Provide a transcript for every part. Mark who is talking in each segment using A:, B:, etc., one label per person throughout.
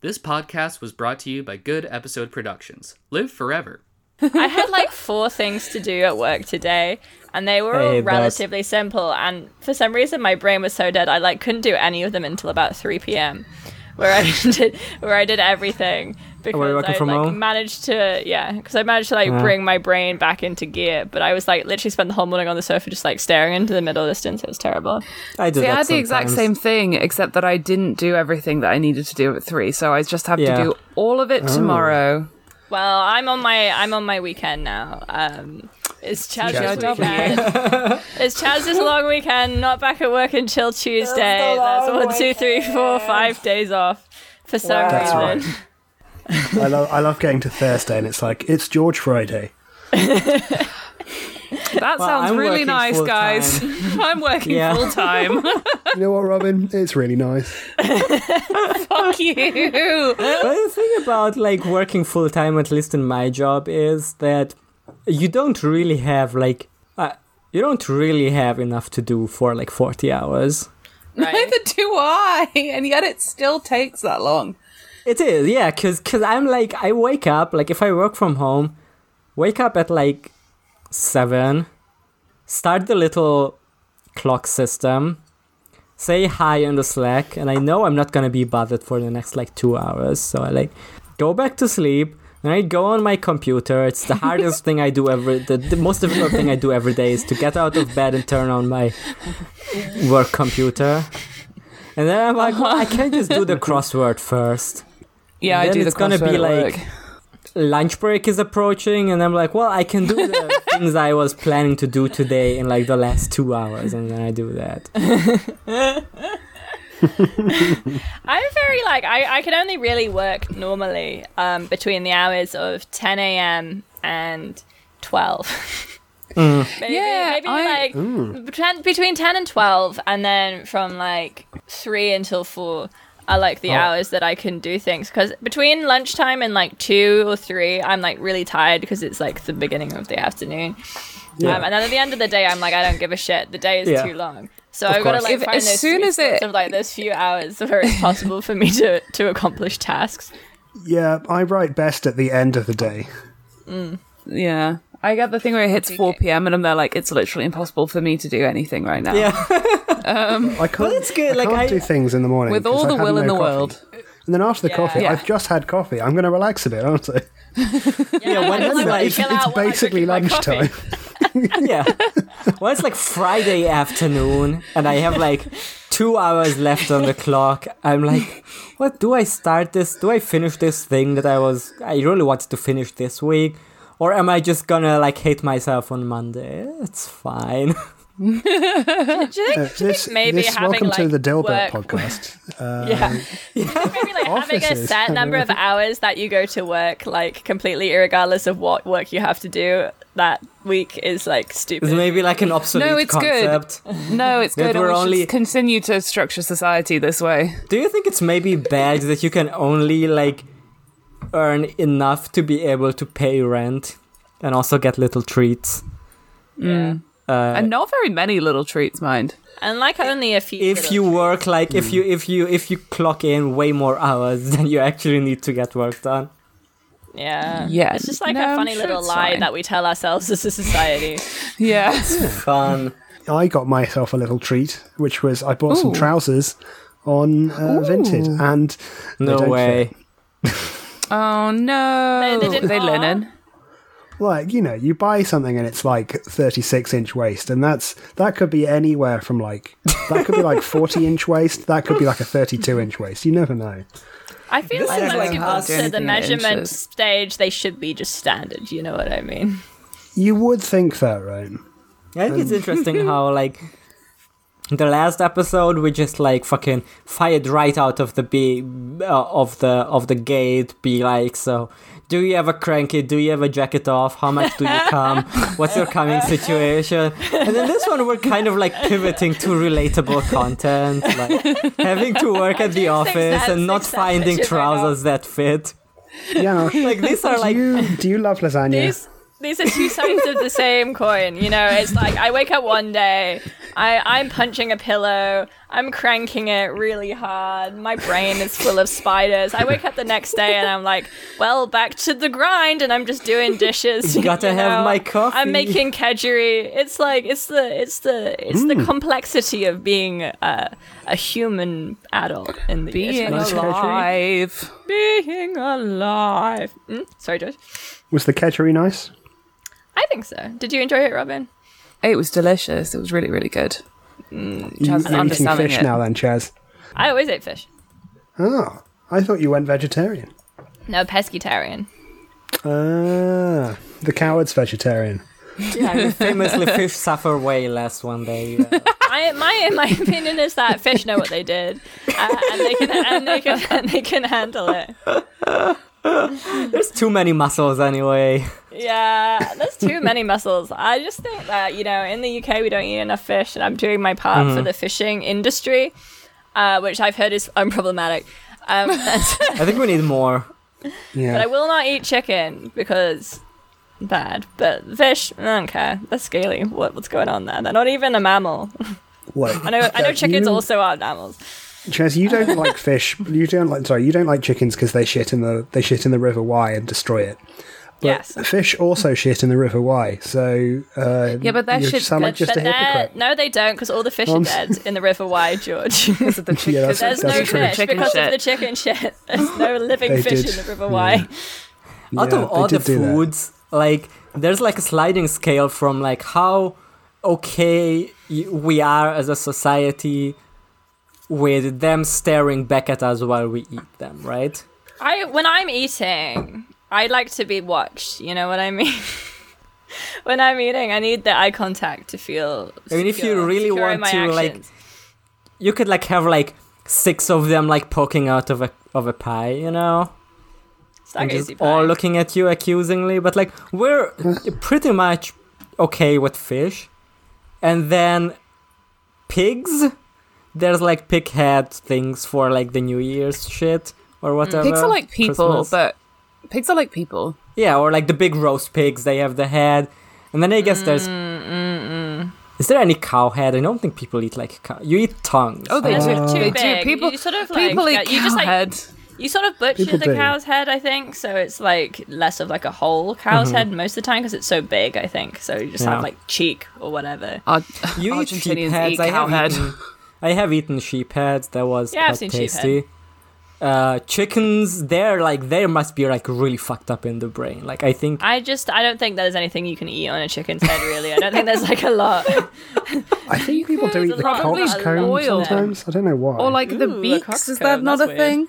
A: This podcast was brought to you by Good Episode Productions. Live forever.
B: I had like four things to do at work today, and they were all
C: Hey, that's-
B: relatively simple. And for some reason, my brain was so dead, I like couldn't do any of them until about three p.m., where I did where I did everything
C: you
B: because
C: working
B: I
C: from
B: like
C: home?
B: managed to yeah because I managed to like bring my brain back into gear. But I was like literally spent the whole morning on the sofa just like staring into the middle distance. It was terrible.
C: I do
D: See,
C: that
D: I had the exact
C: sometimes.
D: same thing, except that I didn't do everything that I needed to do at three, so I just have
C: Yeah. Oh.
D: to do all of it tomorrow.
B: Well, I'm on my I'm on my weekend now. Um, it's Chaz's
C: Chaz's
B: weekend. it's Chaz's long weekend. Not back at work until Tuesday. That's one, two, three, four, five days off for some
E: That's
B: reason.
E: right. I love I love getting to Thursday and it's like it's George Friday.
D: That
C: Well,
D: sounds
C: I'm
D: really
C: working
D: nice,
C: full
D: guys. I'm working
C: Yeah.
D: full time.
E: You know what, Robin? It's really nice.
B: Fuck you.
C: But the thing about like working full time, at least in my job, is that you don't really have like uh, you don't really have enough to do for like forty hours.
B: Right.
F: Neither do I, and yet it still takes that long.
C: It is, yeah, cause, 'cause I'm like I wake up like if I work from home, wake up at like seven, start the little clock system, say hi on the Slack, and I know I'm not gonna be bothered for the next like two hours, so I like go back to sleep. And I go on my computer. It's the hardest thing I do every. The, the most difficult thing I do every day is to get out of bed and turn on my work computer. And then I'm like, well, I can't just do the crossword first
D: yeah, I
C: Then
D: do the
C: it's gonna
D: crossword
C: be
D: at
C: like-
D: work.
C: lunch break is approaching and I'm like, well, I can do the things I was planning to do today in like the last two hours, and then I do that.
B: I'm very like I, I can only really work normally um, between the hours of 10 a.m. and 12.
C: Mm.
B: maybe
D: Yeah,
B: maybe
D: I-
B: like between- between 10 and 12, and then from like three until four are like
C: Oh.
B: the hours that I can do things. Because between lunchtime and like two or three, I'm like really tired because it's like the beginning of the afternoon. Um, and then at the end of the day, I'm like, I don't give a shit. The day is
C: Yeah.
B: too long. So I've got to
C: course.
B: like
D: If-
B: find
D: as
B: those
D: soon
B: sweet
D: as it-
B: spots of like those few hours where it's possible for me to to accomplish tasks.
E: Yeah, I write best at the end of the day.
D: yeah. I get the thing where it hits 4 p.m. and I'm there like, it's literally impossible for me to do anything right now.
C: Yeah.
E: I can't,
C: it's good,
E: I
C: like,
E: can't
C: I-
E: do things in the morning.
D: With
E: 'cause
D: all
E: I've
D: the
E: had
D: will in
E: no
D: the
E: coffee.
D: world.
E: And then after the coffee,
D: Yeah.
E: I've just had coffee. I'm going to relax a bit, aren't I?
B: Yeah,
C: when
B: I
C: it's
B: just
C: like-
B: wanna
C: it's-
B: chill
E: it's
B: out while I'm
E: basically
B: drinking my
E: lunchtime.
B: coffee.
C: Yeah. Well, it's like Friday afternoon, and I have like two hours left on the clock. I'm like, what do I start this? Do I finish this thing that I was, I really wanted to finish this week? Or am I just gonna like hate myself on Monday? It's fine.
B: Do you think, do you
E: This,
B: think maybe
E: this
B: having
E: welcome
B: like
E: to the Dilbert
B: work,
E: podcast. Uh,
C: Um,
B: Yeah. maybe like having a
E: Offices.
B: set number of hours that you go to work, like completely irregardless of what work you have to do that week, is like
C: It's
B: stupid.
C: maybe like an obsolete
D: it's good.
C: concept.
D: No, it's
C: That
D: good. and
C: we're
D: we
C: only-
D: should continue to structure society this way.
C: Do you think it's maybe bad that you can only like earn enough to be able to pay rent and also get little treats?
D: Mm.
C: Uh,
D: and not very many little treats, mind.
B: and like only a few.
C: If
B: little-
C: you work like if you if you if you clock in way more hours than you actually need to get work done.
B: yeah,
D: Yeah,
B: it's just like
D: no,
B: a
D: I'm
B: funny
D: sure
B: little
D: it's
B: lie
D: fine.
B: that we tell ourselves as a society.
D: Yeah.
C: Fun.
E: I got myself a little treat, which was I bought some
D: Ooh.
E: trousers on uh, Vinted, and they
C: No
E: don't fit.
C: way.
D: Oh no.
B: They- they didn't-
D: they linen.
E: Like you know, you buy something and it's like thirty-six inch waist, and that's that could be anywhere from like that could be like forty inch waist, that could be like a thirty-two inch waist. You never know.
B: I feel like
C: is
B: when
C: like
B: we
C: how
B: got
C: to do
B: to the
D: anything in
B: measurement
D: inches.
B: stage, they should be just standard. You know what I mean?
E: You would think that, right?
C: I think it's interesting how like the last episode we just like fucking fired right out of the be uh, of the of the gate. Be like, so do you have a cranky? Do you have a jacket off? How much do you come? What's your coming situation? And then this one we're kind of like pivoting to relatable content, like having to work at the
B: think
C: office
B: that's
C: and not
B: exactly
C: finding
B: what you're
C: trousers that fit.
E: Yeah.
C: Like these are
E: do
C: like
E: you do you love lasagna?
B: These these are two sides of the same coin. You know, it's like I wake up one day, I I'm punching a pillow. I'm cranking it really hard. My brain is full of spiders. I wake up the next day and I'm like, well, back to the grind, and I'm just doing dishes.
C: You gotta have my coffee.
B: I'm making kedgeree. It's like it's the it's the it's
C: Mm.
B: the complexity of being a, a human adult in the
D: Being
B: years.
D: alive.
B: being alive. Mm? Sorry, George.
E: Was the kedgeree nice?
B: I think so. Did you enjoy it, Robin?
D: It was delicious. It was really, really good.
E: You,
D: Chaz is
E: are eating
D: underselling
E: fish
D: it.
E: now, then, Chaz.
B: I always ate fish.
E: Oh, I thought you went vegetarian.
B: No, pescatarian.
E: Ah, the coward's vegetarian.
C: Yeah, we famously fish suffer way less when they. Uh,
B: I, my my opinion is that fish know what they did, uh, and they can and they can and they can handle it.
C: there's too many muscles anyway.
B: Yeah, there's too many mussels. I just think that you know in the UK we don't eat enough fish, and I'm doing my part
E: Mm.
B: for the fishing industry, uh, which I've heard is unproblematic. Um,
C: I think we need more.
E: Yeah.
B: but I will not eat chicken because bad. But fish, I don't care. They're scaly. What, what's going on there? They're not even a mammal.
E: Look,
B: I know. I know.
E: that
B: Chickens
E: you-
B: also are mammals.
E: Chaz, you don't like fish. You don't like. Sorry, you don't like chickens because they shit in the they shit in the River Wye and destroy it.
B: yes.
E: Fish also shit in the River Wye. So uh,
D: Yeah, but their
E: you
D: shit's
E: sound like
D: good,
E: just a
B: but they're,
E: hypocrite.
B: no, they don't, because all the fish
E: Um,
B: are dead in the River Wye, George.
D: Because of the chicken.
E: Yeah, that's-
B: There's no
E: true.
B: fish
D: Chicken
B: because
D: shit.
B: of the chicken shit. There's no living
E: They
B: fish
E: did,
B: in the River Wye.
C: out
E: Yeah,
C: of all
E: they
C: the
E: did do that.
C: foods, like there's like a sliding scale from like how okay y- we are as a society with them staring back at us while we eat them, right?
B: I when I'm eating, I like to be watched. You know what I mean. when I'm eating, I need the eye contact to feel.
C: I mean, if you
B: secure-
C: really
B: secure in
C: want
B: my
C: to, like,
B: actions.
C: You could like have like six of them like poking out of a of a pie, you know,
B: It's not
C: and
B: easy
C: just
B: pie.
C: all looking at you accusingly. But like we're pretty much okay with fish, and then pigs. There's like pig head things for like the New Year's shit or whatever.
D: Pigs are like people,
C: Christmas.
D: but pigs are like people.
C: yeah, or like the big roast pigs. They have the head, and then I guess there's.
D: Mm,
C: Is there any cow head? I don't think people eat like cow. You eat tongues.
D: Oh, they
B: That's
D: do.
B: too
D: They do.
B: big.
D: People,
B: You sort of, like,
D: people
B: yeah,
D: eat
B: you just, like-
D: cowhead.
B: You sort of butcher
E: People
B: the
E: do.
B: cow's head, I think, so it's like less of like a whole
E: Mm-hmm.
B: cow's head most of the time because it's so big. I think so. You just
C: Yeah.
B: have like cheek or whatever.
D: Ar-
C: You eat sheep
D: Argentinians
C: heads.
D: eat
C: I have
D: cowhead.
C: eaten. I have eaten sheep heads. That was
B: Yeah, I've seen
C: quite
B: sheep head.
C: tasty. Uh, chickens, they're like they must be like really fucked up in the brain. Like I think
B: I just I don't think there's anything you can eat on a chicken's head. Really, I don't think there's like a lot.
E: I think people do eat the
B: probably
E: cock's comb
D: boil them.
E: sometimes. I don't know why.
D: Or like
B: Ooh,
D: the
B: a
D: beaks. Is that
B: cockscomb,
D: not a
B: that's weird.
D: thing?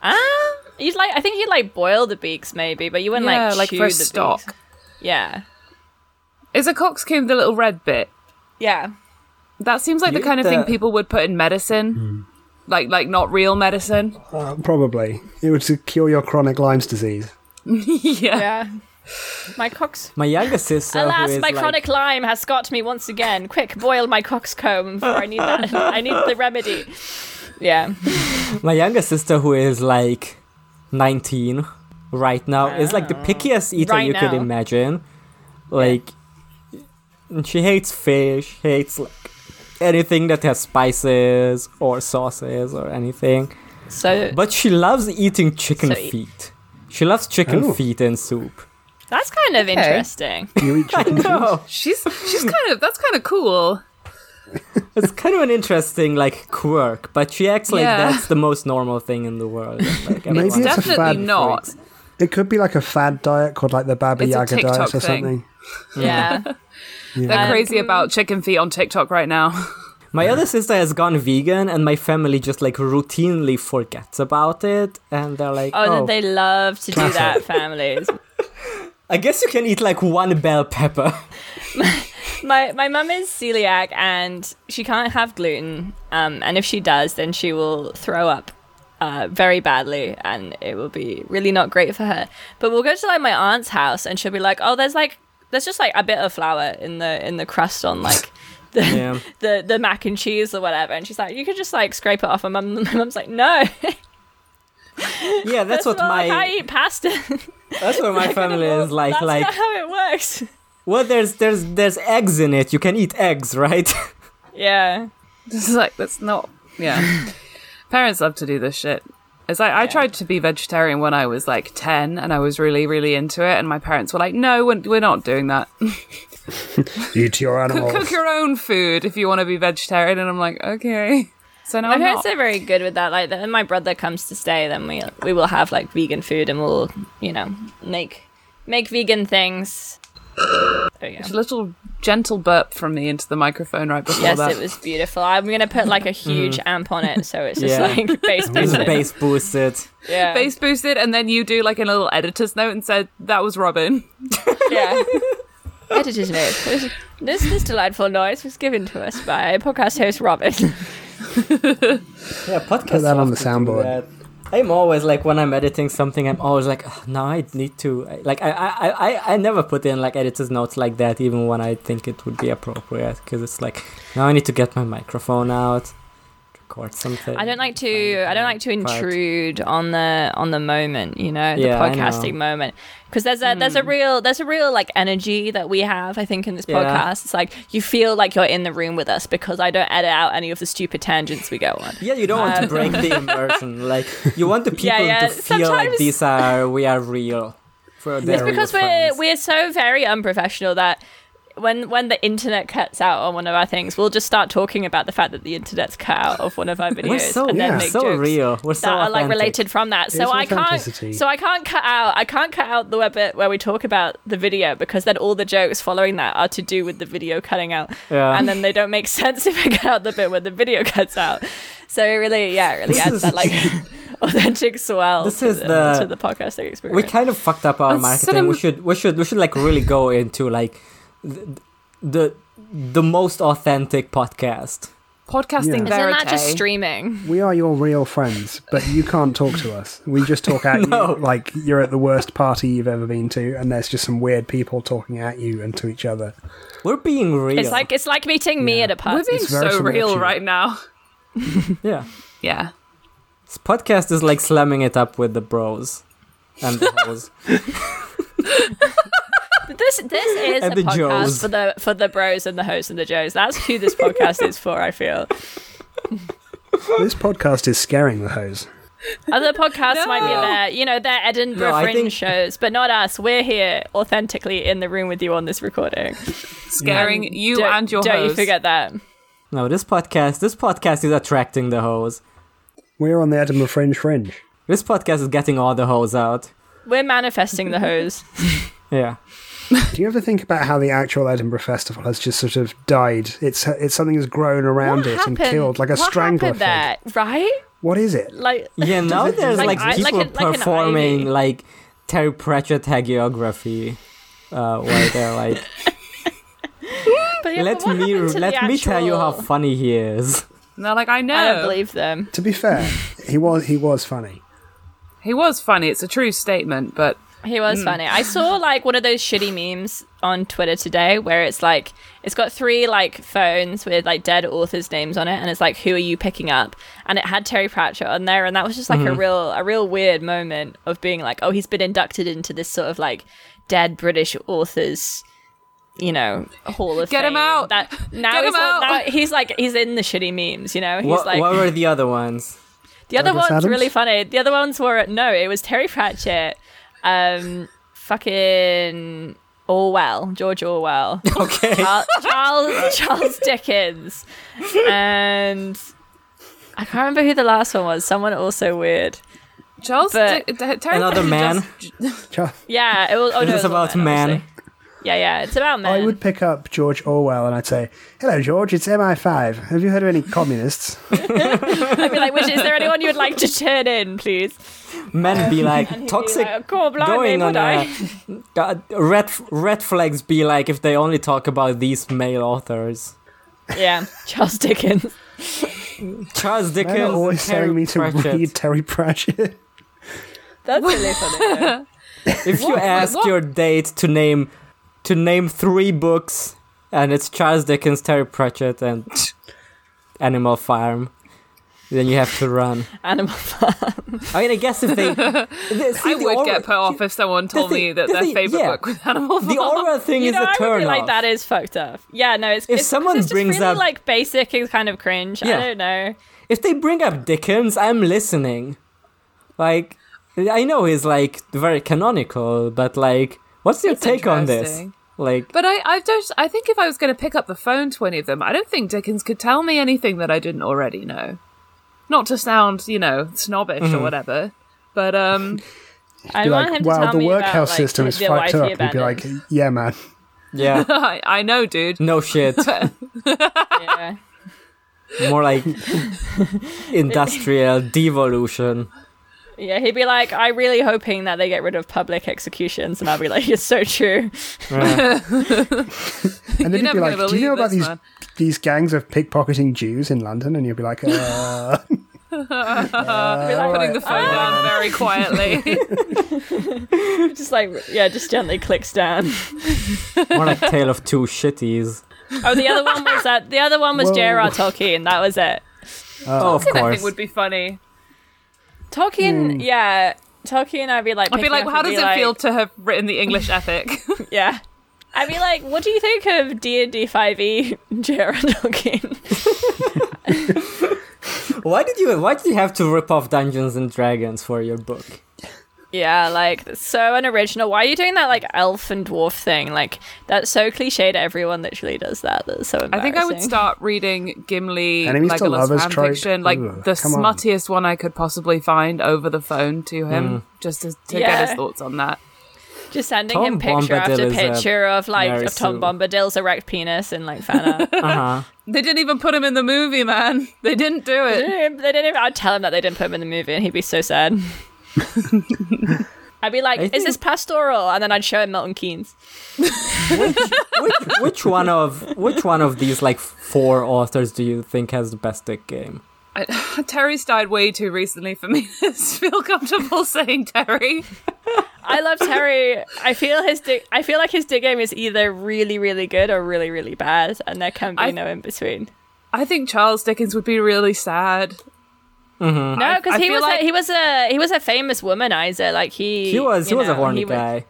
B: Ah, you'd like I think you'd like boil the beaks maybe, but you wouldn't
D: yeah,
B: like
D: like
B: chew
D: for
B: the
D: stock.
B: Beaks. Yeah,
D: Is a cockscomb the little red bit?
B: yeah.
D: That seems like
C: You
D: the Hmm. kind
C: eat
D: of thing
C: that-
D: people would put in medicine. Like, like not real medicine.
E: Uh, probably it would cure your chronic Lyme's disease.
D: yeah.
B: Yeah. My cocks.
C: my younger sister,
B: Alas,
C: who is
B: my
C: like,
B: chronic Lyme has got me once again. Quick, boil my coxcomb, for I need that. I need the remedy. Yeah.
C: my younger sister who is like nineteen right now is like the pickiest eater
B: Oh. Right
C: you could
B: now.
C: imagine. Like, and she hates fish, hates like anything that has spices or sauces or anything.
B: So
C: But she loves eating chicken
B: So-
C: feet. She loves chicken
E: Oh.
C: feet in soup.
B: that's kind of interesting.
E: You eat chicken.
B: Oh.
C: No,
D: She's she's kind of that's kind of cool.
C: it's kind of an interesting like quirk, but she acts like
D: Yeah.
C: that's the most normal thing in the world. and, Like,
E: Maybe
C: everyone-
E: It's a fad
D: Definitely
E: for
D: not.
C: it.
E: it could be like a fad diet called like the Baba
D: It's a
E: Yaga
D: TikTok
E: diet
D: thing.
E: or something.
B: Yeah.
D: They're
B: Um,
D: crazy about chicken feet on TikTok right now.
C: my other sister has gone vegan, and my family just like routinely forgets about it, and they're like,
B: Oh,
C: "Oh,
B: then they love to do
E: Classic.
B: that, families.
C: I guess you can eat like one bell pepper."
B: my my mum is celiac and she can't have gluten. Um, and if she does, then she will throw up uh, very badly, and it will be really not great for her. But we'll go to like my aunt's house, and she'll be like, "Oh, there's like there's just like a bit of flour in the in the crust on like." The,
C: Yeah.
B: the the mac and cheese or whatever and she's like you could just like scrape it off and my mum- my mum's like no
C: Yeah, that's what
B: Well, like, I
C: my
B: eat pasta
C: that's what my family is like.
B: that's
C: Like,
B: not how it works
C: well, there's there's there's eggs in it. You can eat eggs, right?
B: yeah
D: It's like that's not. Yeah, parents love to do this shit. It's like I tried to be vegetarian when I was like ten, and I was really, really into it. And my parents were like, "No, we're, we're not doing that.
E: Eat your
B: Oh.
E: animals.
D: Cook your own food if you want to be vegetarian." And I'm like, "Okay." So now
B: My
D: I'm
B: parents
D: not.
B: are very good with that. Like, when my brother comes to stay, then we we will have like vegan food and we'll you know make make vegan things. There you
D: A
B: go.
D: little gentle burp from me into the microphone right before
B: Yes,
D: that.
B: it was beautiful. I'm gonna put like a huge amp on it, so it's just
C: Yeah.
B: like bass
C: Just
B: boosted.
C: bass boosted.
B: yeah.
D: Face boosted, and then you do like a little editor's note and said that was Robin.
B: yeah. Editor's note. This, this this delightful noise was given to us by podcast host Robin.
C: Yeah, podcast.
E: Put that on the soundboard.
C: I'm always like when I'm editing something, I'm always like, "Ugh, now I need to I- like I I, I- I I never put in like editor's notes like that, even when I think it would be appropriate, because it's like now I need to get my microphone out, record something.
B: I don't like to I don't like to intrude on the on the moment, you know, the
C: Yeah, I know. Hmm.
B: podcasting moment. Because there's a there's a real there's a real like energy that we have, I think, in this
C: Yeah.
B: podcast. It's like you feel like you're in the room with us because I don't edit out any of the stupid tangents we go on.
C: Yeah, you don't want to break the immersion. Like you want the people
B: Uh, Yeah, yeah,
C: to feel like
B: sometimes-
C: these are we are real. For their
B: It's because
C: real
B: we're
C: friends.
B: we're so very unprofessional that when when the internet cuts out on one of our things, we'll just start talking about the fact that the internet's cut out of one of our videos
C: we're so
B: and
E: yeah,
B: then
C: yeah,
B: make
C: so
B: jokes
C: real. We're
B: that
C: so
B: are like
C: authentic.
B: related from that. So
E: It's
B: I can't
E: authenticity.
B: so I can't cut out I can't cut out the bit where we talk about the video because then all the jokes following that are to do with the video cutting out.
C: Yeah.
B: And then they don't make sense if I cut out the bit where the video cuts out. So it really yeah, it really
C: This
B: adds
C: is-
B: that like authentic swell
C: This
B: to,
C: is
B: the,
C: the-
B: to the podcasting experience.
C: we kind of fucked up our
D: Let's
C: marketing.
D: sit in-
C: We should we should we should like really go into like the the, the most authentic podcast.
D: Podcasting
E: Yeah.
B: Isn't
D: verite.
B: that just streaming?
E: we are your real friends, but you can't talk to us. We just talk at
C: No.
E: you like you're at the worst party you've ever been to, and there's just some weird people talking at you and to each other.
C: We're being real.
B: It's like it's like meeting me at a
D: We're
B: party.
D: being
E: It's very
D: so
E: similar to
D: real
E: you.
D: right now.
C: yeah,
D: Yeah.
C: this podcast is like slamming it up with the bros and the hoes.
B: This this is
C: And
B: a
C: the
B: podcast
C: Joes.
B: for the for the bros and the hosts and the joes. That's who this podcast is for. I feel
E: This podcast is scaring the hose.
B: other podcasts might be
D: No.
B: there, you know, their Edinburgh
C: No, I
B: fringe
C: think-
B: shows, but not us. We're here authentically in the room with you on this recording.
D: Scaring you
B: Don't-
D: and your
B: don't you
D: host.
B: forget that.
C: No, this podcast this podcast is attracting the hoes.
E: We're on the Edinburgh Fringe Fringe.
C: This podcast is getting all the hoes out.
B: We're manifesting the hose.
C: Yeah.
E: Do you ever think about how the actual Edinburgh Festival has just sort of died? It's it's something has grown around
B: what
E: it
B: happened?
E: and killed like a
B: what
E: strangler.
B: happened there? Right?
E: What is it?
B: Like
C: Yeah, now there's
B: Like
C: like,
B: I- like
C: people
B: an- like an
C: performing
B: ivy.
C: like Terry Pratchett hagiography, uh, where they're like,
B: but yeah,
C: "Let
B: but what
C: me
B: happened to
C: let
B: the
C: me tell you how
B: actual-
C: funny he is."
D: And they're like, I know.
B: I don't believe them.
E: To be fair, he was he was funny.
D: He was funny. It's a true statement, but
B: He
D: Hmm.
B: was funny. I saw like one of those shitty memes on Twitter today where it's like it's got three like phones with like dead authors' names on it, and it's like who are you picking up? And it had Terry Pratchett on there, and that was just like
D: Mm-hmm.
B: a real a real weird moment of being like, oh, he's been inducted into this sort of like dead British authors. You know, hall of
D: Get him
B: fame.
D: out.
B: That now
D: Get
B: he's
D: him
B: like-
D: out.
B: now he's like he's in the shitty memes. You know, he's
C: What,
B: like
C: what were the other ones?
B: the other
E: Douglas
B: one's
E: Adams?
B: really funny. The other ones were no, it was Terry Pratchett, um, fucking Orwell, George Orwell,
C: Okay,
B: Charles Charles, Charles Dickens, and I can't remember who the last one was. Someone also weird.
D: Charles.
B: But-
D: D- D- Terry
C: another
D: Pratchett
C: man.
D: just-
E: Cha-
B: Yeah, it was. Oh, no,
C: Is
B: it
C: this
B: was
C: about
B: a
C: man?
B: obviously. Yeah, yeah, it's about men.
E: I would pick up George Orwell and I'd say, "Hello, George. It's MI5. Have you heard of any communists?"
B: I'd be like, "Which is there anyone you would like to turn in, please?"
C: Men be like
B: He'd be
C: toxic.
B: Like, "Oh, cool,
C: Going
B: blimey,
C: on
B: would I?
C: a, God, red red flags be like if they only talk about these male authors.
B: Yeah, Charles Dickens.
C: Charles Dickens.
E: They're always
C: Terry
E: telling me to
C: Pratchett.
E: read Terry Pratchett.
B: That's really funny. though.
C: If you ask
D: what?
C: your date to name to name three books, and it's Charles Dickens, Terry Pratchett, and Animal Farm, then you have to run.
B: Animal Farm.
C: I mean, I guess if they, the- see,
D: I
C: the
D: would
C: aura-
D: get put off if someone told
C: thing-
D: me that
C: the
D: their
C: thing-
D: favorite
C: yeah.
D: book was Animal Farm.
C: The aura thing
B: you
C: is
B: know,
C: a
B: I
C: turn
B: would be like
C: off.
B: that is fucked up. Yeah, no, it's it's- 'cause
C: someone
B: it's just
C: brings
B: really,
C: up-
B: like basic and kind of cringe.
C: Yeah.
B: I don't know.
C: if they bring up Dickens, I'm listening. Like, I know he's like very canonical, but like, what's your
D: It's
C: take on this?
D: interesting.
C: Like,
D: But I, I don't. I think if I was going to pick up the phone to any of them, I don't think Dickens could tell me anything that I didn't already know. Not to sound, you know, snobbish
C: Mm-hmm.
D: or whatever. But um,
B: I
E: Be
B: want
E: like,
B: him to
E: wow,
B: tell
E: the
B: me about,
E: workhouse
B: like,
E: system
B: the-
E: is
B: the wife
E: fucked up.
B: he
E: You'd be like,
B: abandoned.
E: yeah, man.
C: yeah,
D: I, I know, dude.
C: no shit.
B: yeah.
C: More like industrial devolution.
B: yeah, he'd be like, I really hoping that they get rid of public executions, and I'll be like, it's so true.
E: And then
D: You're
E: you'd be
D: never
E: like,
D: gonna
E: do you know
D: believe
E: about
D: this,
E: these
D: man."
E: these gangs of pickpocketing Jews in London? And you'd be like, uh,
B: Be like,
D: Putting the phone down very quietly.
B: just like yeah, just gently clicks down.
C: More like Tale of Two Shitties.
B: Oh, the other one was that. The other one was
E: Whoa.
B: J.R.R. Tolkien. That was it.
C: oh, of
D: I think
C: course.
D: would be funny.
E: Hmm.
B: Tolkien, yeah. Tolkien, I'd be like,
D: I'd be
B: picking
D: like,
B: up
D: how
B: and
D: does
B: be
D: it
B: like-
D: feel to have written the English epic?
B: Yeah. I'd be like, what do you think of D and D five E J.R.R. Tolkien?
C: Why did you? Why did you have to rip off Dungeons and Dragons for your book?
B: yeah, like that's so unoriginal. Why are you doing that like elf and dwarf thing? Like that's so cliche to everyone. Literally does that. That's so
D: I
B: embarrassing.
D: think I would start reading Gimli
E: Enemies to
D: Legolas
E: lovers
D: fan
E: trope.
D: fiction, like
E: Ugh,
D: the
E: come on.
D: smuttiest one I could possibly find, over the phone to him,
E: Hmm.
D: just to, to get his
B: Yeah.
D: thoughts on that.
B: just sending
C: Tom
B: him picture
C: Bombadil
B: after
C: is a
B: picture of like
C: Mary
B: of Tom
C: Sue.
B: Bombadil's erect penis in like fan art.
C: Uh huh.
D: They didn't even put him in the movie, man. They didn't do
B: They
D: it.
B: didn't even- they didn't even, I'd tell him that they didn't put him in the movie and he'd be so sad. I'd be like,
C: I
B: is this
C: think-
B: pastoral? And then I'd show him Milton Keynes.
C: which, which one of which one of these like four authors do you think has the best dick game?
D: I- Terry's died way too recently for me to feel comfortable saying Terry.
B: I love Terry. I feel his dig- I feel like his dig game is either really, really good or really, really bad, and there can be
D: I-
B: no in between.
D: I think Charles Dickens would be really sad.
E: Mm-hmm.
B: No, because
D: I
B: he
D: feel
B: was
D: like-
B: a, he was a he was a famous womanizer. Like he
C: He was
B: you
C: he was a
B: know,
C: horny
B: he was-
C: guy.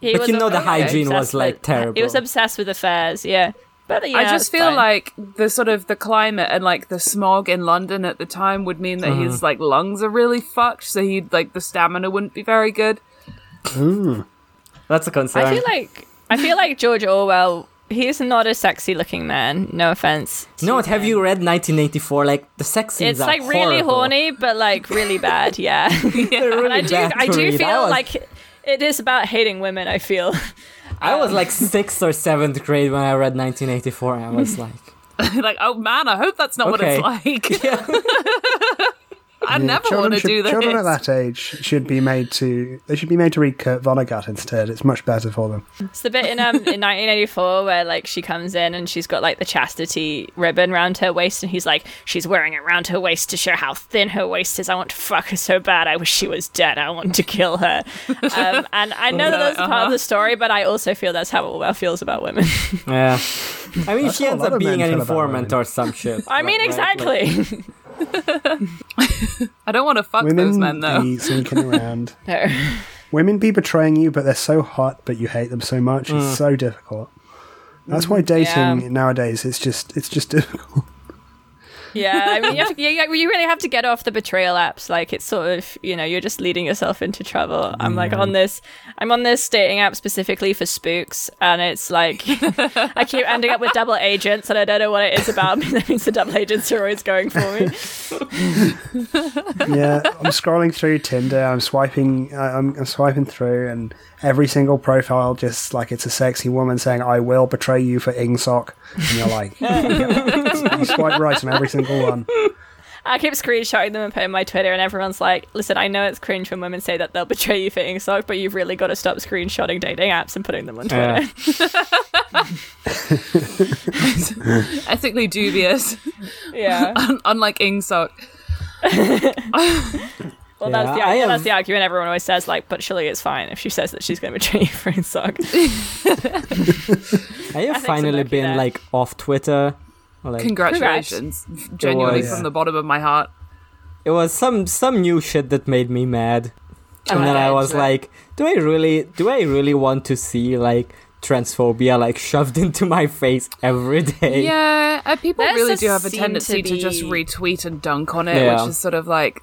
B: he
C: But
B: was
C: you
B: a-
C: know the
B: he was
C: hygiene was,
B: obsessed
C: like,
B: with- He was
C: terrible.
B: obsessed with affairs. Yeah, but yeah,
D: I just
B: it's
D: feel
B: fine.
D: like the sort of the climate and like the smog in London at the time would mean that
E: Uh-huh.
D: his like lungs are really fucked, so he'd like the stamina wouldn't be very good.
C: That's a concern.
B: I feel like I feel like George Orwell. He's not a sexy looking man. No offense.
C: no, have you read 1984? Like the sex scenes
B: It's
C: are
B: like really
C: horrible.
B: horny, but like really bad. Yeah,
C: They're really
B: and I do.
C: bad
B: I
C: to
B: do
C: read.
B: feel
C: was-
B: like it is about hating women. I feel.
C: I was like sixth or seventh grade when I read 1984, and I was like,
D: like, oh man, I hope that's not
C: Okay.
D: what it's like.
C: yeah.
D: I never
E: children
D: want to
E: should-
D: do this.
E: Children at that age should be made to they should be made to read Kurt Vonnegut instead. It's much better for them.
B: It's the bit in um in 1984 where like she comes in and she's got like the chastity ribbon round her waist, and he's like, she's wearing it round her waist to show how thin her waist is. I want to fuck her so bad. I wish she was dead. I want to kill her. Um, and I know that that's part of the story, but I also feel that's how Orwell feels about women.
C: yeah. I mean, she
E: how a
C: ends
E: lot
C: up
E: of
C: being
E: men
C: an
E: feel about
C: informant
E: women.
C: or some shit.
B: I mean,
C: Like, right, like-
B: exactly.
D: I don't want to fuck those men
E: Women
D: though.
E: be sneaking around.
B: No.
E: Women be betraying you, but they're so hot, but you hate them so much.
D: Mm.
E: It's so difficult. That's why dating
B: Yeah.
E: nowadays it's just it's just difficult.
B: Yeah, I mean, you, have to, you, you really have to get off the betrayal apps. Like, it's sort of, you know, you're just leading yourself into trouble. I'm like on this, I'm on this dating app specifically for spooks, and it's like I keep ending up with double agents, and I don't know what it is about. That means the double agents are always going for me.
E: yeah, I'm scrolling through Tinder. I'm swiping. I- I'm, I'm swiping through, and every single profile just like it's a sexy woman saying, "I will betray you for ingsoc," and you're like, you swipe right on every single one.
B: I keep screenshotting them and putting my Twitter, and everyone's like, "Listen, I know it's cringe when women say that they'll betray you for ingsoc, but you've really got to stop screenshotting dating apps and putting them on Twitter."
C: Yeah.
D: Ethically dubious,
B: yeah.
D: un- unlike Ingsoc.
B: Well,
C: Yeah,
B: that's, the,
C: I
B: well,
C: have-
B: that's the argument everyone always says, like, but surely it's fine if she says that she's going to betray you for sock.
C: I have
B: think so,
C: finally
B: lucky
C: been
B: there.
C: like off Twitter. Like,
D: Congratulations, genuinely
C: was-
D: from the bottom of my heart.
C: It was some some new shit that made me mad. And
B: Oh,
C: then
B: yeah,
C: I was
B: sure.
C: like, do I really do I really want to see like transphobia like shoved into my face every day?
D: Yeah, uh, people
B: There's
D: really
B: just
D: do have a
B: seem
D: tendency
B: to
D: to, just
B: be-
D: retweet and dunk on it,
C: Yeah.
D: which is sort of like,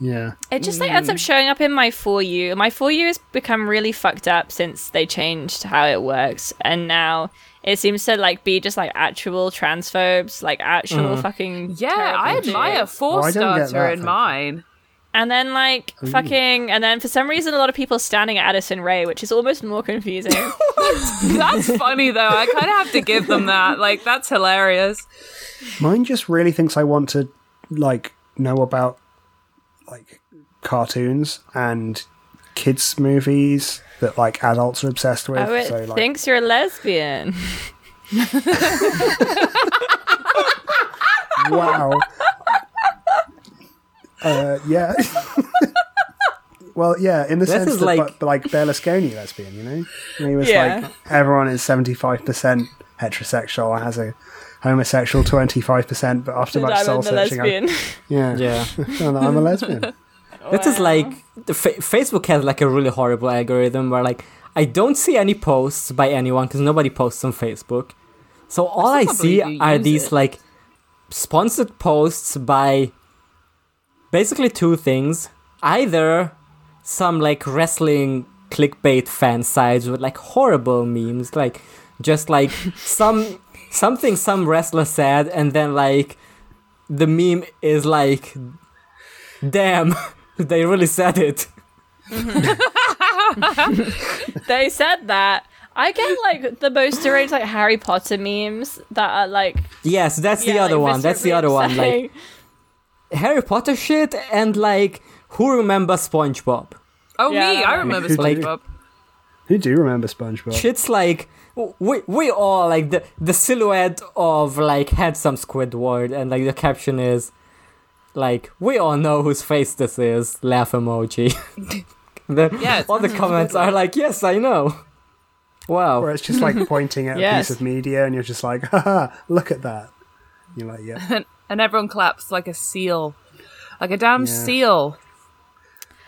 E: Yeah.
B: It just like ends
C: Mm.
B: up showing up in my for you. My for you has become really fucked up since they changed how it works, and now it seems to like be just like actual transphobes, like actual
C: Mm.
B: fucking
D: yeah,
B: terrible
D: I
B: shit.
D: admire four
E: Oh, I don't get
D: starter
E: that,
D: in
E: thank
D: mine.
B: And then like fucking, and then for some reason a lot of people standing at Addison Ray, which is almost more confusing.
D: That's funny though. I kind of have to give them that. Like, that's hilarious.
E: Mine just really thinks I want to like know about like cartoons and kids movies that like adults are obsessed with.
B: oh, it
E: so like
B: thinks you're a lesbian.
E: wow. uh, yeah. well, yeah, in the
C: This
E: sense
C: is
E: that
C: like-
E: like, like Berlusconi lesbian, you know? And he was
B: Yeah.
E: like everyone is 75% heterosexual and has a homosexual 25%, but after
B: And
E: much
B: I'm
E: soul
B: a
E: searching
B: lesbian.
E: I, yeah.
C: Yeah.
E: And I'm a lesbian.
C: This
D: Oh,
C: is like the fa- Facebook has like a really horrible algorithm where like I don't see any posts by anyone because nobody posts on Facebook. So all I
D: Presumably
C: see
D: you
C: are
D: use
C: these
D: it.
C: like sponsored posts by basically two things: either some like wrestling clickbait fan sites with like horrible memes, like just like some something some wrestler said, and then like the meme is like damn, they really said it.
B: they said that. I get like the most deranged like Harry Potter memes that are like
C: Yes, that's the
B: yeah,
C: other
B: like,
C: one. That's the other one. Like
B: viscerally
C: Harry Potter shit and like who remembers SpongeBob?
D: Oh,
B: Yeah,
D: me.
B: that
D: I
B: one.
D: remember
E: Like-
D: SpongeBob.
E: Who do remember SpongeBob?
C: Shit's like w- we we all like the the silhouette of like handsome Squidward and like the caption is like we all know whose face this is. Laugh emoji. the,
D: Yeah, it's
C: all the comments are like yes, I know. Wow.
E: Where it's just like pointing at
B: Yes.
E: a piece of media and you're just like, haha, look at that. You're like, yeah.
D: And everyone claps like a seal. Like a damn
E: Yeah.
D: seal.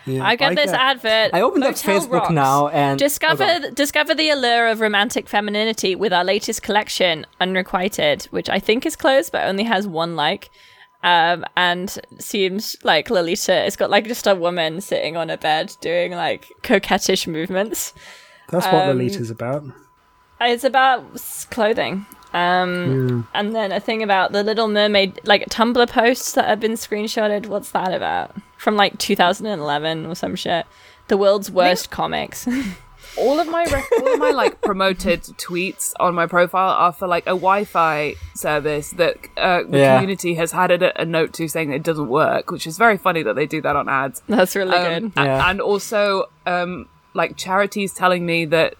E: yeah.
B: I get this advert.
C: I opened up
B: Motel
C: Facebook
B: Rocks.
C: now and
B: Discover
C: Okay.
B: discover the allure of romantic femininity with our latest collection, Unrequited, which I think is closed but only has one like. Um, and seems like Lolita. It's got like just a woman sitting on a bed doing like coquettish movements.
E: That's what
B: um,
E: Lolita's about.
B: It's about s- clothing. Um, and then a thing about the Little Mermaid, like Tumblr posts that have been screenshotted. What's that about? From like 2011 or some shit. The world's worst comics.
D: all of my rec- all of my like promoted tweets on my profile are for like a Wi-Fi service that uh, the
C: Yeah.
D: community has had a, a note to saying it doesn't work, which is very funny that they do that on ads.
B: That's really
D: Um,
B: good.
D: a-
C: Yeah.
D: And also, um, like charities telling me that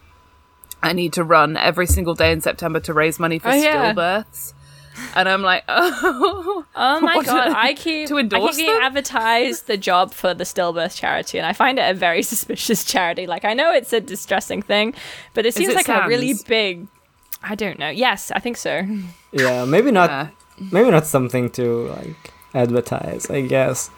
D: I need to run every single day in September to raise money for
B: Oh, yeah.
D: stillbirths. And I'm like, oh,
B: Oh my
D: What?
B: god, I keep
D: To
B: I
D: endorse
B: keep getting
D: them?
B: advertised the job for the stillbirth charity, and I find it a very suspicious charity. Like I know it's a distressing thing, but it seems
D: it
B: like a really
D: Sam's?
B: big. I don't know. Yes, I think so.
C: yeah, maybe not
D: Yeah.
C: maybe not something to like advertise i guess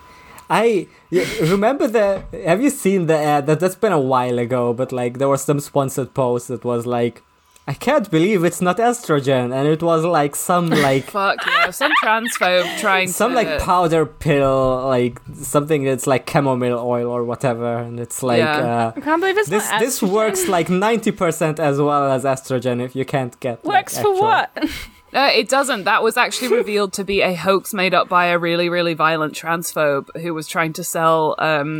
C: i yeah, remember the have you seen the ad that that's been a while ago but like there was some sponsored post that was like i can't believe it's not estrogen and it was like some like
D: fuck, yeah. some transphobe trying
C: some
D: to
C: like powder pill like something that's like chamomile oil or whatever and it's like
D: Yeah.
B: I
C: uh,
B: can't believe it's
C: this
B: not
C: this
B: estrogen.
C: works like 90% as well as estrogen if you can't get like,
B: Works for
C: actual-
B: what?
D: No, Uh, it doesn't. That was actually revealed to be a hoax made up by a really, really violent transphobe who was trying to sell um,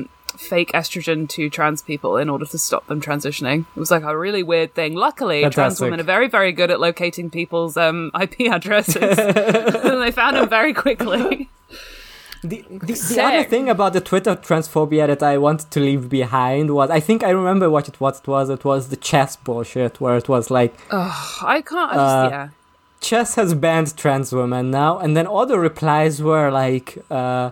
D: fake estrogen to trans people in order to stop them transitioning. It was like a really weird thing. Luckily, trans
C: Fantastic.
D: women are very, very good at locating people's um, IP addresses, and they found them very quickly.
C: The, the, the other
B: Sick.
C: thing about the Twitter transphobia that I wanted to leave behind was I think I remember what it, what it was. It was the chess bullshit, where it was like
D: I can't. I just,
C: Uh,
D: yeah.
C: chess has banned trans women now, and then all the replies were like, uh,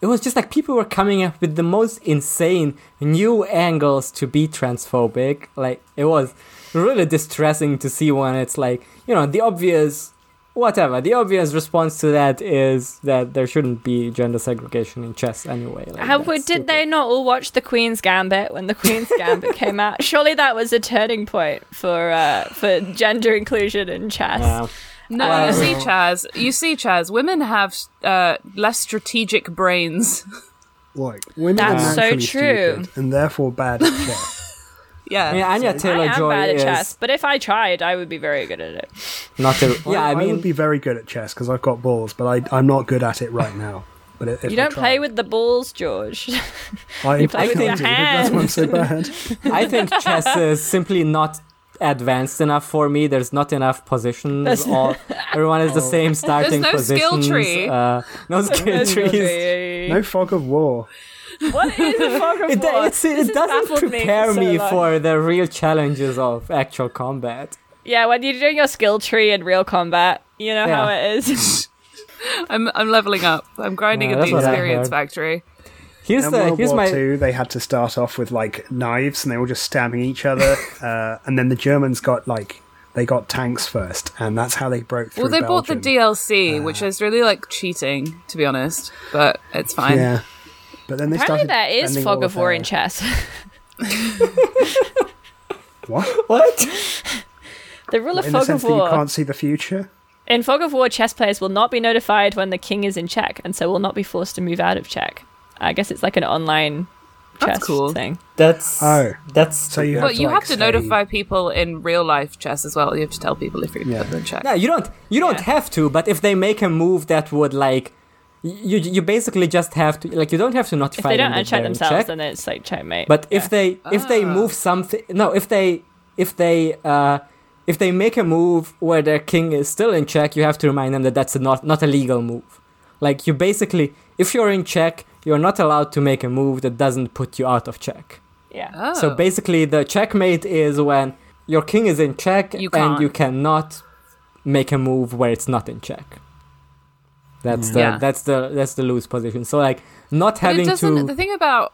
C: it was just like people were coming up with the most insane new angles to be transphobic. Like it was really distressing to see when it's like you know the obvious whatever. The obvious response to that is that there shouldn't be gender segregation in chess anyway. Like,
B: How
C: that's
B: would, did
C: stupid.
B: they not all watch The Queen's Gambit when The Queen's Gambit came out? Surely that was a turning point for uh, for gender inclusion in chess.
C: Yeah.
D: No, you see, Chaz, you see, Chaz, women have uh, less strategic brains.
E: Like women
B: That's
E: are
B: so
E: naturally
B: true.
E: stupid and therefore bad at chess.
D: Yeah.
C: I mean, Anya
B: I
C: Taylor
B: am
C: Joy
B: bad at
C: is
B: chess, but if I tried, I would be very good at it.
C: not a. Yeah, I
E: I
C: mean,
E: would be very good at chess because I've got balls, but I, I'm not good at it right now. But if
B: You don't play with the balls, George.
E: I,
B: you play
E: I
B: with
E: can't
B: your
E: do it. That's why I'm so bad.
C: I think chess is simply not advanced enough for me. There's not enough positions. All, everyone is the
E: Oh.
C: same starting
D: no skill
C: positions.
D: tree.
C: Uh, no skill trees.
E: No fog of war.
B: What is a fog of
C: It,
B: war?
C: it's,
B: This
C: it
B: has
C: doesn't
B: baffled
C: prepare
B: so
C: me,
B: long.
C: for the real challenges of actual combat.
B: Yeah, when you're doing your skill tree in real combat, you know
C: Yeah.
B: how it is.
D: I'm, I'm leveling up. I'm grinding
C: Yeah,
D: at
C: that's
D: the
C: what I
D: experience
C: heard.
D: factory.
C: Here's
E: In
C: the
E: World
C: here's
E: War
C: my
E: Two, they had to start off with like knives, and they were just stabbing each other. uh, and then the Germans got like they got tanks first, and that's how they broke through.
D: Well, they bought the
E: Belgium.
D: DLC, which is really like cheating, to be honest, but it's fine.
E: Yeah, but then they
B: Apparently,
E: started.
B: there is
E: spending
B: fog
E: all
B: of war
E: their-
B: in chess.
E: What?
C: what?
B: the rule of
E: In the
B: fog of
E: sense that you
B: war.
E: can't see the future.
B: In fog of war, chess players will not be notified when the king is in check, and so will not be forced to move out of check. I guess it's like an online chess
D: That's cool.
B: thing.
G: That's
E: Oh.
G: that's
E: So you.
D: But
E: have
D: you have
E: to, like,
D: to
E: stay-
D: notify people in real life chess as well. You have to tell people if you're yeah. in check.
C: No, you don't. You don't
B: Yeah.
C: have to. But if they make a move that would like, you you basically just have to like you don't have to
B: If
C: notify
B: they don't
C: them that
B: uncheck
C: they're in
B: themselves,
C: check.
B: then it's like checkmate.
C: But if they if
D: Ah.
C: they move something, no, if they if they uh if they make a move where their king is still in check, you have to remind them that that's not not a legal move. Like you basically, if you're in check, you're not allowed to make a move that doesn't put you out of check.
B: yeah,
D: Oh.
C: So basically, the checkmate is when your king is in check
D: You
C: and
D: can't.
C: you cannot make a move where it's not in check. That's the
D: Mm. Yeah.
C: that's the that's the loose position. So like not
D: but it
C: having
D: doesn't.
C: to
D: The thing about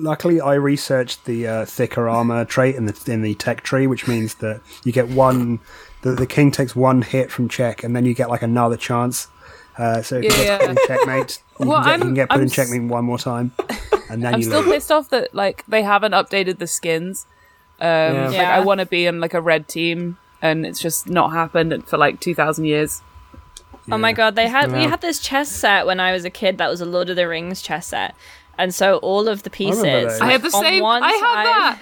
E: Luckily, I researched the uh, thicker armor trait in the in the tech tree, which means that you get one. The, the king takes one hit from check, and then you get like another chance. Uh, so if you
D: Yeah,
E: get put in
D: yeah.
E: checkmate, you,
D: Well,
E: can get, you
D: I'm-
E: can get put
D: I'm
E: in
D: s-
E: checkmate one more time, and then
D: I'm
E: you
D: still
E: lose.
D: pissed off that like they haven't updated the skins. Um, Like
B: Yeah.
D: I want to be in like a red team, and it's just not happened for like two thousand years.
B: Oh my god, they had we
C: Yeah.
B: had this chess set when I was a kid that was a Lord of the Rings chess set. And so all of the pieces
E: those. I
D: have the
B: on
D: same-
B: one
D: I have
B: side-
D: that.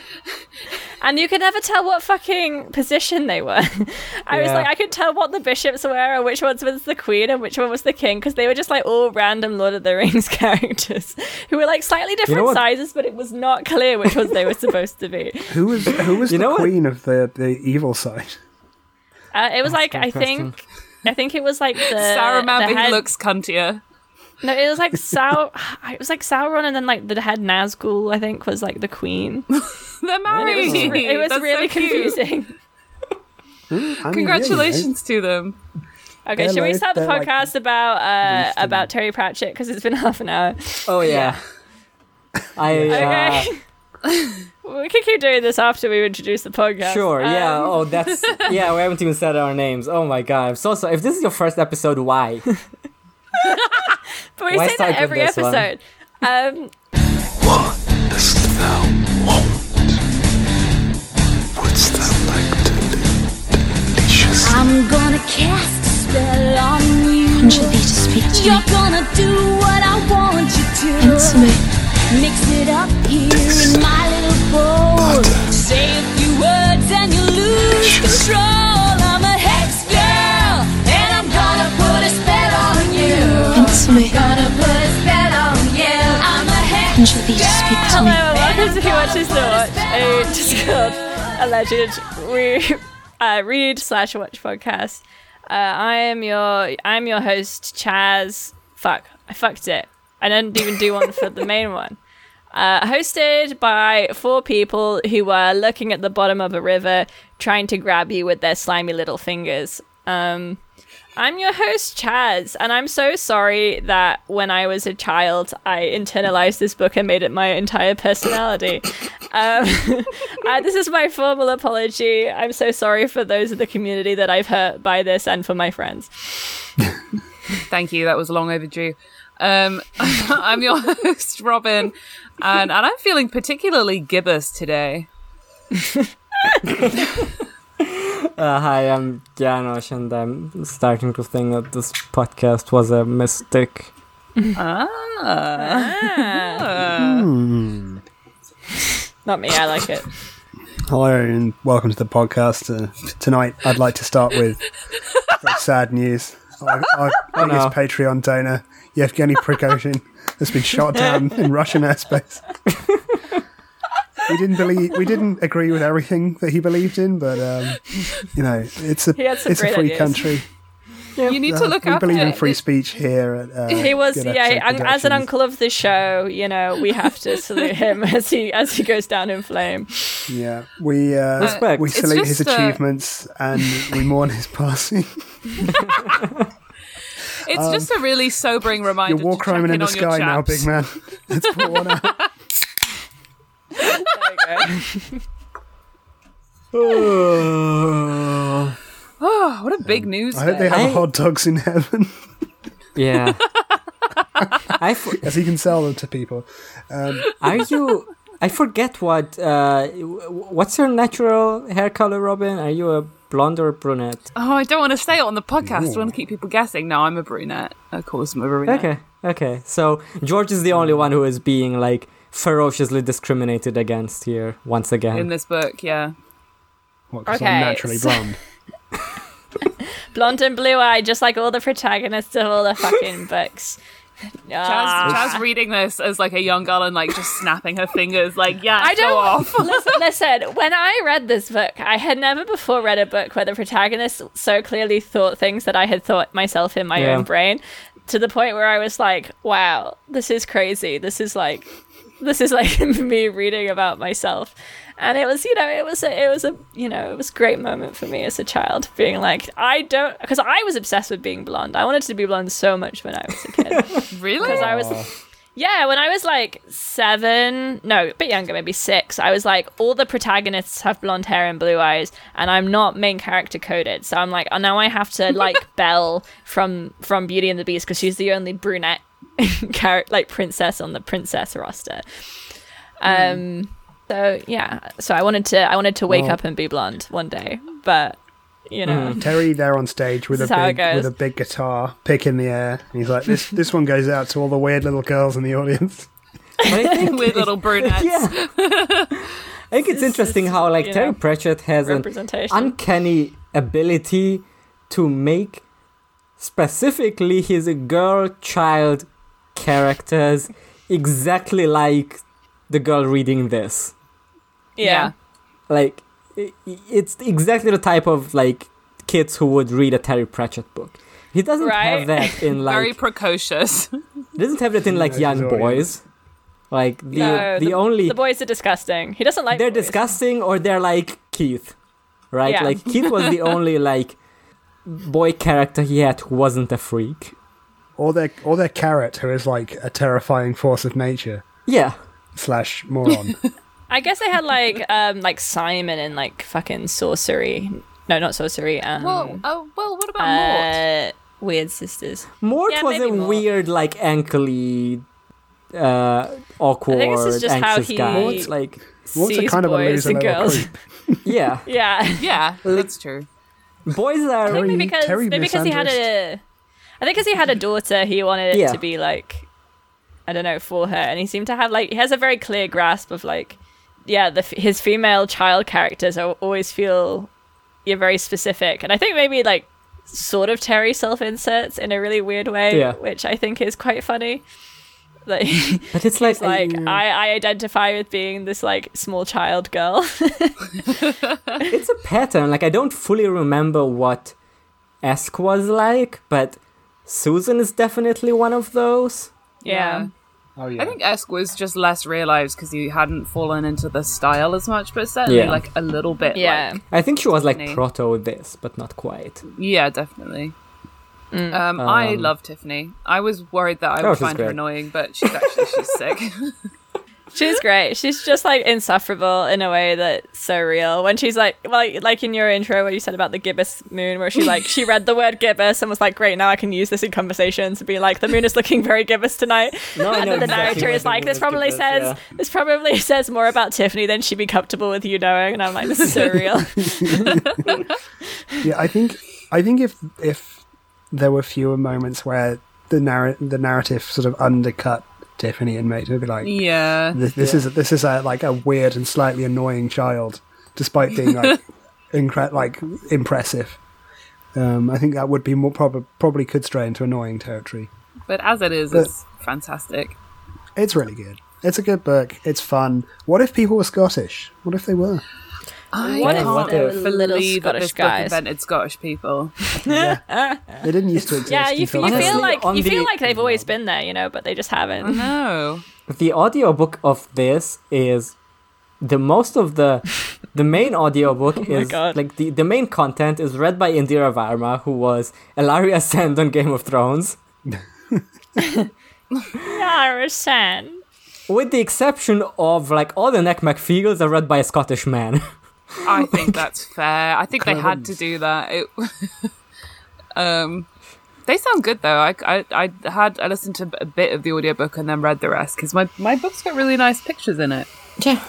B: And you could never tell what fucking position they were. I was
C: Yeah.
B: like I could tell what the bishops were and which ones was the queen and which one was the king because they were just like all random Lord of the Rings characters who were like slightly different
C: what-
B: sizes but it was not clear which ones they were supposed to be.
E: Who was who was
C: You know
E: the
C: what?
E: queen of the the evil side?
B: Uh, it was like
C: good
B: I
C: question.
B: think I think it was like the
D: Sarah
B: the
D: Mapping
B: head-
D: looks cuntier.
B: No, it was like Sau. it was like Sauron, and then like the head Nazgul. I think was like the queen.
D: They're married.
B: It was, it was
D: That's so
B: really
D: cute.
B: confusing.
E: I mean, really,
D: Congratulations to them.
B: Okay,
E: They're
B: should we
E: like-
B: start the
E: they're like
B: podcast about uh,
E: Winston.
B: about Terry Pratchett because it's been half an hour?
C: Oh yeah. I uh,
B: Okay. we can keep doing this after we introduce the podcast.
C: sure. yeah.
B: Um,
C: Oh, that's yeah. We haven't even said our names. Oh my god. I'm so sorry. If this is your first episode, why?
B: but we
C: why
B: say
C: start
B: that
C: with
B: every
C: this one?
B: episode. Um,
H: Dost thou want? Wouldst thou like to live delicious?
I: I'm gonna cast a spell on you. You're gonna do what I want you to. Mix it up here in my little bowl. Say a few words and you lose control. I'm a hex girl, and I'm gonna put a spell on you. Gonna put a spell on you. I'm a hex girl.
B: hello, and welcome to Who Watches the Watch, a Discord alleged re- uh, read slash watch podcast. Uh, I am your I'm your host Chaz. Fuck, I fucked it. I didn't even do one for the main one. Uh, hosted by four people who were looking at the bottom of a river, trying to grab you with their slimy little fingers. Um, I'm your host, Chaz, and I'm so sorry that when I was a child, I internalized this book and made it my entire personality. Um, Uh, this is my formal apology. I'm so sorry for those in the community that I've hurt by this and for my friends.
D: Thank you. That was long overdue. Um, I'm your host, Robin, and, and I'm feeling particularly gibbous today.
C: Uh, hi, I'm Janosh, and I'm starting to think that this podcast was a mistake.
B: Not me, I like it.
E: Hello and welcome to the podcast. Uh, tonight, I'd like to start with very sad news. Our, our biggest
C: Oh, no.
E: Patreon donor, Yevgeny Prigozhin, has been shot down in Russian airspace. we didn't believe, we didn't agree with everything that he believed in, but um, you know, it's a
B: had some
E: it's a
B: great
E: free
B: ideas.
E: country.
D: you need
E: Uh,
D: to look
E: we
D: after
E: believe in
D: it.
E: free speech here. At, uh,
B: He was,
E: Good
B: yeah,
E: Episode
B: un- as an
E: Productions.
B: uncle of the show, you know, we have to salute him as he as he goes down in flame.
E: Yeah, we uh,
C: Respect.
E: we
C: It's
E: salute his
D: just, uh,
E: achievements and we mourn his passing.
D: It's just a really sobering reminder.
E: Your Um, war
D: to
E: crime
D: check
E: in the
D: on your
E: sky now,
D: chaps.
E: big man. Let's put one out.
D: Oh, what a big news!
E: I hope they
D: day.
E: have
C: I-
E: hot dogs in heaven,
C: Yeah. I f-
E: as he can sell them to people.
C: are you? I forget what. Uh, w- what's your natural hair color, Robin? Are you a blonde or brunette?
D: Oh, I don't want to say it on the podcast. I want to keep people guessing. No, I'm a brunette. Of course, I'm a brunette.
C: Okay, okay. So George is the only one who is being like ferociously discriminated against here once
D: In
C: again.
D: this book, yeah.
E: What, 'cause
B: Okay,
E: I'm naturally
B: so-
E: blonde.
B: Blonde and blue eyed, just like all the protagonists of all the fucking books.
D: Chaz,
B: Ah.
D: Chaz reading this as like a young girl and like just snapping her fingers, like yeah,
B: I
D: go
B: don't
D: off.
B: listen, listen. When I read this book, I had never before read a book where the protagonist so clearly thought things that I had thought myself in my
C: Yeah.
B: own brain, to the point where I was like, "Wow, this is crazy. This is like, this is like me reading about myself." And it was, you know, it was a, it was a, you know, it was a great moment for me as a child, being like, I don't, because I was obsessed with being blonde. I wanted to be blonde so much when I was a kid.
D: really?
B: because I was. Yeah, when I was like seven, no, a bit younger, maybe six, I was like, all the protagonists have blonde hair and blue eyes, and I'm not main character coded, so I'm like, oh, now I have to like Belle from from Beauty and the Beast because she's the only brunette character, like princess on the princess roster. Um, so yeah, so I wanted to I wanted to wake
C: Hmm. Well-
B: up and be blonde one day, but you know,
E: Terry there on stage with a
B: This is how it
E: big
B: goes.
E: with a big guitar, pick in the air, and he's like, "This this one goes out to all the weird little girls in the audience."
C: But I think,
D: Weird little brunettes.
C: yeah. I think it's interesting how like
B: you
C: Terry
B: know,
C: Pratchett has an
B: representation.
C: uncanny ability to make specifically his girl child characters exactly like the girl reading this
B: yeah.
C: like i- i- it's exactly the type of like kids who would read a Terry Pratchett book he doesn't
B: Right.
C: have that in
D: Very
C: like
D: precocious.
C: doesn't have that in like
E: his
C: young
E: audience.
C: boys like the
B: No,
C: the, only
B: the boys are disgusting. He doesn't like
C: they're
B: boys.
C: disgusting or they're like Keith, right?
B: Yeah.
C: Like Keith was the only like boy character he had who wasn't a freak.
E: Or their or their carrot, who is like a terrifying force of nature
C: Yeah,
E: slash moron.
B: I guess they had like um like Simon and like fucking sorcery. No, not sorcery. Um,
D: well, oh well. What about Mort?
B: uh, weird sisters.
C: Mort
B: Yeah,
C: was a
B: maybe Mort.
C: weird like ankly, uh, awkward,
B: just
C: anxious
B: how he-
C: guy.
B: Mort's-
C: like
E: What's a
B: Sees
E: kind of a
B: boys
E: loser
B: and
E: little
B: girls.
E: creep?
C: yeah,
B: Yeah,
D: Yeah, that's true.
C: boys are
E: Terry-
B: maybe because
E: Terry
B: maybe because he had a. I think because he had a daughter, he wanted it
C: Yeah.
B: to be like, I don't know, for her, and he seemed to have like he has a very clear grasp of like, yeah, the f- his female child characters are always feel you're very specific, and I think maybe like sort of Terry self inserts in a really weird way,
C: Yeah.
B: which I think is quite funny. Like,
C: but it's like
B: like I, I identify with being this like small child girl.
C: it's a pattern. Like I don't fully remember what Esk was like, but Susan is definitely one of those.
B: yeah.
E: Oh yeah.
D: I think Esk was just less realized because he hadn't fallen into the style as much, but certainly
C: Yeah.
D: like a little bit.
B: Yeah.
D: like-
C: I think she was like
D: Tiffany.
C: proto this, but not quite.
D: yeah, definitely.
B: Mm.
D: Um, I love Tiffany. I was worried that I
C: Oh,
D: would
C: she's
D: find her
C: great.
D: annoying, but she's actually she's sick.
B: She's great. She's just like insufferable in a way that's so real. When she's like, like, like in your intro where you said about the gibbous moon, where she like she read the word gibbous and was like, great, now I can use this in conversations and be like, the moon is looking very gibbous tonight.
C: No, I
B: and
C: know
B: then the
C: exactly
B: narrator
C: what
B: is
C: the
B: like,
C: moon
B: this
C: is
B: probably
C: gibbous,
B: says,
C: yeah.
B: this probably says more about Tiffany than she'd be comfortable with you knowing. And I'm like, this is so real.
E: yeah, I think I think if if there were fewer moments where the narr- the narrative sort of undercut Tiffany and made her be like,
D: Yeah.
E: this, this is this is a like a weird and slightly annoying child, despite being like incre- like impressive. Um, I think that would be more prob- probably could stray into annoying territory.
D: But as it is, it's fantastic.
E: It's really good. It's a good book. It's fun. What if people were Scottish? What if they were?
D: I
B: What
C: if
D: can't
C: there were
B: little
D: believe that
B: Scottish
D: this
B: guys?
D: book invented Scottish people.
E: They didn't used to exist.
B: yeah, you, f-
E: until
B: you
E: now.
B: feel
C: Honestly,
B: like
C: on
B: you
C: the-
B: feel like they've always been there, you know, but they just haven't.
D: No.
C: the audiobook of this is the most of the the main audiobook is
B: God.
C: like the, the main content is read by Indira Varma who was Elaria Sand on Game of Thrones
B: Irish sand.
C: with the exception of like all the Neck McFeagles are read by a Scottish man
D: I think that's fair. I think they had to do that. It, um, they sound good though. I, I, I had I listened to a bit of the audiobook and then read the rest because my my book's got really nice pictures in it.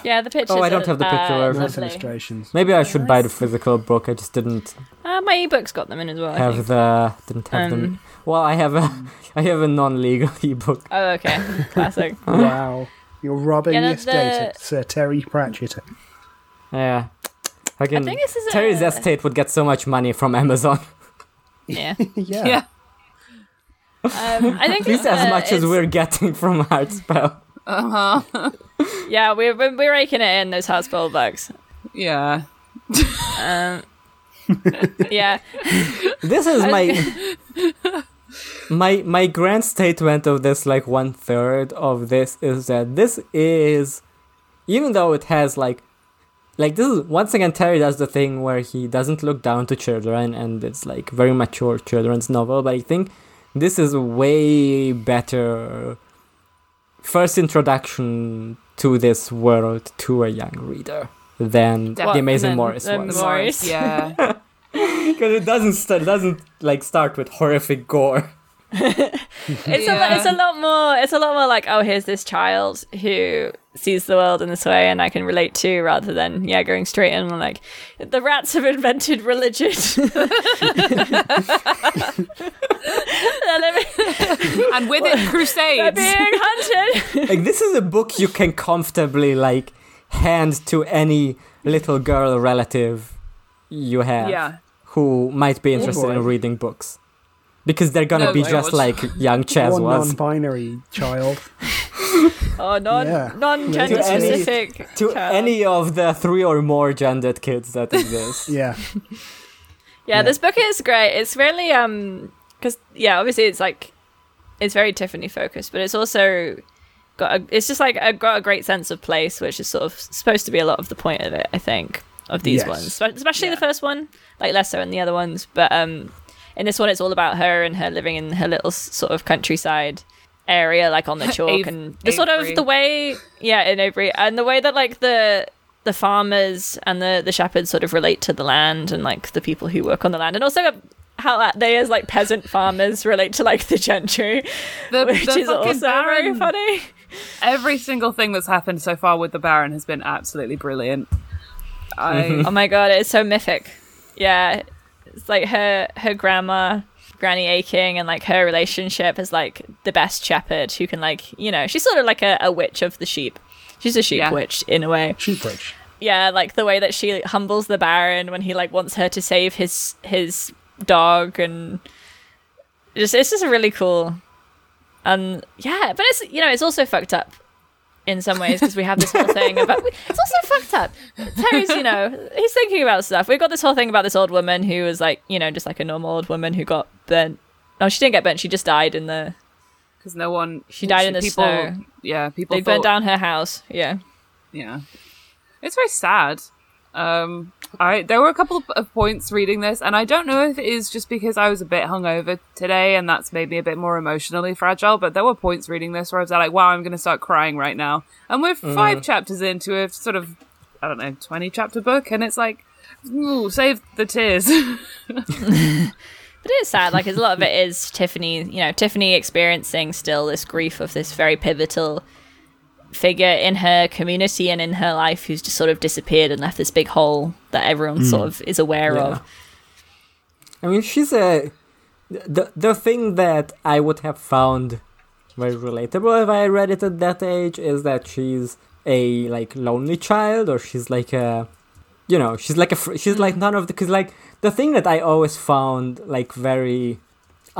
B: Yeah, the picture.
C: Oh, I don't have the picture
B: Uh,
C: version.
E: nice
B: lovely.
E: illustrations.
C: maybe I should buy the physical book I just didn't
B: Uh, my ebook's got them in as well. I think.
C: have the didn't have them
B: Um,
C: well I have a I have a non-legal ebook
B: Oh, okay. Classic.
C: Oh.
E: Wow, you're robbing
B: Yeah,
E: the
B: the-
E: estate, of Sir Terry Pratchett.
C: yeah
B: I
C: Again,
B: think this is
C: Terry's
B: a...
C: estate would get so much money from Amazon
B: Yeah.
E: Yeah.
D: Yeah.
B: Um, I think
C: At least
B: this
C: as
B: uh,
C: much as
B: it's-
C: we're getting from Heartspell.
B: Yeah, we're we're we're raking it in those hospital bugs.
D: Yeah.
B: Um, yeah,
C: This is my my my grand statement of this. Like one third of this is that this is, even though it has like, like this is once again Terry does the thing where he doesn't look down to children, and it's like very mature children's novel. But I think this is way better first introduction to this world to a young reader than the
D: Definitely.
C: Amazing
B: Than-
C: Morris
B: than
C: was.
B: The Morris.
D: Yeah.
C: Because it doesn't start, doesn't like start with horrific gore.
B: it's a lot,
D: Yeah.
B: it's a lot more it's a lot more like oh here's this child who sees the world in this way and I can relate to rather than yeah going straight in and like the rats have invented religion. And they're
D: and with it,
B: being
D: crusades.
B: hunted.
C: Like this is a book you can comfortably like hand to any little girl relative you have
D: Yeah.
C: who might be interested in
E: boy.
C: reading books. Because they're gonna
D: Oh
C: be
D: my
C: just
D: God.
C: like young Chaz
E: Or
C: was.
E: non-binary child.
B: Oh, non
E: Yeah.
B: non gender
C: To any-
B: specific.
C: To
B: child.
C: any of the three or more gendered kids that exist.
E: Yeah.
B: yeah, this book is great. It's really um because yeah, obviously it's like it's very Tiffany focused, but it's also got a, it's just like a, got a great sense of place, which is sort of supposed to be a lot of the point of it. I think of these
E: Yes.
B: ones, Spe- especially the first one, like less so in the other ones, but um in this one it's all about her and her living in her little s- sort of countryside area like on the chalk
D: Ave-
B: and the sort
D: Avebury.
B: of the way yeah in Avebury and the way that like the the farmers and the the shepherds sort of relate to the land and like the people who work on the land and also how that they as like peasant farmers relate to like the gentry
D: The,
B: which
D: the
B: is
D: fucking
B: also very
D: Baron.
B: funny
D: Every single thing that's happened so far with the Baron has been absolutely brilliant. I
B: oh my god it's so mythic yeah it's like her her grandma granny aching and like her relationship is like the best shepherd who can like you know she's sort of like a, a witch of the sheep she's a sheep
D: Yeah.
B: witch in a way
E: Sheep rich.
B: yeah like the way that she humbles the baron when he like wants her to save his his dog and just it's just really cool and yeah but it's you know it's also fucked up in some ways because we have this whole thing about it's also fucked up terry's you know he's thinking about stuff we've got this whole thing about this old woman who was like you know just like a normal old woman who got burnt no she didn't get burnt she just died in the
D: because no one
B: She died in the
D: people,
B: snow.
D: Yeah, people
B: they burned
D: thought-
B: down her house yeah
D: Yeah, it's very sad. Um, I there were a couple of points reading this, and I don't know if it is just because I was a bit hungover today, and that's made me a bit more emotionally fragile. But there were points reading this where I was like, "Wow, I'm going to start crying right now," and we're
E: Mm.
D: five chapters into a sort of I don't know twenty chapter book, and it's like, "Ooh, save the tears."
B: But it is sad. Like, 'cause a lot of it is Tiffany, you know, Tiffany experiencing still this grief of this very pivotal figure in her community and in her life who's just sort of disappeared and left this big hole that
E: Hmm.
B: everyone sort of is aware
C: Yeah.
B: of.
C: I mean, she's a the the thing that I would have found very relatable if I read it at that age is that she's a like lonely child or she's like a you know she's like a fr- she's like none of the because like the thing that I always found like very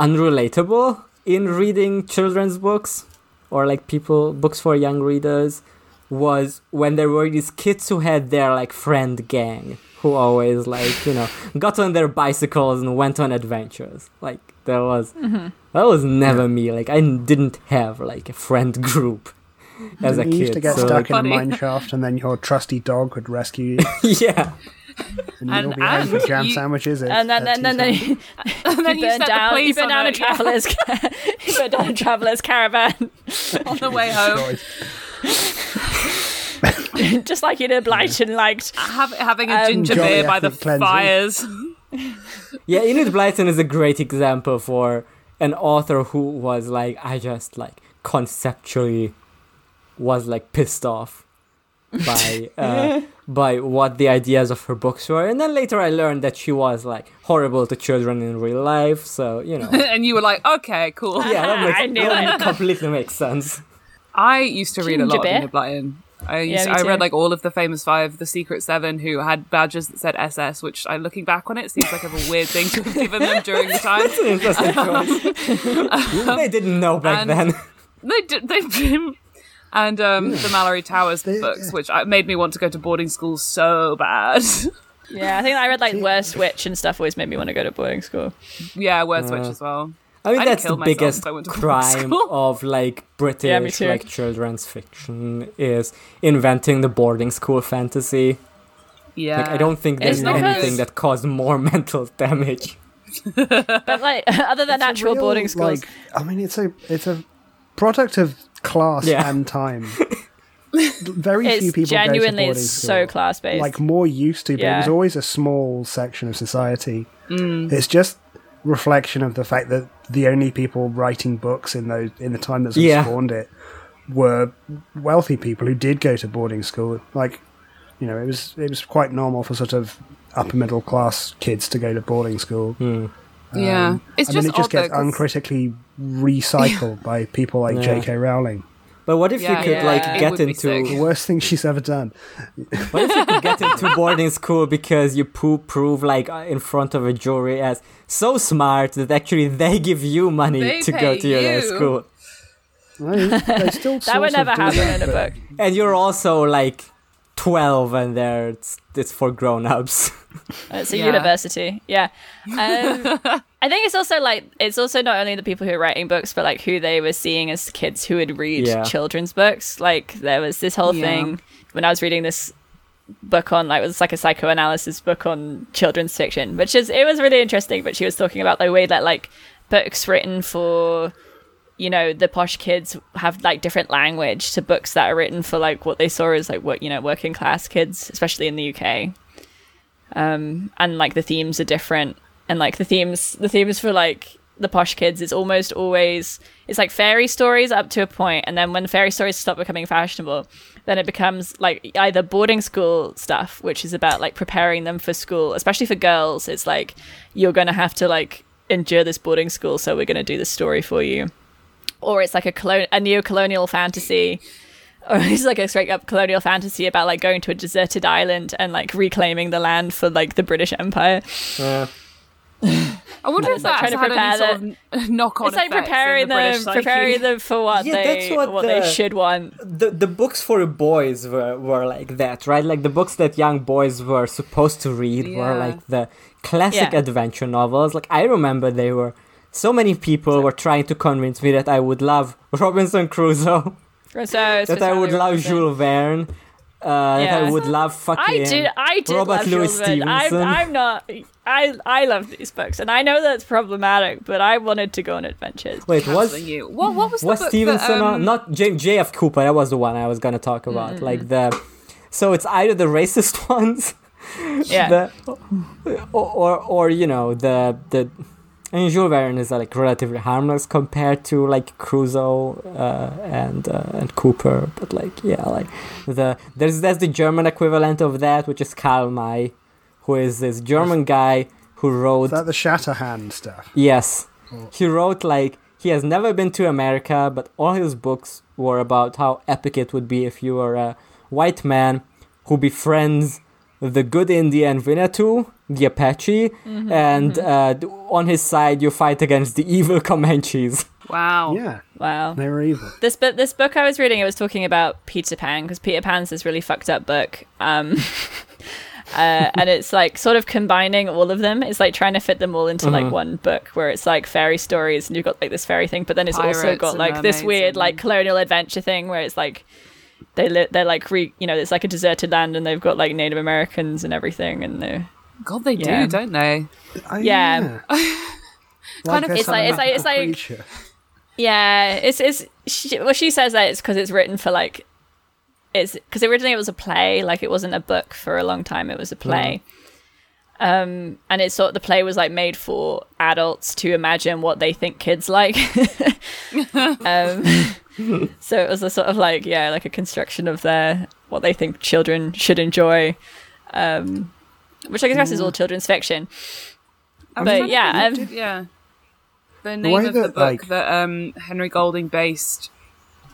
C: unrelatable in reading children's books or like people books for young readers was when there were these kids who had their like friend gang who always like you know got on their bicycles and went on adventures like there was that was never me like i n- didn't have like a friend group as a
E: you
C: kid
E: used to get
C: so,
E: stuck in a
D: Funny.
E: mine shaft, and then your trusty dog would rescue you,
C: yeah
E: and, you'll
D: And-
E: be home for
D: and
E: jam
D: you-
E: sandwiches. At,
B: And then,
E: at
B: then, then,
E: tea
B: then
E: time.
B: you
D: and then
B: burn
D: set the
B: down, you
D: police
B: burn
D: on
B: down a
D: it, yeah,
B: traveler's, you burn down a traveler's caravan,
D: on the way home.
B: just like you'd obliged and liked.
D: Have, having a
B: Um,
D: ginger
E: Jolly
D: beer by the
E: ethnic cleansing.
D: fires.
C: Yeah, Enid Blyton is a great example for an author who was like, I just like conceptually was like pissed off by uh, by what the ideas of her books were, and then later I learned that she was like horrible to children in real life. So you know,
D: and you were like, okay, cool.
C: yeah, that makes
B: I knew
C: that completely makes sense.
D: I used to read a
B: Ginger
D: lot
B: beer.
D: of Enid Blyton. I used
B: Yeah, me
D: I read
B: too.
D: like all of the famous five, the Secret Seven, who had badges that said SS, which I looking back on it seems like a weird thing to have given them during the time.
C: Interesting choice. they didn't know back
D: and-
C: then.
D: They did, they did. And um, the Mallory Towers books, which I, made me want to go to boarding school so bad.
B: Yeah, I think I read like Worst Witch and stuff always made me want to go to boarding school.
D: yeah,
E: Uh,
D: Words Witch as well.
C: I mean,
D: I'd
C: that's the
D: kill myself
C: biggest
D: if I went to
C: crime
D: school.
C: of like British
B: too.
C: like children's fiction is inventing the boarding school fantasy.
D: Yeah,
C: Like, I don't think there's
B: It's not
C: anything
B: because-
C: that caused more mental damage.
B: But like, other than
E: It's a
B: actual
E: real,
B: boarding schools,
E: Like, I mean, it's a it's a product of class
C: Yeah.
E: and time. Very few
B: it's
E: people
B: genuinely
E: go to boarding
B: it's
E: school.
B: so class based.
E: like more used to, but it
B: Yeah. Mm.
E: was always a small section of society. It's just reflection of the fact that the only people writing books in those in the time that sort of
C: Yeah.
E: spawned it were wealthy people who did go to boarding school. Like, you know, it was it was quite normal for sort of upper middle class kids to go to boarding school.
C: Hmm.
D: yeah, it's
E: um, I
D: just
E: mean, it just
D: odd though,
E: gets
D: 'cause-
E: uncritically recycled by people like
C: Yeah.
E: J.K. Rowling.
C: But what if
D: Yeah,
C: you could
B: yeah,
C: like
B: it
C: get
D: would be
C: into
D: sick.
E: The worst thing she's ever done.
C: what if you could get into boarding school because you poo prove like uh, in front of a jury as so smart that actually they give you money
D: They
C: to go
D: pay
C: to your
D: you.
C: school,
E: I mean, they still
B: that
E: sort
B: would
E: of
B: never
E: do
B: happen
E: that,
B: in a
E: but-
B: book.
C: and you're also like twelve and there it's it's for grown ups.
B: It's a
D: Yeah.
B: university. Yeah. Um, I think it's also like it's also not only the people who are writing books, but like who they were seeing as kids who would read
C: Yeah.
B: children's books. Like there was this whole
D: Yeah.
B: thing when I was reading this book on like it was like a psychoanalysis book on children's fiction, which is it was really interesting. But she was talking about the way that like books written for you know the posh kids have like different language to books that are written for like what they saw as like what you know working class kids especially in the uk um and like the themes are different and like the themes the themes for like the posh kids is almost always it's like fairy stories up to a point and then when fairy stories stop becoming fashionable then it becomes like either boarding school stuff which is about like preparing them for school especially for girls it's like you're going to have to like endure this boarding school so we're going to do this story for you or it's like a colon- a neo-colonial fantasy or it's like a straight up colonial fantasy about like going to a deserted island and like reclaiming the land for like the British Empire.
D: I wonder if
B: like
D: that
B: trying
D: has
B: to
D: had any
B: prepare
D: sort of knock-on
B: it's like
D: effects in
B: preparing
D: the
B: them,
D: British psyche.
B: preparing them for what
C: Yeah,
B: they
C: that's what
B: what, they
C: the-
B: should want.
C: the the books for boys were, were like that, right? Like the books that young boys were supposed to read were
D: Yeah.
C: like the classic
B: Yeah.
C: adventure novels. Like I remember they were so many people were trying to convince me that I would love Robinson Crusoe,
B: So it's
C: that I would
B: bizarrely
C: love
B: relevant.
C: Jules Verne. uh, that I
B: Yeah.
C: would love
B: I
C: fucking
B: did. I did
C: Robert
B: love
C: Louis
B: children. I'm,
C: Stevenson.
B: I'm not. I I love these books, and I know that's problematic, but I wanted to go on adventures.
C: Wait, was
D: Counseling you. What, what was the
C: was
D: book that,
C: Stevenson
D: um,
C: on? Not J- J.F. Cooper. That was the one I was gonna talk about. Like the, so it's either the racist ones,
B: yeah.
C: the, or, or or you know the the. And Jules Verne is like relatively harmless compared to like Crusoe uh, and uh, and Cooper, but like yeah, like the there's that's the German equivalent of that, which is Karl May, who is this German guy who wrote
E: Is that the Shatterhand stuff?
C: Yes. He wrote like he has never been to America, but all his books were about how epic it would be if you were a white man who befriends the good Indian Winnetou, the Apache, and Uh, d- on his side you fight against the evil Comanches.
D: Wow.
E: Yeah,
B: Wow.
E: they were evil.
B: This but this book I was reading, it was talking about Peter Pan because Peter Pan's this really fucked up book. Um, uh, and it's like sort of combining all of them. It's like trying to fit them all into
D: Mm-hmm.
B: like one book where it's like fairy stories and you've got like this fairy thing, but then it's also
D: Pirates
B: got
D: and
B: like this
D: mermaids
B: weird
D: and-
B: like colonial adventure thing where it's like they li- they're like re- you know it's like a deserted land and they've got like Native Americans and everything and they're
D: God, they
B: Yeah.
D: do, don't they?
E: Oh,
B: Yeah.
E: Like
D: of-
E: there's
D: It's
E: some
B: like- it's like- it's
E: magical
B: like-
E: creature.
B: Yeah, it's it's she, well, she says that it's because it's written for like it's because originally it was a play, like it wasn't a book for a long time. It was a play, um, and it's sort of the play was like made for adults to imagine what they think kids like. um, so it was a sort of like yeah, like a construction of their what they think children should enjoy, um, which I guess is all children's fiction.
D: trying
B: But
D: to
B: yeah, um,
D: Did- yeah. The name
E: way
D: of the
E: that,
D: book
E: like-
D: that um, Henry Golding based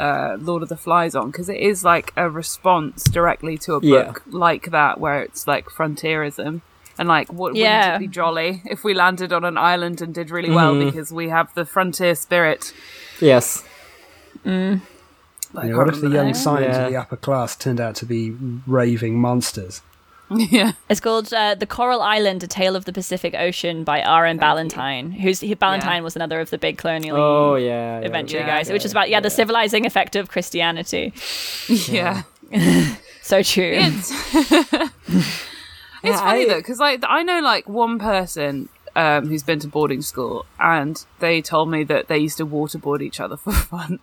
D: uh, Lord of the Flies on, because it is like a response directly to a
C: Yeah.
D: book like that, where it's like frontierism. And like, what
B: Yeah.
D: wouldn't it be jolly if we landed on an island and did really well
E: Mm-hmm.
D: because we have the frontier spirit?
C: Yes.
D: But I
E: Yeah,
D: can't
E: what if the
D: remember
E: young scions
C: Yeah.
E: of the upper class turned out to be raving monsters?
D: name. yeah.
B: It's called uh, "The Coral Island: A Tale of the Pacific Ocean" by R. M. Ballantyne, who's he, Ballantyne
D: Yeah.
B: was another of the big colonial
C: Oh yeah. yeah,
B: adventure
D: yeah,
B: guys,
D: yeah,
B: which is about yeah, the civilizing effect of Christianity.
D: yeah.
B: So true.
D: It's, it's
C: Yeah,
D: funny
C: I-
D: though, 'cause though, because like I know like one person um, who's been to boarding school, and they told me that they used to waterboard each other for fun,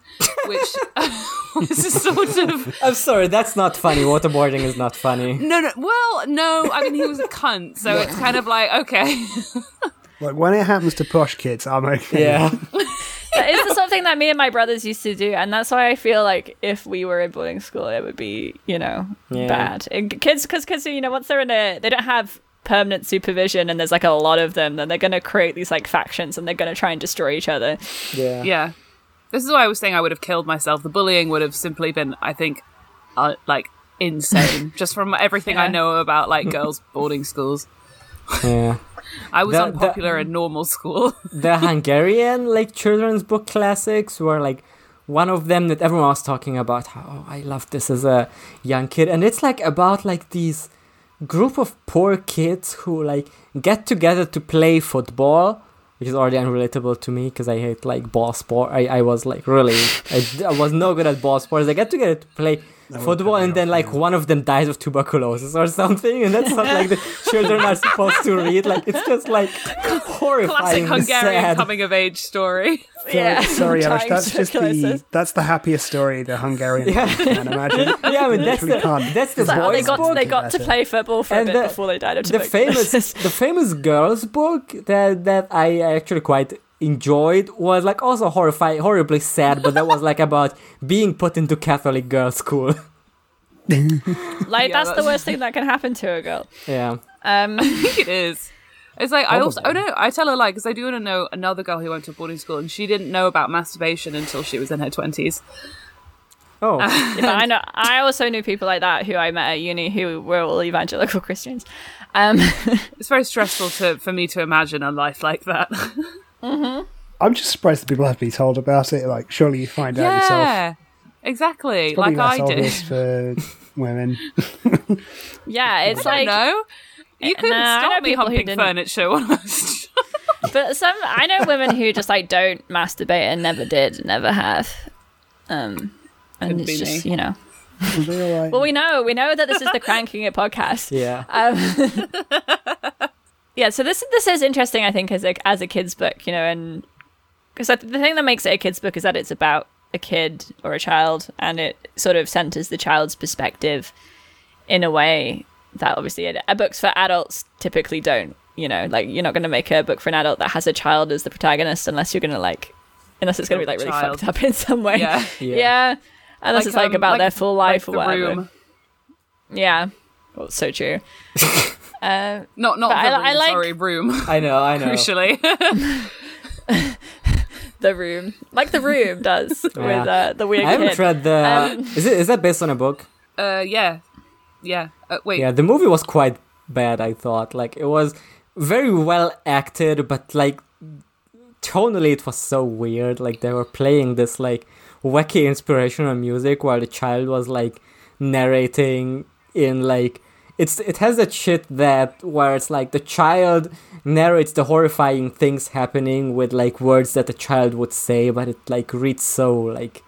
D: which was a sort of
C: I'm sorry, that's not funny. Waterboarding is not funny.
D: no, no. Well, no, I mean he was a cunt, so it's kind of like okay,
E: Like when it happens to posh kids, I'm okay.
C: Yeah.
B: But it's the sort of thing that me and my brothers used to do, and that's why I feel like if we were in boarding school, it would be you know
C: Yeah.
B: bad. And kids, because kids, you know, once they're in a, they don't have permanent supervision, and there's like a lot of them, then they're going to create these like factions, and they're going to try and destroy each other.
C: Yeah.
D: yeah. This is why I was saying I would have killed myself. The bullying would have simply been, I think, uh, like insane, just from everything I
B: Yeah.
D: know about like girls boarding schools.
C: yeah.
D: I was
C: That- that-
D: unpopular in normal school.
C: the Hungarian like children's book classics were like one of them that everyone was talking about how oh, I loved this as a young kid and it's like about like these group of poor kids who like get together to play football which is already unrelatable to me because I hate like ball sport I, I was like really I, I was no good at ball sports they get together to play football and then like one of them dies of tuberculosis or something and that's not like the children are supposed to read like it's just like
D: classic
C: horrifying
D: Hungarian
C: sad.
D: coming of age story.
B: Yeah.
E: Sorry, Alice,
B: Dying
E: that's just the
B: tuberculosis.
E: that's the happiest story the Hungarian can imagine.
C: yeah, I mean that's
E: Literally
C: the,
E: can't.
C: that's the
B: Like, oh, they
C: boys
B: got
C: book.
B: they got to play football for
C: And
B: a bit
C: the-
B: before they died of
C: the famous
B: tuberculosis.
C: the famous girls book that that I actually quite enjoyed was like also horrifying, horribly sad, but that was like about being put into Catholic girls' school.
B: Like
D: Yeah,
B: that's,
D: that's-
B: the worst thing that can happen to a girl.
C: yeah.
B: Um,
D: I think it is. It's like I also oh no, I tell her like because I do want to know another girl who went to boarding school and she didn't know about masturbation until she was in her twenties.
C: Oh,
B: but I know I also knew people like that who I met at uni who were all evangelical Christians. Um,
D: It's very stressful to for me to imagine a life like that.
E: I'm just surprised that people have to be told about it. Like, surely you find out yourself.
D: exactly.
E: Probably
D: Like
E: less
D: I did.
E: obvious for women.
B: yeah, it's
D: I
B: like
D: know. You couldn't
B: nah, I know
D: stop me
B: people who
D: humping
B: didn't.
D: furniture when I was.
B: but some I know women who just like don't masturbate and never did, never have. Um, and
D: Could
B: it's
D: be
B: just
D: me.
B: you know
E: It'll be all right.
B: Well, we know we know that this is the cranking it podcast.
C: Yeah.
B: Um, Yeah, so this this is interesting, I think, as a as a kids book, you know, and because the thing that makes it a kids book is that it's about a kid or a child, and it sort of centers the child's perspective in a way that obviously it, uh, books for adults typically don't. You know, like you're not going to make a book for an adult that has a child as the protagonist unless you're going to like, unless it's going to be like
D: Kill the
B: really
D: child.
B: fucked up in some way.
D: Yeah.
C: Yeah.
B: Unless it's like
D: um,
B: about their full
D: like
B: life or
D: The
B: whatever.
D: Room.
B: Yeah. Well, so true. uh,
D: Not
B: But
D: not the
B: I-
D: room,
B: I like-
D: sorry, room.
C: I know, I know.
D: Crucially.
B: the room, like the room does with uh, the weird
C: I haven't
B: kid.
C: read the.
B: Um,
C: is it is that based on a book?
D: uh yeah. Yeah. Uh, wait.
C: Yeah, the movie was quite bad. I thought like it was very well acted, but like tonally it was so weird. Like they were playing this like wacky inspirational music while the child was like narrating in like it's it has that shit that where it's like the child narrates the horrifying things happening with like words that the child would say, but it like reads so like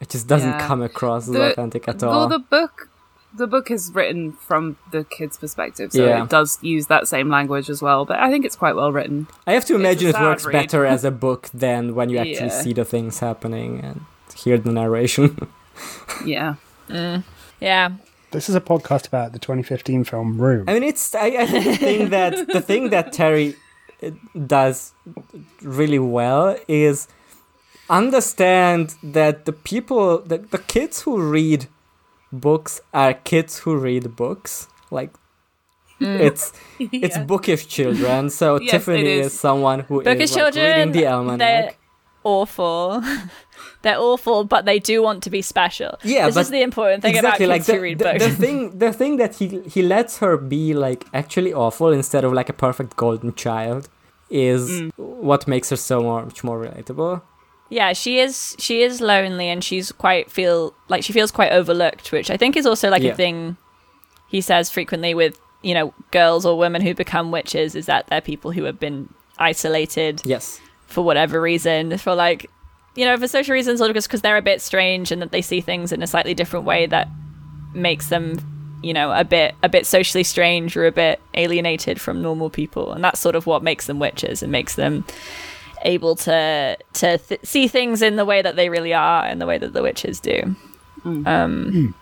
C: it just doesn't
D: Yeah.
C: come across as
D: The-
C: authentic at all.
D: Well, the book, the book is written from the kid's perspective, so
C: Yeah.
D: it does use that same language as well. But I think it's quite well written.
C: I have to
D: a
C: imagine it
D: sad
C: works
D: read.
C: better as a book than when you actually
D: Yeah.
C: see the things happening and hear the narration.
D: Yeah,
B: Yeah.
E: This is a podcast about the 2015 film Room.
C: I mean, it's I, I think the thing that the thing that Terry uh, does really well is understand that the people the, the kids who read books are kids who read books like it's it's bookish children so
D: Hmm. Yes, it
C: tiffany is.
D: is.
C: someone who is
B: Bookish
C: like,
B: children.
C: reading the almanac
B: They're awful. they're awful, but they do want to be special.
C: Yeah,
B: This
C: but
B: is the important thing about kids
C: the,
B: who read
C: the-
B: books.
C: the thing the thing that he he lets her be like actually awful instead of like a perfect golden child is
B: Mm.
C: what makes her so much more relatable.
B: yeah, she is she is lonely and she's quite feel like she feels quite overlooked, which I think is also like
C: Yeah.
B: a thing he says frequently with, you know, girls or women who become witches is that they're people who have been isolated
C: Yes.
B: for whatever reason, for like, you know, for social reasons or just because they're a bit strange and that they see things in a slightly different way that makes them, you know, a bit a bit socially strange or a bit alienated from normal people, and that's sort of what makes them witches and makes them able to to th- see things in the way that they really are and the way that the witches do. Um,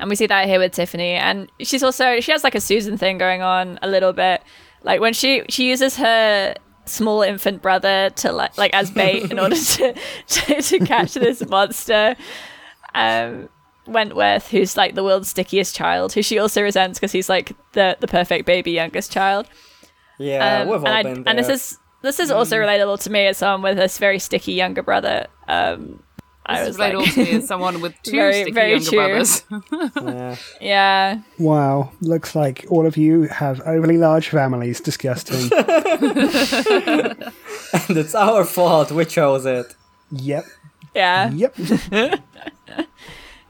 B: and we see that here with Tiffany, and she's also she has like a Susan thing going on a little bit, like when she she uses her small infant brother to like like as bait in order to to, to catch this monster. Um, Wentworth, who's like the world's stickiest child, who she also resents because he's like the the perfect baby youngest child.
D: Uh,
C: Yeah,
B: Um, and, I- and this is this is also
D: Mm.
B: relatable to me as someone with this very sticky younger brother. Um, I
D: this
B: was
D: is
B: like,
D: relatable to me as someone with two
B: Very-
D: sticky
B: very
D: younger
B: true.
D: brothers.
B: yeah,
E: Wow, looks like all of you have overly large families. Disgusting.
C: and it's our fault. We chose it.
E: yep,
B: yeah.
E: yep.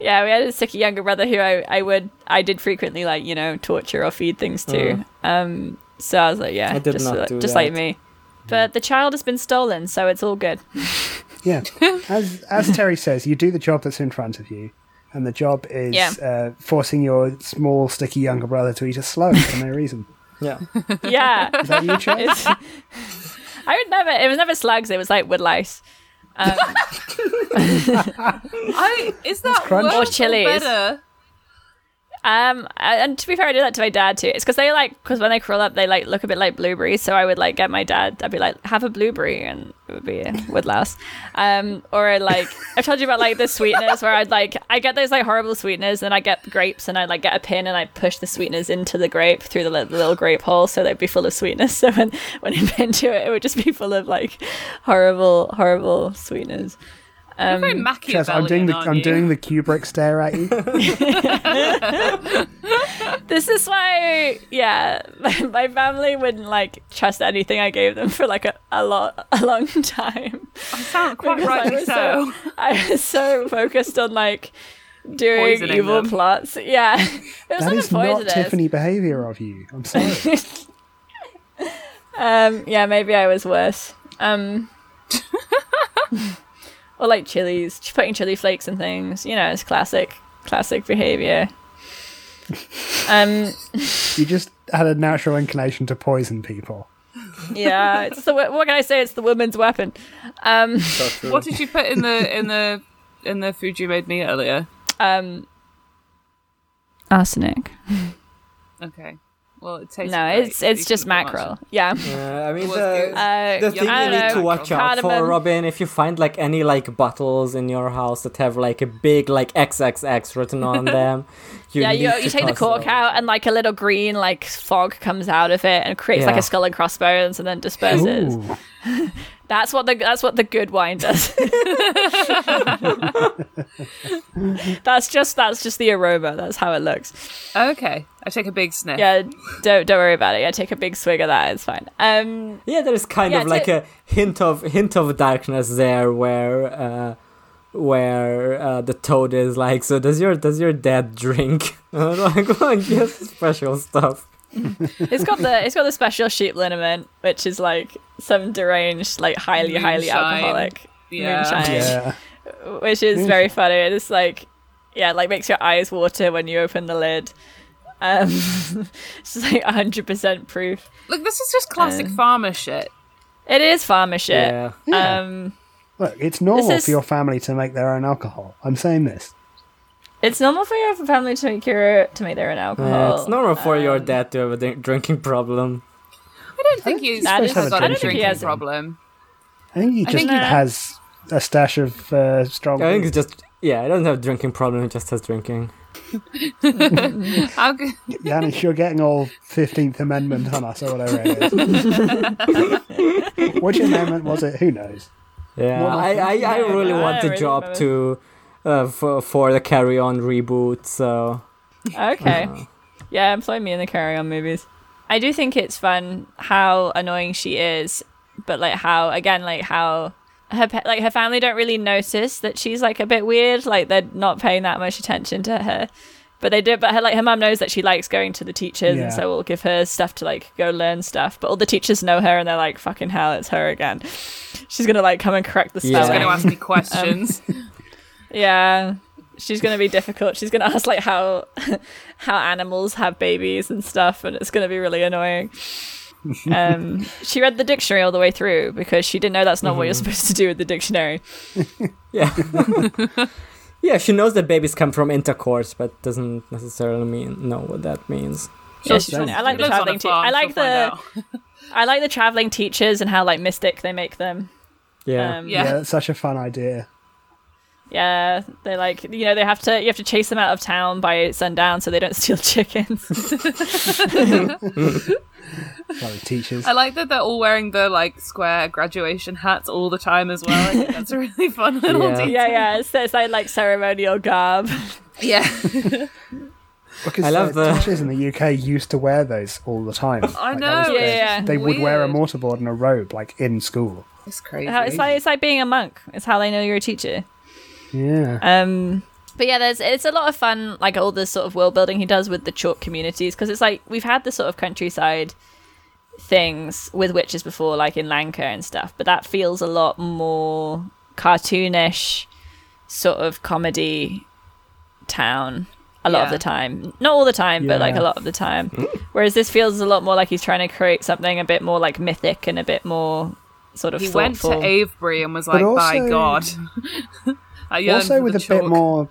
B: Yeah, we had a sticky younger brother who I, I would I did frequently like you know torture or feed things to. Um, so I was like, yeah,
C: Mm. I did
B: just
C: not
B: like,
C: do
B: just like
C: that.
B: me.
C: Mm.
B: But the child has been stolen, so it's all good.
E: Yeah. As as Terry says, you do the job that's in front of you, and the job is
B: Yeah.
E: uh, forcing your small, sticky younger brother to eat a slug for no reason.
C: Yeah.
B: Yeah,
E: Is that you, Chad?
B: It's- I would never. It was never slugs. It was like woodlice.
D: I is that
E: crunchy.
D: worse
B: Or chilies.
D: better?
B: Um, I- and to be fair, I did that to my dad too. It's because they like because when they curl up, they like look a bit like blueberries. So I would like get my dad. I'd be like, have a blueberry, and it would be a woodlouse. Um, or like I've told you about like the sweeteners where I'd like I get those like horrible sweeteners, and I get grapes, and I like get a pin, and I push the sweeteners into the grape through the, li- the little grape hole, so they'd be full of sweetness. So when when you into it, it would just be full of like horrible, horrible sweeteners.
D: You're very
E: Chaz, Um, I'm
D: Machiavellian,
E: doing the
D: aren't
E: I'm
D: you?
E: doing the Kubrick stare at you.
B: This is why, yeah, my, my family wouldn't like trust anything I gave them for like a, a lot, a long time.
D: Sound quite
B: Because I
D: rightly
B: was
D: so.
B: I was so focused on like doing
D: Poisoning
B: evil
D: them.
B: plots. Yeah, it was
E: that
B: like
E: is
B: a
E: not
B: poisonous.
E: Tiffany behaviour of you. I'm sorry.
B: Um, yeah, maybe I was worse. Um, or like chilies, ch- putting chili flakes and things. You know, it's classic Classic behavior. Um,
E: You just had a natural inclination to poison people.
B: yeah, it's the wo- what can I say? It's the woman's weapon. Um,
D: What did you put in the in the in the food you made me earlier?
B: um, arsenic.
D: Okay. Well, it tastes.
B: No, it's it's just mackerel. Yeah.
C: Uh, I mean,
D: was
C: the,
D: good.
B: Uh,
C: the thing
B: I
C: you need
B: don't
C: to
B: know,
C: watch out for,
B: cardamom.
C: Robin, if you find like any like bottles in your house that have like a big like XXX written on them, you
B: Yeah, you,
C: need
B: you
C: to
B: take the
C: toss
B: cork
C: them.
B: out, and like a little green like fog comes out of it, and creates like
C: Yeah.
B: a skull and crossbones, and then disperses.
E: Ooh.
B: That's what the that's what the good wine does. that's just that's just the aroma. That's how it looks.
D: Okay, I take a big sniff.
B: Yeah, don't don't worry about it. Yeah, take a big swig of that. It's fine. Um,
C: Yeah, there is kind
B: Yeah,
C: of like
B: to-
C: a hint of hint of darkness there, where uh, where uh, the toad is like. So does your does your dad drink? And I'm like, well, yes, special stuff.
B: it's got the it's got the special sheep liniment, which is like some deranged, like highly highly
D: Moonshine.
B: alcoholic
D: Yeah.
B: moonshine,
E: Yeah.
B: which is very funny. It's like yeah, like makes your eyes water when you open the lid. Um, it's just like hundred percent proof.
D: Look, this is just
B: Uh,
D: classic farmer shit.
B: It is farmer shit.
C: Yeah.
B: Um.
E: Look, it's normal
B: This is-
E: for your family to make their own alcohol. I'm saying this.
B: It's normal for your family to make your to make their own alcohol.
C: Yeah, Uh, it's normal for your
B: um,
C: dad to have a dr- drinking problem.
D: I don't think he's
B: that
D: got
B: is- I
D: a
B: don't think he
D: drinking
B: has it.
D: problem.
E: I think he just
D: think-
E: has a stash of uh, strong.
C: I think it's just yeah, he doesn't have a drinking problem. He just has drinking.
D: How good?
E: Yanis, you're getting all 15th Amendment on us or whatever it is. Which amendment was it? Who knows?
C: Yeah, I, I, I really
B: I
C: want the
B: really
C: job
B: remember.
C: to uh, for for the Carry On reboot. So
B: Okay. Yeah, employ me in the Carry On movies. I do think it's fun how annoying she is, but like how again like how her pa- like her family don't really notice that she's like a bit weird. Like they're not paying that much attention to her, but they do. But her like her mum knows that she likes going to the teachers,
E: Yeah.
B: and so will give her stuff to like go learn stuff. But all the teachers know her, and they're like, "Fucking hell, it's her again." She's gonna like come and correct the
C: Yeah.
B: spelling.
D: He's going to ask me questions.
B: Yeah. She's gonna be difficult. She's gonna ask like how how animals have babies and stuff, and it's gonna be really annoying. Um, she read the dictionary all the way through because she didn't know that's not what you're supposed to do with the dictionary.
C: yeah, yeah, she knows that babies come from intercourse, but doesn't necessarily mean know what that means.
B: Yeah, she's funny. I like
D: He
B: the
D: lives
B: traveling.
D: on a
B: Te-
D: farm.
B: I
D: she'll
B: like
D: find
B: the
D: out.
B: I like the traveling teachers and how like mystic they make them.
C: Yeah,
B: Um,
D: Yeah.
E: Yeah, that's such a fun idea.
B: yeah, they like you know they have to you have to chase them out of town by sundown so they don't steal chickens.
E: Bloody teachers.
D: I like that they're all wearing the like square graduation hats all the time as well. I think that's a really fun little
C: Yeah.
D: detail.
B: yeah, yeah, it's, it's like like ceremonial garb.
D: Yeah.
E: Because
C: I love
E: uh,
C: the-
E: teachers in the UK used to wear those all the time.
D: I
E: Like, that was
D: know.
B: Yeah,
E: their-
B: yeah, yeah.
E: They would wear a
D: Weird.
E: mortarboard and a robe, like in school.
D: It's crazy.
B: How- it's like it's like being a monk. It's how they know you're a teacher.
E: Yeah.
B: Um, but yeah, there's it's a lot of fun, like all this sort of world building he does with the chalk communities, because it's like we've had the sort of countryside things with witches before, like in Lanka and stuff, but that feels a lot more cartoonish, sort of comedy town a lot of
D: Yeah.
B: the time. Not all the time, but like
E: Yeah.
B: a lot of the time. Whereas this feels a lot more like he's trying to create something a bit more like mythic and a bit more sort of
D: he went
B: thoughtful.
D: to Avebury and was like, "By
E: also-
D: God." I yearn
E: also
D: for
E: with
D: the
E: a
D: chalk.
E: bit more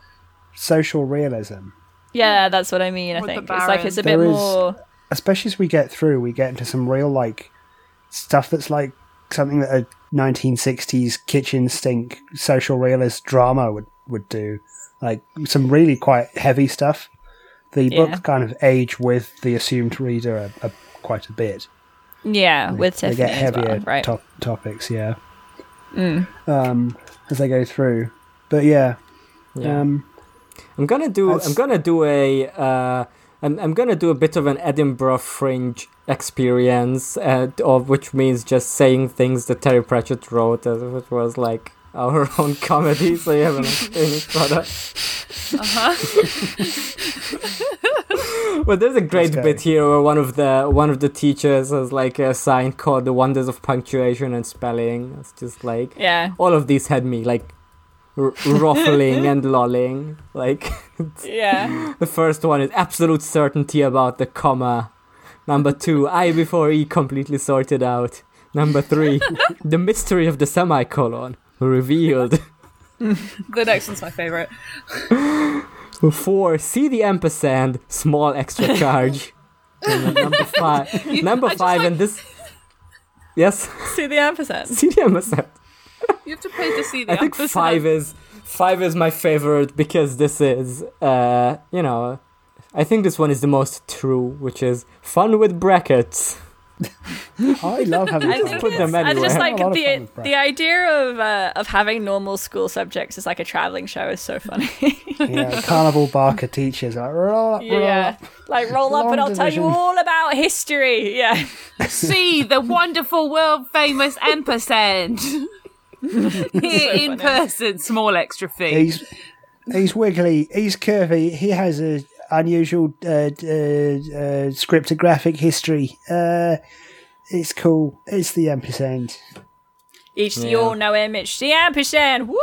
E: social realism.
B: Yeah, that's what I mean. I
D: With the
B: think it's like
D: Baron.
B: it's a
E: There
B: bit
E: is-
B: more.
E: especially as we get through, we get into some real like stuff that's like something that a 1960s kitchen sink social realist drama would would do. Like some really quite heavy stuff. The
B: Yeah.
E: books kind of age with the assumed reader a, a, quite a bit.
B: Yeah, with
E: They
B: Tiffany
E: get
B: as
E: heavier
B: well, right? Mm.
E: top, topics, yeah. Um, as they go through, but yeah,
C: yeah.
E: um,
C: I'm gonna do. I'm
E: That's-
C: gonna do a. Uh, I'm, I'm gonna do a bit of an Edinburgh Fringe experience, uh, of which means just saying things that Terry Pratchett wrote, as if it was like our own comedy. So you have an finished uh, product. Uh-huh. but there's a great
E: go.
C: bit here where one of the one of the teachers has like a sign called "The Wonders of Punctuation and Spelling." It's just like
B: Yeah,
C: all of these had me like r- ruffling and lolling. Like
B: Yeah.
C: the first one is absolute certainty about the comma. Number two, I before E completely sorted out. Number three, the mystery of the semicolon revealed.
F: The next one's my favorite.
C: Four, see the ampersand, small extra charge. And then number five, number five, and this. Yes,
B: See the ampersand.
C: see the ampersand.
D: You have to pay to see the
C: I think
D: episode.
C: five is five is my favorite because this is uh you know I think this one is the most true, which is fun with brackets.
E: I love having
B: I
E: fun.
B: think
E: with
C: Put them
B: it's- I
C: anywhere.
B: just
E: I
B: like
E: have a lot of fun
B: the
E: with
B: the idea of uh, of having normal school subjects as like a traveling show is so funny.
E: Yeah, carnival barker teachers like roll up, roll
B: yeah,
E: up.
B: like roll up
E: Long
B: and I'll tell you
E: division.
B: all about history. Yeah,
D: see the wonderful world famous ampersand here in person. Small extra fee.
E: He's he's wiggly, he's curvy, he has a unusual uh, d- uh, uh, scriptographic history. Uh, it's cool. It's the ampersand.
B: each to your no image. The ampersand. Woo.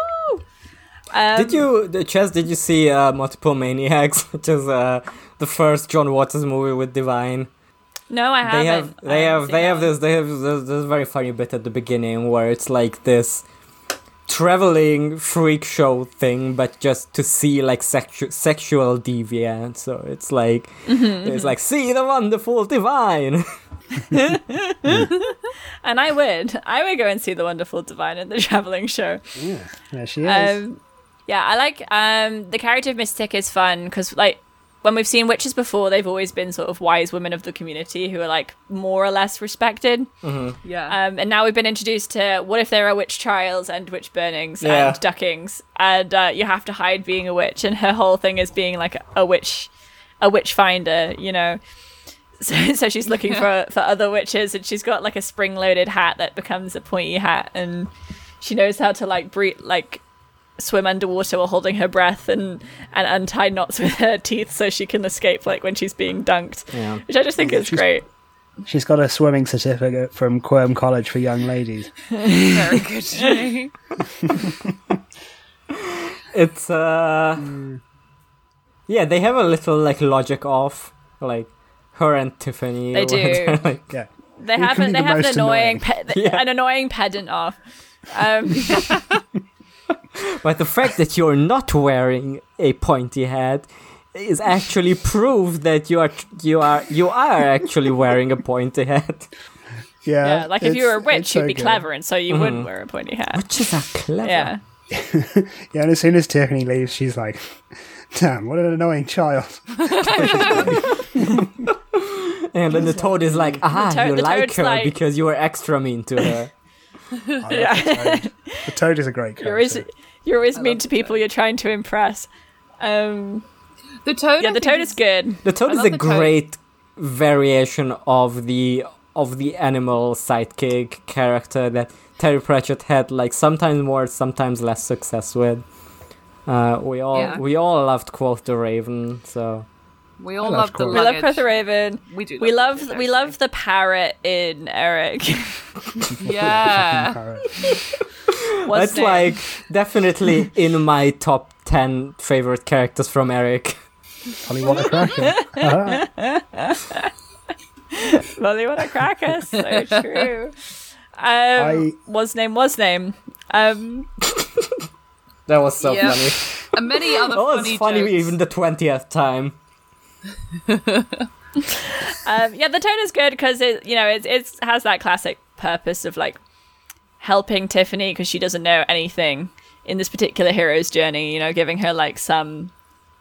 B: Um,
C: Did you, the Chess? Did you see uh, Multiple Maniacs, which is uh, the first John Waters movie with Divine?
B: No, I haven't.
C: They have,
B: I
C: they
B: haven't
C: have,
B: seen
C: they
B: that
C: have
B: one.
C: this, they have this, this very funny bit at the beginning where it's like this traveling freak show thing, but just to see like sexu- sexual deviant. So it's like,
B: Mm-hmm,
C: it's like see the wonderful Divine.
B: And I would, I would go and see the Wonderful Divine at the traveling show.
E: There she is.
B: Um, yeah, I like um, the character of Mystic is fun because like when we've seen witches before, they've always been sort of wise women of the community who are like more or less respected.
D: Yeah.
B: Um, and now we've been introduced to what if there are witch trials and witch burnings
C: Yeah.
B: and duckings, and uh, you have to hide being a witch. And her whole thing is being like a, a witch, a witch finder, you know. So, so she's looking for for other witches, and she's got like a spring loaded hat that becomes a pointy hat, and she knows how to like breathe, like swim underwater while holding her breath and and untie knots with her teeth so she can escape like when she's being dunked,
C: Yeah.
B: which I just think is great.
E: She's got a swimming certificate from Quirm College for young ladies.
D: Very good. Jay.
C: it's uh yeah they have a little like logic off like her and tiffany
B: They
C: were-
B: do.
C: they're like,
E: Yeah.
B: They
E: Who
B: have
E: can
B: a,
E: be
B: they
E: the
B: have an
E: most
B: annoying,
E: annoying?
B: Pe-
C: Yeah.
B: an annoying pedant off. Um,
C: but the fact that you're not wearing a pointy hat is actually proof that you are you are you are actually wearing a pointy hat
E: Yeah.
B: yeah, like if you were a
E: it's-
B: witch,
E: it's
B: you'd
E: so
B: be
E: good.
B: clever, and so you wouldn't wear a pointy hat.
C: witches are clever
B: Yeah,
E: Yeah, and as soon as Tiffany leaves, she's like, "Damn, what an annoying child."
C: and then the toad is like aha
B: toad-
C: you
B: the
C: like
B: toad's
C: her
B: like-
C: because you were extra mean to her
E: The toad is a great
B: you're
E: character.
B: always you're always mean to people you're trying to impress. Um,
D: The toad.
B: yeah,
D: I
B: the
D: think
B: toad is good.
C: the toad
D: I
C: is
D: love
C: a
D: the toad.
C: great variation of the of the animal sidekick character that Terry Pratchett had like sometimes more, sometimes less success with. Uh, we all
D: Yeah.
C: we all loved Quoth the Raven, so
D: We all
E: love
D: love the
E: Coral.
B: We love
D: luggage.
B: Prother Raven.
D: We do.
B: We love
D: luggage,
B: we love the parrot in Eric.
D: actually.
B: uh,
D: Yeah.
E: Alright.
B: What's
C: that's like definitely in my top ten favorite characters from Eric.
E: Polly what a cracker. Uh-huh.
B: well, they want to crack us. So true. Um, Was name was name. Um,
C: That was so
D: Yeah.
C: funny.
D: and many other
C: That was
D: funny,
C: Oh, funny
D: jokes.
C: even the twentieth time.
B: um, yeah, the tone is good because it, you know, it it's, has that classic purpose of like helping Tiffany because she doesn't know anything in this particular hero's journey. You know, giving her like some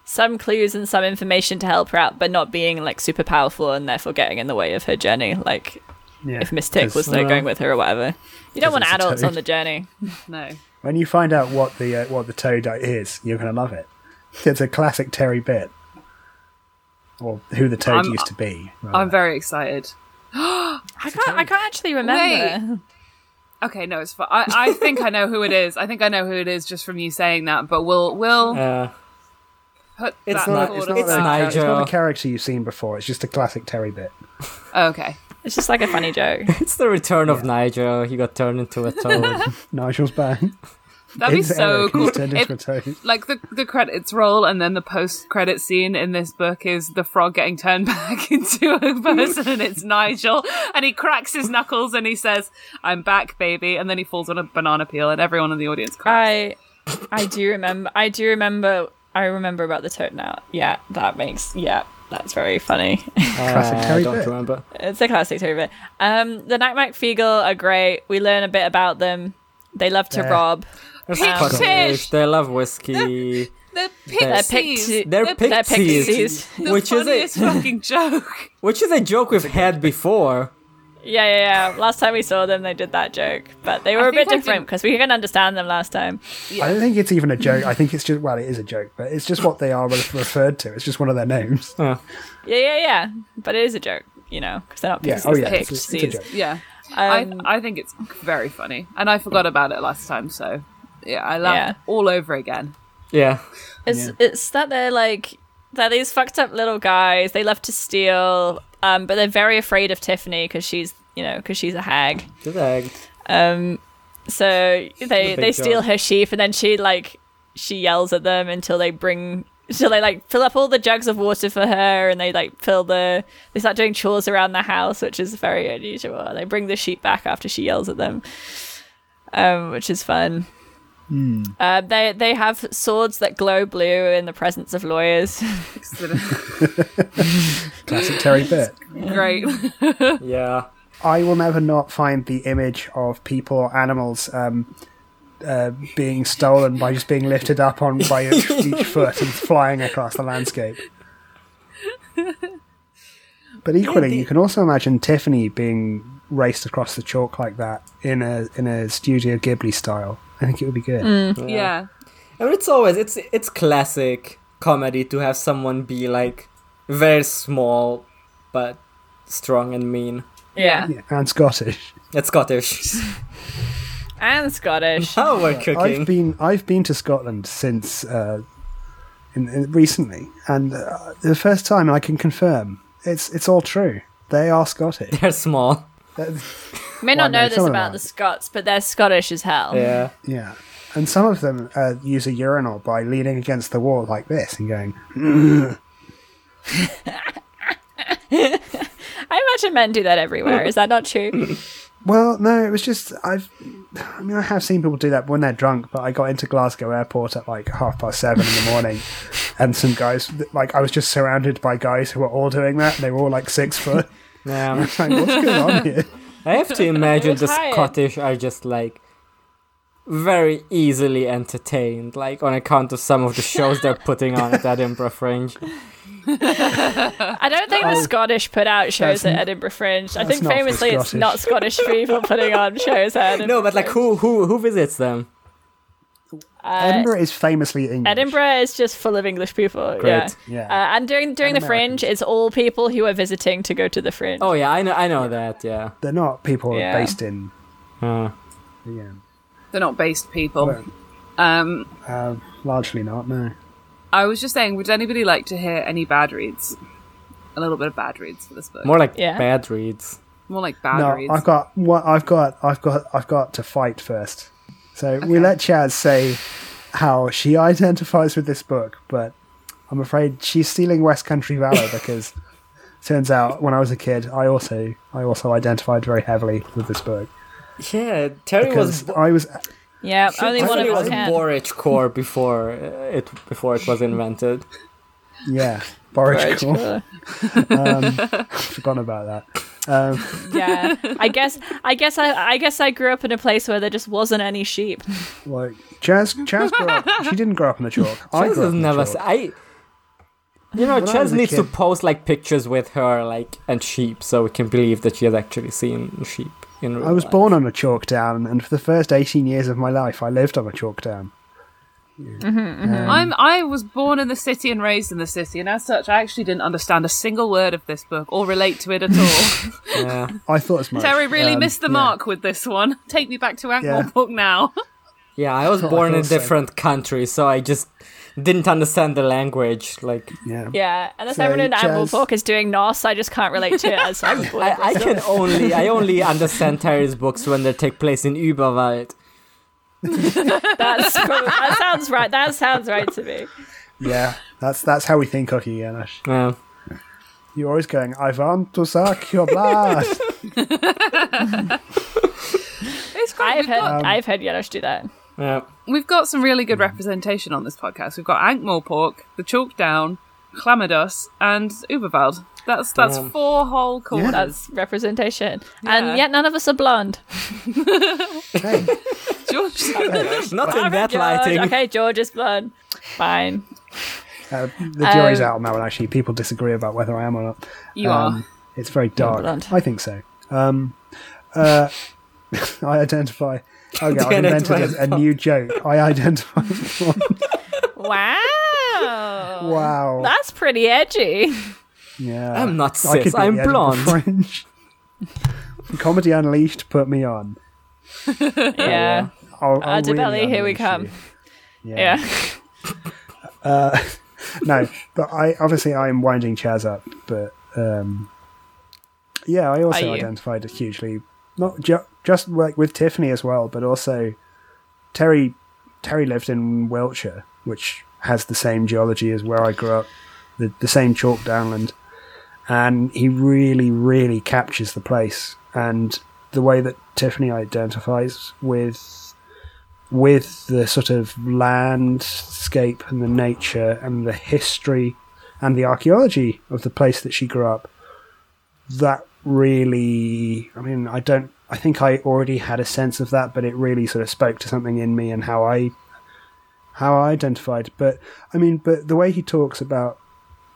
B: some clues and some information to help her out, but not being like super powerful and therefore getting in the way of her journey. Like
E: Yeah,
B: if Mystic
E: 'cause
B: was like
C: uh,
B: going with her or whatever. You don't
E: 'cause
B: want
E: it's a
B: adults
E: toad.
B: on the journey.
D: No.
E: When you find out what the uh, what the toad is, you're gonna love it. It's a classic Terry bit, or who the toad
D: I'm- uh,
E: used to be.
D: I'm very excited.
B: I can't. I can't actually remember.
D: Okay, no, it's fine. I, I think I know who it is. I think I know who it is just from you saying that. But we'll we'll
C: Uh,
D: put
C: it's
D: that
C: not-
D: forward as
E: it's not,
C: it's
E: a
D: a-
C: not-
E: character- it's not
C: Nigel.
E: a character you've seen before. It's just a classic Terry bit.
D: Okay.
B: It's just like a funny joke.
C: it's the return of Nigel. He got turned into a toad. Uh,
E: Nigel's back.
D: That'd be
E: It's
D: so
E: Eric,
D: cool.
E: he's turned into
D: If-
E: a toad.
D: like the the credits roll and then the post credit scene in this book is the frog getting turned back into a person and it's Nigel and he cracks his knuckles and he says, "I'm back, baby," and then he falls on a banana peel and everyone in the audience
C: Uh,
D: cries.
B: I I do remember. I do remember. I remember about the toad now. Yeah, that makes. Yeah, that's very funny.
E: Classic
C: I
E: Terry
C: don't
E: Bit.
C: remember.
B: it's a classic toad bit. Um, the Nightmite Feagle are great. We learn a bit about them. They love to
E: Yeah.
B: rob.
C: There's
D: Pig
C: cotton
D: fish!
C: fish, They love whiskey.
D: The
C: They're
D: pixies.
B: pixie-
C: They're,
D: the-
B: they're
C: pixies,
B: pixies.
D: the
C: which is
D: funniest
C: a
D: fucking joke.
C: which is a joke we've had before.
B: Yeah, yeah, yeah. Last time we saw them, they did that joke, but they were a
D: think
B: bit
D: I
B: different
D: didn't-
B: because we couldn't understand them last time.
E: I don't think it's even a joke. I think it's just well, it is a joke, but it's just what they are re- referred to. It's just one of their names.
B: Yeah, yeah, yeah. But it is a joke, you know, because they're not
E: Yeah.
B: pixies.
E: Oh yeah.
B: they're
E: It's, it's a
B: pixies.
E: joke.
D: Yeah,
B: Um,
D: I I think it's very funny, and I forgot about it last time, so yeah, I laughed
B: Yeah.
D: all over again.
C: Yeah.
B: It's it's that they're like they're these fucked up little guys. They love to steal, um, but they're very afraid of Tiffany because she's you know because she's a hag.
C: Just like,
B: Um, so they
C: big
B: they steal
C: job.
B: her sheep and then she like she yells at them until they bring until they like fill up all the jugs of water for her and they like fill the they start doing chores around the house which is very unusual and they bring the sheep back after she yells at them um which is fun
E: Hmm.
B: uh, they they have swords that glow blue in the presence of lawyers
E: Classic Terry Bit.
D: Great.
C: yeah.
E: I will never not find the image of people or animals um, uh, being stolen by just being lifted up on by each, each foot and flying across the landscape. But equally, you can also imagine Tiffany being raced across the chalk like that in a in a Studio Ghibli style. I think it would be good.
D: yeah.
C: And it's always it's it's classic comedy to have someone be like very small but strong and mean.
D: yeah,
E: Yeah, and Scottish.
C: It's Scottish.
B: and Scottish
C: Now we're cooking.
E: I've been I've been to Scotland since uh, in, in- recently, and uh, the first time I can confirm it's it's all true. They are Scottish.
C: They're small.
B: You may not
E: Well, no,
B: know this
E: some of them
B: about
E: are.
B: the Scots but they're Scottish as hell
C: Yeah.
E: Yeah. And some of them uh, use a urinal by leaning against the wall like this and going,
B: I imagine men do that everywhere is that not true.
E: well, no, it was just, I've, I mean, I have seen people do that when they're drunk, but I got into Glasgow airport at like half past seven in the morning and some guys, like, I was just surrounded by guys who were all doing that. And they were all like six foot.
C: Yeah.
E: Like, what's going on here?
C: um, I have to imagine the
B: tired.
C: Scottish are just like very easily entertained, like on account of some of the shows they're putting on at Edinburgh Fringe.
B: I don't think the Scottish put out shows
E: Oh. that's
B: at
E: n-
B: Edinburgh Fringe. I
E: that's
B: think
E: not for
B: famously it's
E: Scottish.
B: not Scottish people putting on shows at Edinburgh.
C: No, but like who who who visits them?
E: Edinburgh is famously English.
B: Edinburgh is just full of English people. Yeah.
C: Great.
E: Yeah.
B: Uh, and during during
E: And
B: the Fringe, it's all people who are visiting to go to the Fringe.
C: Oh yeah, I know I know that. Yeah.
E: They're not people
B: Yeah.
E: based in.
C: Uh,
E: Yeah.
D: they're not based people.
E: Well-
D: Um,
E: Um, largely not, no.
D: I was just saying, would anybody like to hear any bad reads? A little bit of bad reads for this book. More,
C: more like
B: Yeah.
C: bad reads.
D: like bad
E: No,
D: reads.
E: I've got what I've got. I've got. I've got to fight first. So we let Chaz say how she identifies with this book, but I'm afraid she's stealing West Country Valor because turns out when I was a kid, I also I also identified very heavily with this book
C: Yeah, Terry was
E: because I was
B: yeah, only one
C: I thought
B: of
C: it
B: us
C: was
B: can.
C: borage core before uh, it before it was invented.
E: yeah Borage Cool.
B: Cool.
E: Forgotten about that.
B: yeah, I guess I guess I I guess I grew up in a place where there just wasn't any sheep.
E: Like Chaz, Chaz grew up. She didn't grow up in the chalk. I
C: Chaz
E: grew
C: has
E: up in the
C: never.
E: chalk.
C: s- I. You know,
E: When I
C: Chaz
E: was a
C: needs to
E: kid-
C: post like pictures with her, like and sheep, so we can believe that she has actually seen sheep in real
E: I was
C: life.
E: born on a chalk town, and for the first 18 years of my life, I lived on a chalk town.
D: I'm I was born in the city and raised in the city, and as such, I actually didn't understand a single word of this book or relate to it at all.
C: Yeah.
E: I thought as much.
D: Terry really
E: Um,
D: missed the
E: yeah.
D: mark with this one. Take me back to
E: Yeah.
D: Ankh-Morpork now.
C: yeah, I was
E: That's what I
C: born in a
E: thought, so-
C: different country, so I just didn't understand the language. Like,
E: Yeah.
B: Yeah, unless
E: So
B: everyone in
E: Jazz-
B: Amble Book is doing Norse, I just can't relate to it as I,
C: I, I can only I only understand Terry's books when they take place in Überwald.
B: That's prob- that sounds right. That sounds right to me.
E: Yeah, that's that's how we think of you, Janish.
C: Yeah.
E: You're always going, I want to suck your blood.
D: It's great.
B: I've
D: We've
B: heard
D: got,
B: I've heard Yanosh do that.
C: Yeah.
D: we've got some really good representation on this podcast. We've got Ankmore Pork, the Chalk Down, Clamidus, and Ubervald. That's that's
C: Damn.
D: four whole corners.
B: That's representation,
D: Yeah.
B: and yet none of us are blonde.
E: hey,
D: George,
C: Not in that
B: George,
C: lighting.
B: Okay, George is blonde. Fine.
E: uh, the jury's
B: Um,
E: out on that one, actually. People disagree about whether I am or not.
D: you
E: Um, It's very dark.
B: blonde.
E: I think so. Um, uh, I identify. Okay, I've
C: Identify
E: invented
C: as
E: a, a new joke. I identify. as blonde.
B: Wow.
E: wow.
B: That's pretty edgy.
E: yeah.
C: I'm not
E: I could
C: cis.
E: be
C: I'm
E: the Edinburgh
C: blonde.
E: Fringe. Comedy Unleashed put me on.
B: Yeah.
E: I'll, I'll really
B: Adibelli, Ah, here we
E: unleash
B: come.
E: you.
B: Yeah.
E: no, but I obviously I'm winding Chaz up, but um, yeah, I also
B: Are you?
E: identified as hugely not ju- just like with Tiffany as well, but also Terry. Terry lived in Wiltshire, which has the same geology as where I grew up, the, the same chalk downland, and he really, really captures the place and the way that Tiffany identifies with with the sort of landscape and the nature and the history and the archaeology of the place that she grew up, that really, I mean, I don't, I think I already had a sense of that, but it really sort of spoke to something in me and how I, how I identified. But I mean, but the way he talks about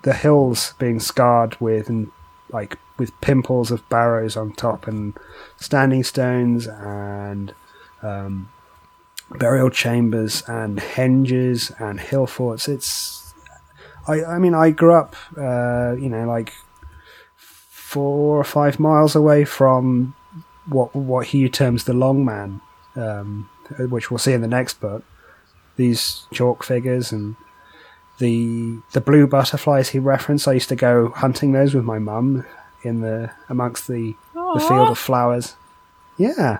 E: the hills being scarred with and like with pimples of barrows on top and standing stones and burial chambers and henges and hill forts. It's, I, I mean, I grew up, uh, you know, like four or five miles away from what what he terms the long man, um, which we'll see in the next book. These chalk figures and the the blue butterflies he referenced. I used to go hunting those with my mum in the amongst the, the field of flowers. Yeah,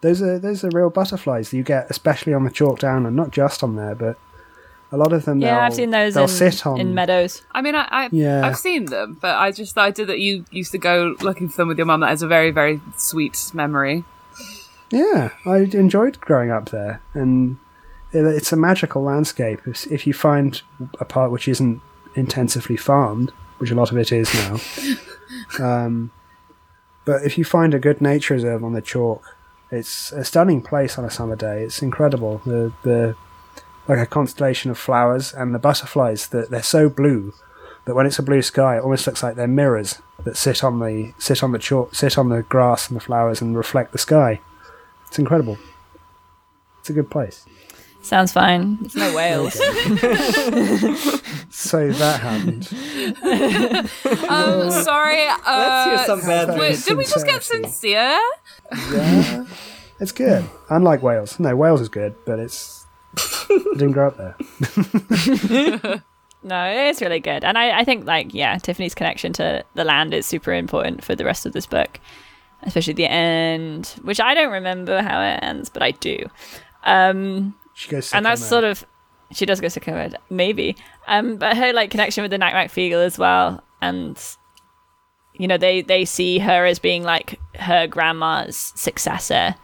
E: those are those are real butterflies that you get, especially on the chalk down, and not just on there, but a lot of them.
B: Yeah,
E: they'll-
B: I've seen those
E: They'll
B: in,
E: sit on
B: in meadows.
D: I mean, I, I
E: Yeah.
D: I've seen them, but I just the idea that you used to go looking for them with your mum. That is a very very sweet memory.
E: Yeah, I enjoyed growing up there, and it- it's a magical landscape. If, if you find a part which isn't intensively farmed, which a lot of it is now, um, but if you find a good nature reserve on the chalk, it's a stunning place on a summer day. It's incredible. The the like a constellation of flowers and the butterflies that they're so blue that when it's a blue sky, it almost looks like they're mirrors that sit on the sit on the chalk, sit on the grass and the flowers and reflect the sky. It's incredible. It's a good place.
B: Sounds fine. It's no whales.
E: So that happened. Mm.
D: Um, sorry. Uh,
C: Let's hear some bad
E: How's that?
D: Wait,
C: news.
D: did we just get sincere?
E: Yeah. It's good. Unlike Wales. No, Wales is good, but it's. I didn't grow up there.
B: no, it's really good. And I, I think like yeah, Tiffany's connection to the land is super important for the rest of this book, especially the end, which I don't remember how it ends, but I do. Um,
E: She goes.
B: and that's sort of she does go sick of it, maybe. Um, but her like connection with the Night Macfegal as well, and you know they they see her as being like her grandma's successor,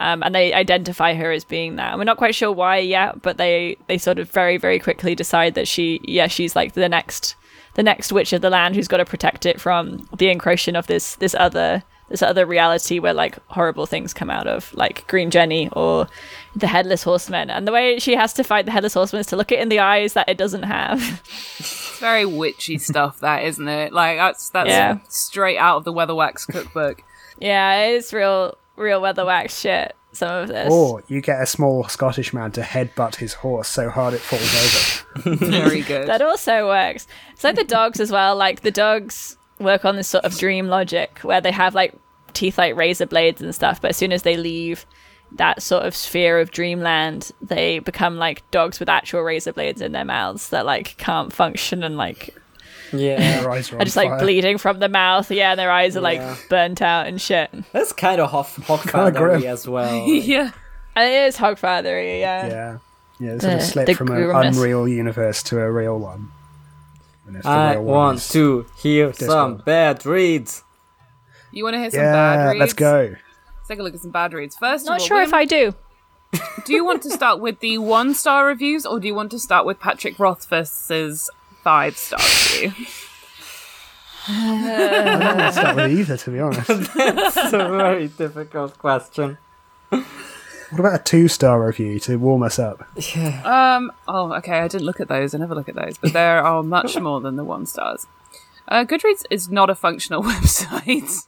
B: um, and they identify her as being that. And we're not quite sure why yet, but they they sort of very very quickly decide that she yeah she's like the next the next witch of the land who's got to protect it from the encroachment of this this other this other reality where like horrible things come out of like green jenny or the headless horseman and the way she has to fight the headless horseman is to look it in the eyes that it doesn't have
D: It's very witchy stuff, that isn't it? Like that's that's
B: Yeah.
D: straight out of the Weatherwax cookbook.
B: yeah it's real real weather wax shit some of this
E: Or you get a small Scottish man to headbutt his horse so hard it falls over.
D: Very good.
B: That also works. It's like the dogs as well. Like the dogs work on this sort of dream logic where they have like teeth like razor blades and stuff, but as soon as they leave that sort of sphere of dreamland, they become like dogs with actual razor blades in their mouths that like can't function and like
C: Yeah.
E: Their eyes are
B: are
E: on
B: just like
E: fire.
B: bleeding from the mouth. Yeah, and their eyes are like
C: Yeah.
B: burnt out and shit.
C: That's kind of Hoff-
E: grim.
C: Hogfather as well.
D: yeah.
B: It is Hogfather, yeah.
E: Yeah. Yeah, it sort of
B: The-
E: slip
B: the
E: from an
B: grimace.
E: unreal universe to a real one. And if the
C: I
E: real one
C: want
E: is-
C: to hear some
E: one.
C: bad reads.
D: You want to hear some bad
E: Yeah,
D: reads?
E: let's go.
D: Let's take a look at some bad reads. First,
B: Not
D: of all,
B: sure if I do.
D: do you want to start with the one star reviews or do you want to start with Patrick Rothfuss's five star review?
E: I don't want to start with either, to be honest. What
C: It's a very difficult question.
E: about a two star review to warm us up?
D: um, oh, okay, I didn't look at those. I never look at those, but there are much more than the one stars. Uh, Goodreads is not a functional website.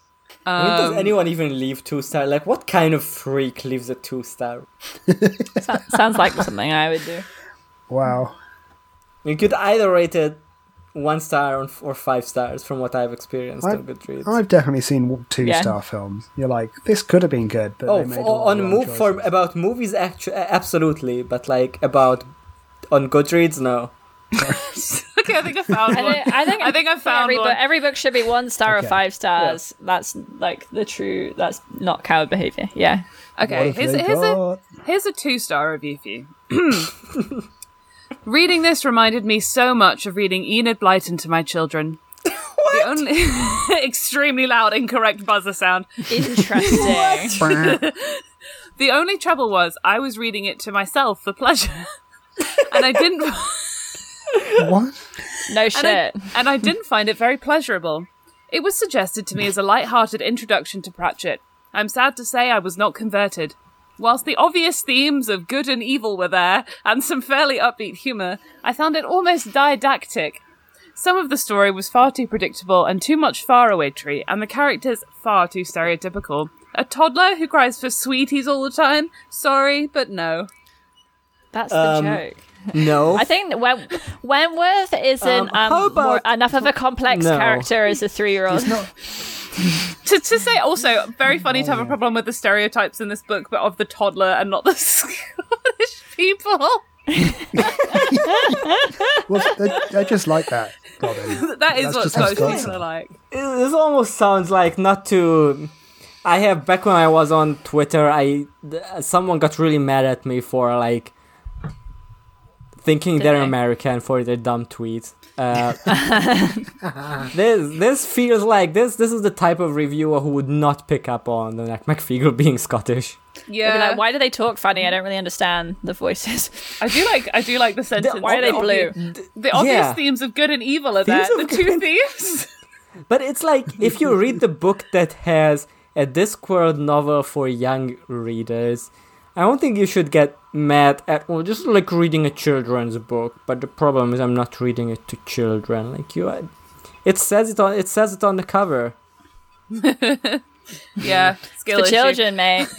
C: I mean, does anyone even leave two star? Like, what kind of freak leaves a two star?
B: Sounds like something I would do.
E: Wow.
C: You could either rate it one star or- or five stars, from what I've experienced
E: I-
C: on Goodreads.
E: I've definitely seen two star films. You're like, this could have been good, but
C: oh,
E: they made
C: for,
E: all the
C: on
E: wrong
C: move for
E: choices.
C: about movies, actu- uh, absolutely, but like about on Goodreads, no.
D: okay, I think I found
B: I
D: one.
B: think I think,
D: I think I found
B: every
D: one.
B: book. Every book should be one star or
E: Okay.
B: five stars. That's like the true. That's not coward behavior. Yeah.
E: What
D: Okay,
E: have
D: here's,
E: they
D: here's a
E: got?
D: here's a two star review for you. reading this reminded me so much of reading Enid Blyton to my children. The only extremely loud, incorrect buzzer sound.
B: Interesting.
D: The only trouble was I was reading it to myself for pleasure, and I didn't
E: What?
B: no
D: and I-
B: shit.
D: and I didn't find it very pleasurable. It was suggested to me as a light-hearted introduction to Pratchett. I'm sad to say I was not converted. Whilst the obvious themes of good and evil were there, and some fairly upbeat humour, I found it almost didactic. Some of the story was far too predictable and too much farawaytry, and the characters far too stereotypical. A toddler who cries for sweeties all the time? Sorry, but no.
B: That's
C: Um,
B: the joke.
C: No.
B: I think that Wen- Wentworth isn't
C: Um, how
B: um, more,
C: about-
B: enough of a complex
C: No.
B: character as a three-year-old.
D: to, to say also very funny to have a problem with the stereotypes in this book but of the toddler and not the Scottish people
E: Well, they're, they're just like that, Robin.
D: that is
E: That's
D: what
E: just how
D: Scottish people
E: Scots
D: are
E: are.
D: like
C: It- this almost sounds like not to i have back when i was on twitter i th- someone got really mad at me for like thinking they're
B: they?
C: american for their dumb tweets uh, this this feels like this this is the type of reviewer who would not pick up on the like mcfeagle being scottish
B: They'd be
D: yeah
B: like, why do they talk funny? I don't really understand the voices.
D: i do like i do like the sentence
C: why
B: are they
D: The
B: blue?
D: obvi- the obvious
C: Yeah.
D: themes of good and evil are
C: Themes
D: there
C: of
D: the two themes
C: But it's like if you read the book that has a Discworld novel for young readers, I don't think you should get mad at well, just like reading a children's book. But the problem is, I'm not reading it to children. Like you, I- it says it on it says it on the cover.
D: yeah skill
B: For
D: issue.
B: children, mate.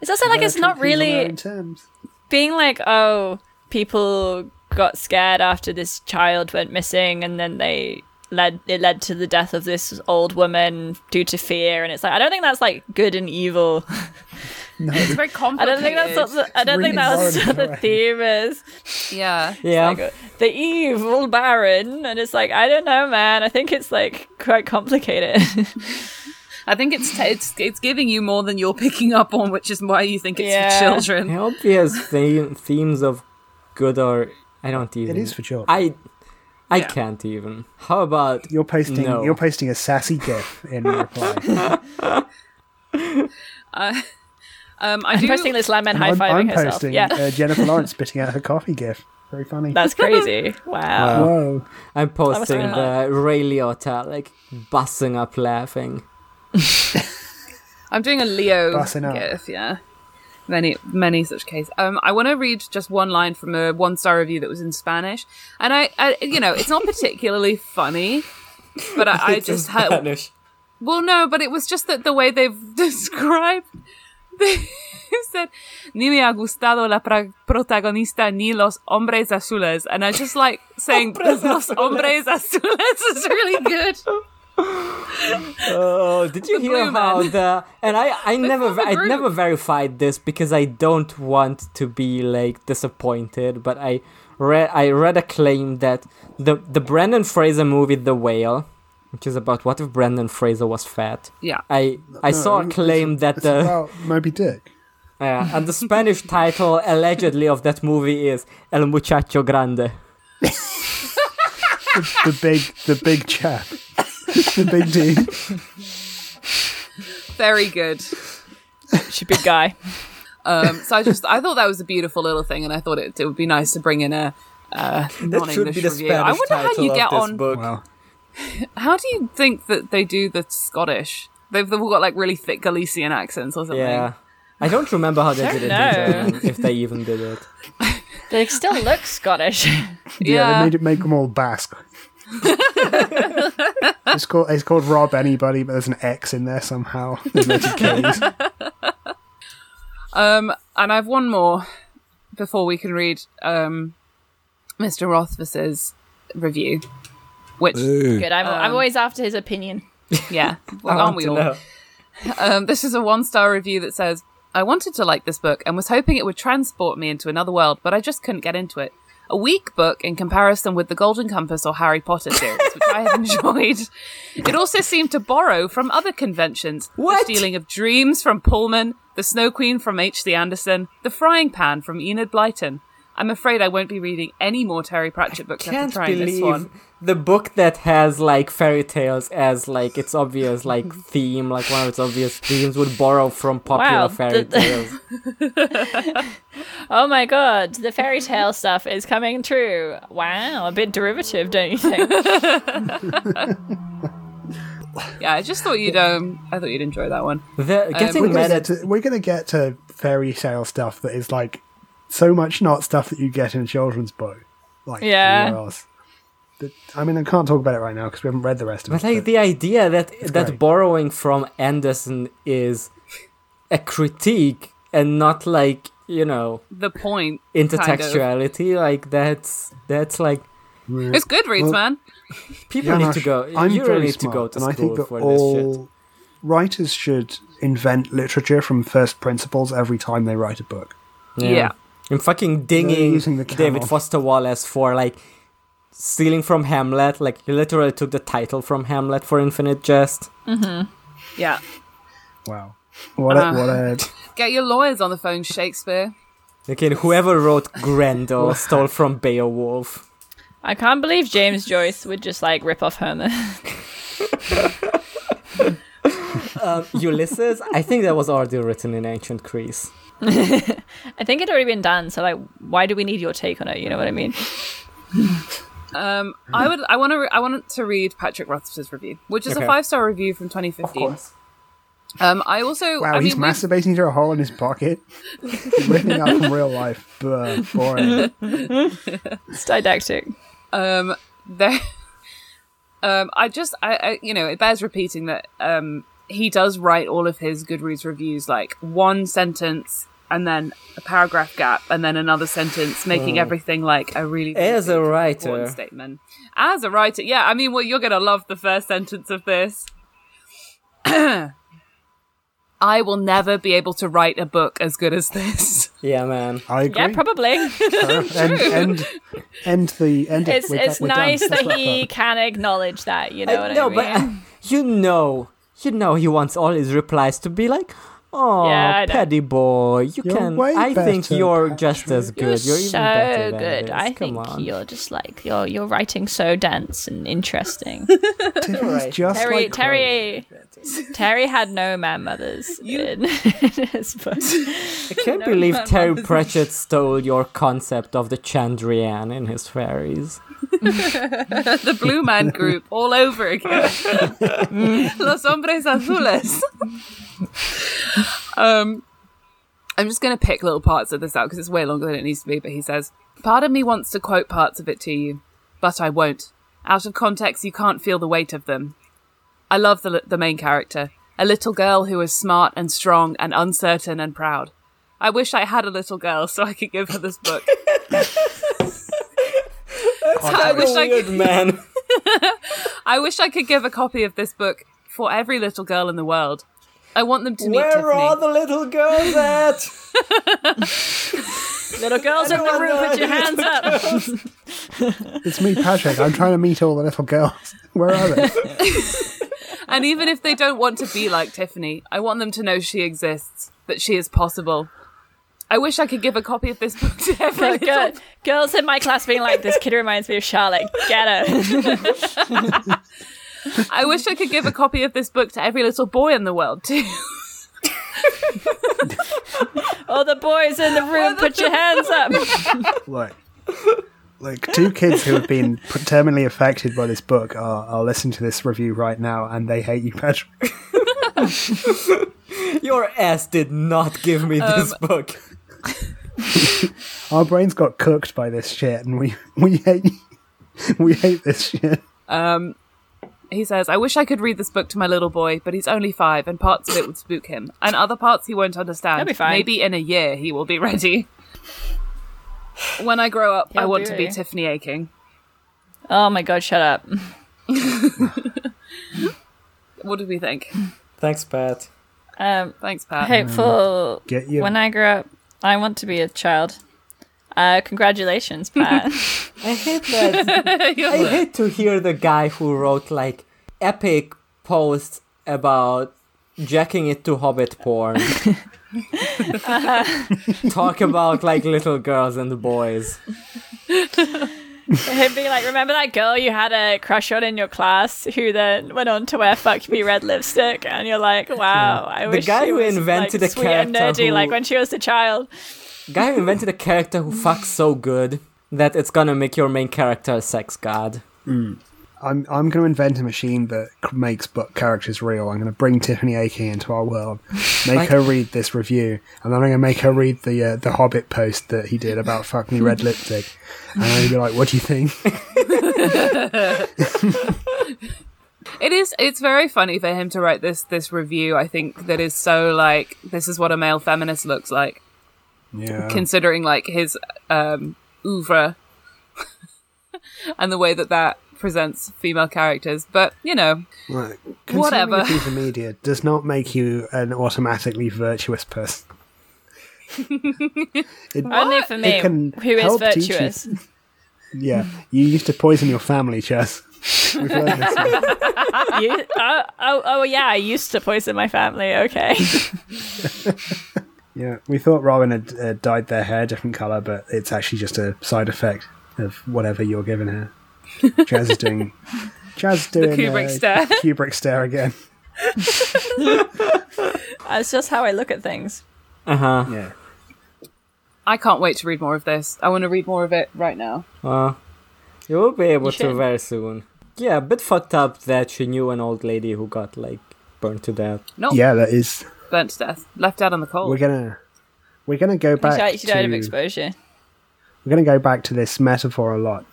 B: It's also like it's not really being like, oh, people got scared after this child went missing, and then they led it led to the death of this old woman due to fear. And it's like I don't think that's like good and evil.
D: it's very
B: I
D: complicated
B: don't think that's what the, I don't
E: really
B: think that's what
E: boring,
B: the theme is.
D: yeah
C: Yeah,
B: Like, the evil baron, and it's like I don't know, man. I think it's like quite complicated.
D: i think it's t- it's it's giving you more than you're picking up on which is why you think it's
B: Yeah.
D: for children
C: the obvious theme, themes of good or I don't even.
E: It is for children.
C: I I can't even. How about
E: You're posting.
C: No.
E: You're posting a sassy gif in reply.
D: um i
B: I'm
D: do
B: posting this lemon high
E: I'm, I'm
B: fiving herself.
E: posting
B: Yeah,
E: uh, Jennifer Lawrence spitting out her coffee gif. Very funny.
B: that's crazy. Wow.
E: Whoa.
C: I'm posting
B: really
C: the Ray Liotta like busting up laughing.
D: I'm doing a Leo
E: Bussin' up.
D: gif, yeah. Many, many such cases. Um, I want to read just one line from a one-star review that was in Spanish, and I, I you know, it's not particularly funny, but I, I just had,
C: Spanish.
D: well, no, but it was just that the way they've described. They said, "Ni me ha gustado la pra- protagonista ni los hombres azules," and I just like saying "los hombres azules" is really good.
C: Oh, did you
D: The
C: hear
D: blue
C: how
D: man.
C: the and I I never
D: form a
C: ver- I
D: group.
C: never verified this because I don't want to be like disappointed, but I read I read a claim that the the Brandon Fraser movie The Whale, which is about what if Brandon Fraser was fat.
D: Yeah.
C: I I saw a
E: No,
C: claim that
E: It's
C: the
E: about Moby Dick.
C: Yeah, and the Spanish title allegedly of that movie is El Muchacho Grande.
E: the big, the big chap, the big dude.
D: Very good.
B: Should be guy.
D: Um, so I just I thought that was a beautiful little thing, and I thought it, it would be nice to bring in a uh,
G: That
D: non-English
G: should be the
D: review.
G: Spanish
D: I wonder
G: title
D: how you
G: of
D: get
G: this
D: on.
G: book.
E: Wow.
D: How do you think that they do the Scottish? They've, they've all got like really thick Galician accents or something.
C: Yeah. I don't remember how they did it
B: know.
C: in German, if they even did it.
B: They still look Scottish.
E: Yeah,
D: Yeah.
E: they made it make them all Basque. it's called it's called Rob Anybody, but there's an X in there somehow. There's no two Ks.
D: Um, and I have one more before we can read um, Mr. Rothfuss's review, which
G: Ooh.
B: Good. I'm,
E: Um,
B: I'm always after his opinion.
D: yeah,
C: I want
D: aren't we
C: to
D: all?
C: know.
D: Um, this is a one star review that says, I wanted to like this book and was hoping it would transport me into another world, but I just couldn't get into it. A weak book in comparison with the Golden Compass or Harry Potter series, which I have enjoyed. It also seemed to borrow from other conventions
C: What?
D: the stealing of dreams from Pullman, the Snow Queen from H.C. Anderson, the frying pan from Enid Blyton. I'm afraid I won't be reading any more Terry Pratchett books
C: Can't
D: after trying this
C: believe
D: one.
C: the book that has like fairy tales as like its obvious like theme, like one of its obvious themes would borrow from popular
B: Wow,
C: fairy
B: the-
C: tales.
B: Oh my god, the fairy tale stuff is coming true. Wow, a bit derivative, don't you think?
D: Yeah, I just thought you'd um, I thought you'd enjoy that one.
C: The, getting
E: We're
C: mad
E: gonna, get
C: at
E: to, we're gonna get to fairy tale stuff that is like so much not stuff that you get in a children's book. Like
B: Yeah.
E: anywhere else. But, I mean, I can't talk about it right now because we haven't read the rest of
C: But
E: it.
C: like the idea that that
E: great.
C: borrowing from Anderson is a critique and not like you know
D: The point kind of.
C: intertextuality. Like that's that's like
D: It's Goodreads,
E: Well-
D: man.
C: people need to go.
E: I'm
C: you
E: very
C: really need
E: smart,
C: to go to
E: and
C: school
E: I think that
C: for
E: all
C: this shit.
E: writers should invent literature from first principles every time they write a book.
D: yeah.
C: I'm fucking dinging
E: using the
C: David
E: camel.
C: Foster Wallace for like stealing from Hamlet. Like he literally took the title from Hamlet for Infinite Jest.
D: Yeah.
E: Wow. What a, what a
D: Get your lawyers on the phone, Shakespeare.
C: Again, whoever wrote Grendel stole from Beowulf.
B: I can't believe James Joyce would just like rip off Homer.
C: Um, Ulysses, I think that was already written in ancient Greece.
B: I think it'd already been done, so like, why do we need your take on it? You know what I mean?
D: Um, I would. I want to. Re- I want to read Patrick Rothfuss's review, which is
C: Okay.
D: a five star review from 2015. Um, I also.
E: wow!
D: I
E: he's
D: mean, we-
E: masturbating through a hole in his pocket, ripping out from real life. uh, Buh, boring.
B: It's didactic.
D: um, there. Um, I just. I, I. You know, it bears repeating that. Um, he does write all of his Goodreads reviews like one sentence and then a paragraph gap and then another sentence, making everything like a really
C: As Mm. a
D: important
C: writer,
D: statement. As a writer, yeah, I mean, well, you're going to love the first sentence of this. I will never be able to write a book as good as this.
C: yeah, man.
E: I agree. Uh,
B: Yeah, probably.
E: End, end, end the end. it.
B: It's
E: We're
B: it's
E: done- we're done.
B: nice
E: Let's
B: that
E: wrap
B: he
E: up.
B: can acknowledge that. You know what I
C: no,
B: mean?
C: but uh, you know, you know, he wants all his replies to be like, "Oh,
B: Yeah, I know.
C: petty boy, you
E: You're
C: can.
E: way
C: I think
E: better,
C: you're just as good.
B: you're,
C: You're, even
B: so
C: better than
B: good.
C: this.
B: I
C: Come
B: think
C: on.
B: you're just like you're you're writing so dense and interesting.
E: Tiffany's just
B: Terry
E: like Chloe.
B: Terry Terry had no man mothers in his book.
C: I can't believe Terry Pratchett stole your concept of the Chandrian in his fairies.
D: the Blue Man Group all over again. Los Hombres Azules. um, I'm just going to pick little parts of this out because it's way longer than it needs to be. But he says, Part of me wants to quote parts of it to you, but I won't. Out of context, you can't feel the weight of them. I love the, the main character, a little girl who is smart and strong and uncertain and proud. I wish I had a little girl so I could give her this book. I wish I could
C: Weird man.
D: I wish I could give a copy of this book for every little girl in the world. I want them to meet
C: Where
D: Tiffany.
C: are all the little girls at?
B: Little girls in the
C: Anyone
B: room,
C: know
B: put your hands up.
E: It's me, Patrick. I'm trying to meet all the little girls. Where are they?
D: and even if they don't want to be like Tiffany, I want them to know she exists, that she is possible, I wish I could give a copy of this book to every
B: Like, uh,
D: little
B: girl, girls in my class being like, this kid reminds me of Charlotte. Get her.
D: I wish I could give a copy of this book to every little boy in the world too.
B: All the boys in the room, put your hands up.
E: Look, like two kids who have been p- terminally affected by this book are, are listening to this review right now, and they hate you, Patrick.
C: Your ass did not give me this book.
E: Our brains got cooked by this shit, and we we hate we hate this shit.
D: He says, I wish I could read this book to my little boy, but he's only five, and parts of it would spook him, and other parts he won't understand.
B: That'd be fine.
D: Maybe in a year he will be ready. When I grow up, I
B: He'll
D: want
B: do
D: to be
B: it.
D: Tiffany Aching.
B: Oh my god, shut up.
D: What did we think?
C: Thanks, Pat.
B: Um,
D: Thanks, Pat.
B: hopeful.
E: Get you.
B: When I grow up, I want to be a child. Uh, congratulations, Pat.
C: I hate that. I hate to hear the guy who wrote like epic posts about jacking it to hobbit porn. Talk about like little girls and boys.
B: Him being like, remember that girl you had a crush on in your class who then went on to wear fuck me red lipstick? And you're like, wow, I wish
C: guy
B: she
C: who
B: was,
C: invented
B: like,
C: a
B: sweet and
C: character
B: nerdy
C: who-
B: like when she was a child.
C: Guy who invented a character who fucks so good that it's gonna make your main character a sex god.
E: I'm I'm going to invent a machine that c- makes book characters real. I'm going to bring Tiffany Aching into our world, make her read this review, and then I'm going to make her read the uh, the Hobbit post that he did about fuck me red lipstick, and I'm going to be like, "What do you think?"
D: It is. It's very funny for him to write this this review. I think that is so like this is what a male feminist looks like,
E: Yeah,
D: considering like his um oeuvre and the way that that presents female characters. But you know,
E: Like, consuming
D: Whatever.
E: a piece of media does not make you an automatically virtuous person. It-
B: Only for me,
E: It can
B: who is
E: help teach you-
B: virtuous.
E: yeah, you used to poison your family, Chess. We've learned this. now.
B: You- oh, oh, oh, yeah, I used to poison my family. Okay.
E: Yeah, we thought Robin had uh, dyed their hair different color, but it's actually just a side effect of whatever you're giving her. Jazz is doing. Jazz is doing
D: Kubrick
E: uh,
D: stare.
E: Kubrick stare again.
B: That's just how I look at things.
C: Uh huh.
E: Yeah.
D: I can't wait to read more of this. I want to read more of it right now.
C: Uh, you will be able to
B: should.
C: very soon. Yeah, a bit fucked up that she knew an old lady who got like burned to death.
D: Nope,
E: Yeah, that is.
D: burnt to death, left out on the cold.
E: We're gonna. We're gonna go back.
B: She, she died of
E: to-
B: exposure.
E: we're going to go back to this metaphor a lot,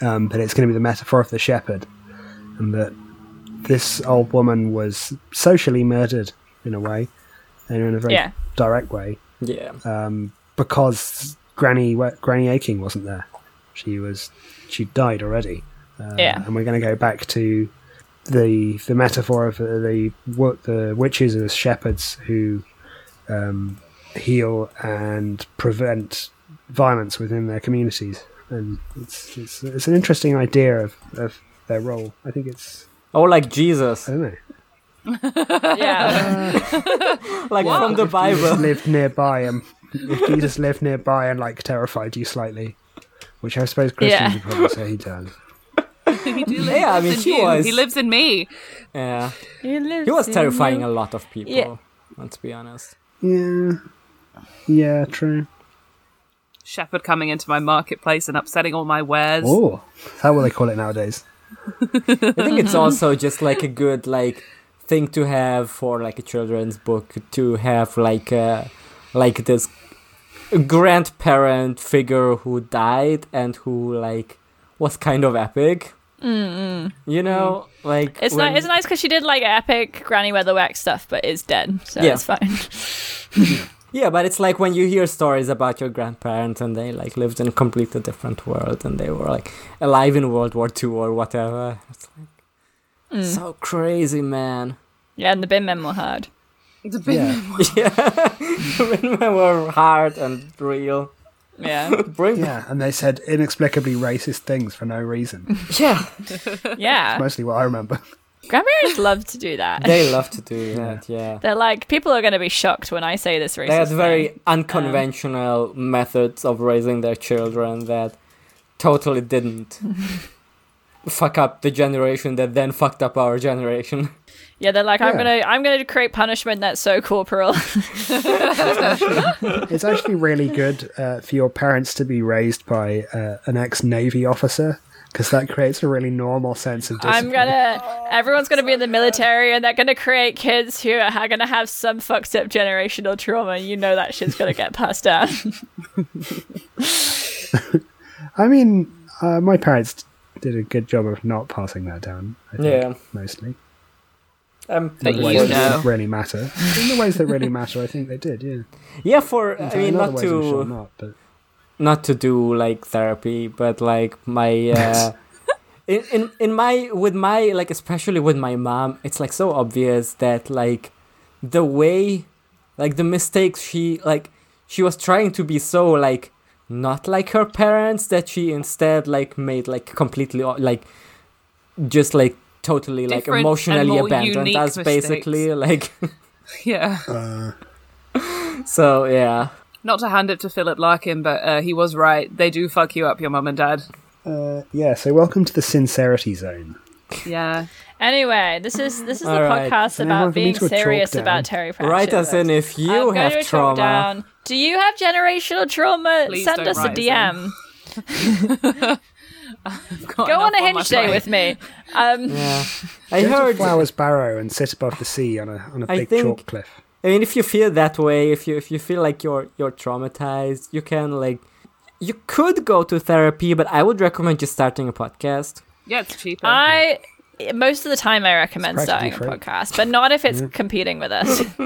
E: um, but it's going to be the metaphor of the shepherd, and that this old woman was socially murdered in a way, and in a very
B: Yeah.
E: direct way,
C: Yeah.
E: um, because Granny Wa- Granny Aching wasn't there. She was she died already, uh,
B: Yeah.
E: and we're going to go back to the the metaphor of uh, the the, the witches as shepherds who um, heal and prevent violence within their communities, and it's it's, it's an interesting idea of, of their role. I think it's
C: Oh, like Jesus,
E: I don't know.
B: Yeah.
C: like from the
E: Jesus
C: Bible.
E: lived nearby, and if Jesus lived nearby and like terrified you slightly, which I suppose Christians
B: Yeah.
E: would probably say he does.
C: yeah, I mean,
D: Lives
C: she
D: in you.
C: was.
D: He lives in me.
C: yeah,
B: he lives
C: he was
B: in
C: terrifying
B: you.
C: a lot of people.
B: Yeah.
C: Let's be honest.
E: Yeah, yeah, true.
D: Shepherd coming into my marketplace and upsetting all my wares.
E: Oh, is that what they call it nowadays?
C: I think it's also just like a good like thing to have for like a children's book to have like uh like this grandparent figure who died and who like was kind of epic. Mm-mm. You know, like
B: Mm. It's,
C: when-
B: ni- it's nice because she did like epic Granny Weatherwax stuff, but is dead. So
C: Yeah.
B: it's fine.
C: Yeah, but it's like when you hear stories about your grandparents and they like lived in a completely different world and they were like alive in World War II or whatever. It's
B: Mm.
C: like so crazy, man.
B: Yeah, and the bin men were hard.
D: The big
C: yeah, when we were hard and real.
B: Yeah.
C: Bring
E: Yeah, and they said inexplicably racist things for no reason.
C: yeah.
B: Yeah.
E: Mostly what I remember.
B: Grandparents love to do that.
C: They love to do that, yeah.
B: They're like, people are going to be shocked when I say this racist.
C: They had
B: thing.
C: very unconventional methods of raising their children that totally didn't fuck up the generation that then fucked up our generation.
B: Yeah, they're like, I'm
E: Yeah.
B: gonna, I'm gonna create punishment that's so corporal.
E: It's actually really good uh, for your parents to be raised by uh, an ex Navy officer because that creates a really normal sense of
B: I'm
E: discipline.
B: gonna, everyone's gonna be in the military, and they're gonna create kids who are gonna have some fucked up generational trauma. You know that shit's gonna get passed down.
E: I mean, uh, my parents did a good job of not passing that down. I think,
C: Yeah.
E: mostly.
C: Um,
D: But
E: In
D: you
E: ways that
D: know.
E: didn't really matter. In the ways that really matter, I think they did. Yeah.
C: yeah, for I
E: In
C: mean,
E: other
C: not
E: ways, I'm sure
C: to
E: not, but
C: not to do like therapy, but like my. Uh, In, in in my with my like especially with my mom it's like so obvious that like the way like the mistakes she like she was trying to be so like not like her parents that she instead like made like completely o- like just like totally like
D: Different and
C: emotionally
D: more
C: abandoned
D: unique
C: us basically like
D: Yeah.
C: so yeah
D: Not to hand it to Philip Larkin, but uh, he was right. They do fuck you up, your mum and dad.
E: uh, yeah. So welcome to the sincerity zone.
D: Yeah.
B: anyway, this is this is
C: All
B: the
C: right.
B: podcast
E: Now
B: about
E: I've been
B: being
E: to a chalk
B: serious
E: down.
B: about Terry Pratchett.
C: write us in if you
B: I'm
C: have
B: going to
C: trauma
B: trauma. Down. Do you have generational trauma?
D: Please
B: Send
D: don't
B: us a
D: write us in.
B: DM.
D: Got
B: Go
D: enough
B: on a
D: my
B: hinge day
D: plate.
B: with me. Um,
C: yeah i
E: Go to
C: heard
E: Flowers Barrow and sit above the sea on a on a
C: I
E: big
C: think-
E: chalk cliff.
C: I mean, if you feel that way, if you if you feel like you're you're traumatized, you can like you could go to therapy, but I would recommend just starting a podcast.
D: Yeah, it's cheaper.
B: I most of the time I recommend
E: It's
B: starting
E: practically
B: a
E: free.
B: podcast, but not if it's competing with us.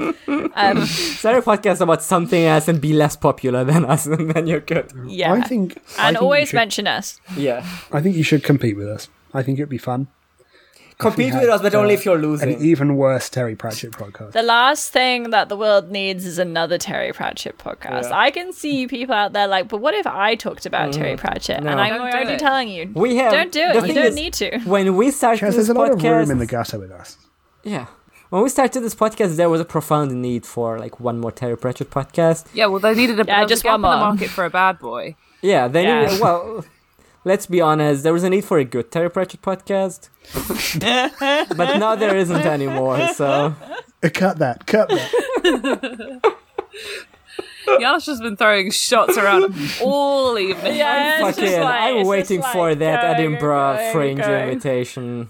B: um,
C: Start a podcast about something else and be less popular than us, and then you're good.
B: yeah,
E: I think. I
B: and
E: think you
B: always
E: should-
B: mention us.
C: Yeah,
E: I think you should compete with us. I think it'd be fun.
C: compete
E: had,
C: with us, but only
E: uh,
C: if you're
E: An
C: losing.
E: even worse Terry Pratchett podcast.
B: The last thing that the world needs is another Terry Pratchett podcast. I can see you people out there like, but what if I talked about Terry Pratchett?
C: Mm-hmm. No.
B: And I'm
D: Don't do
B: already
D: it.
B: telling you,
C: we have
B: don't do
C: the
B: it. You
C: thing
B: don't
C: is,
B: need to.
C: When we started
E: Chaz,
C: this
E: there's a lot of
C: podcast,
E: room in the gutter with us.
C: yeah, when we started this podcast, there was a profound need for like one more Terry Pratchett podcast.
D: yeah, well, they needed a
B: Yeah,
D: there was a
B: just
D: gap
B: one
D: in the
B: more.
D: market for a bad boy.
C: Yeah, they
B: Yeah.
C: needed- well, let's be honest, there was a need for a good Terry Pratchett podcast. but now there isn't anymore, so
E: Uh, Cut that. Cut that.
D: Yana's just been throwing shots around all evening.
B: Yeah, it's
C: fucking
B: just like-
C: I'm
B: it's
C: waiting
B: just
C: for
B: like
C: that
B: going and
C: Edinburgh
B: going and
C: fringe
B: going.
C: invitation.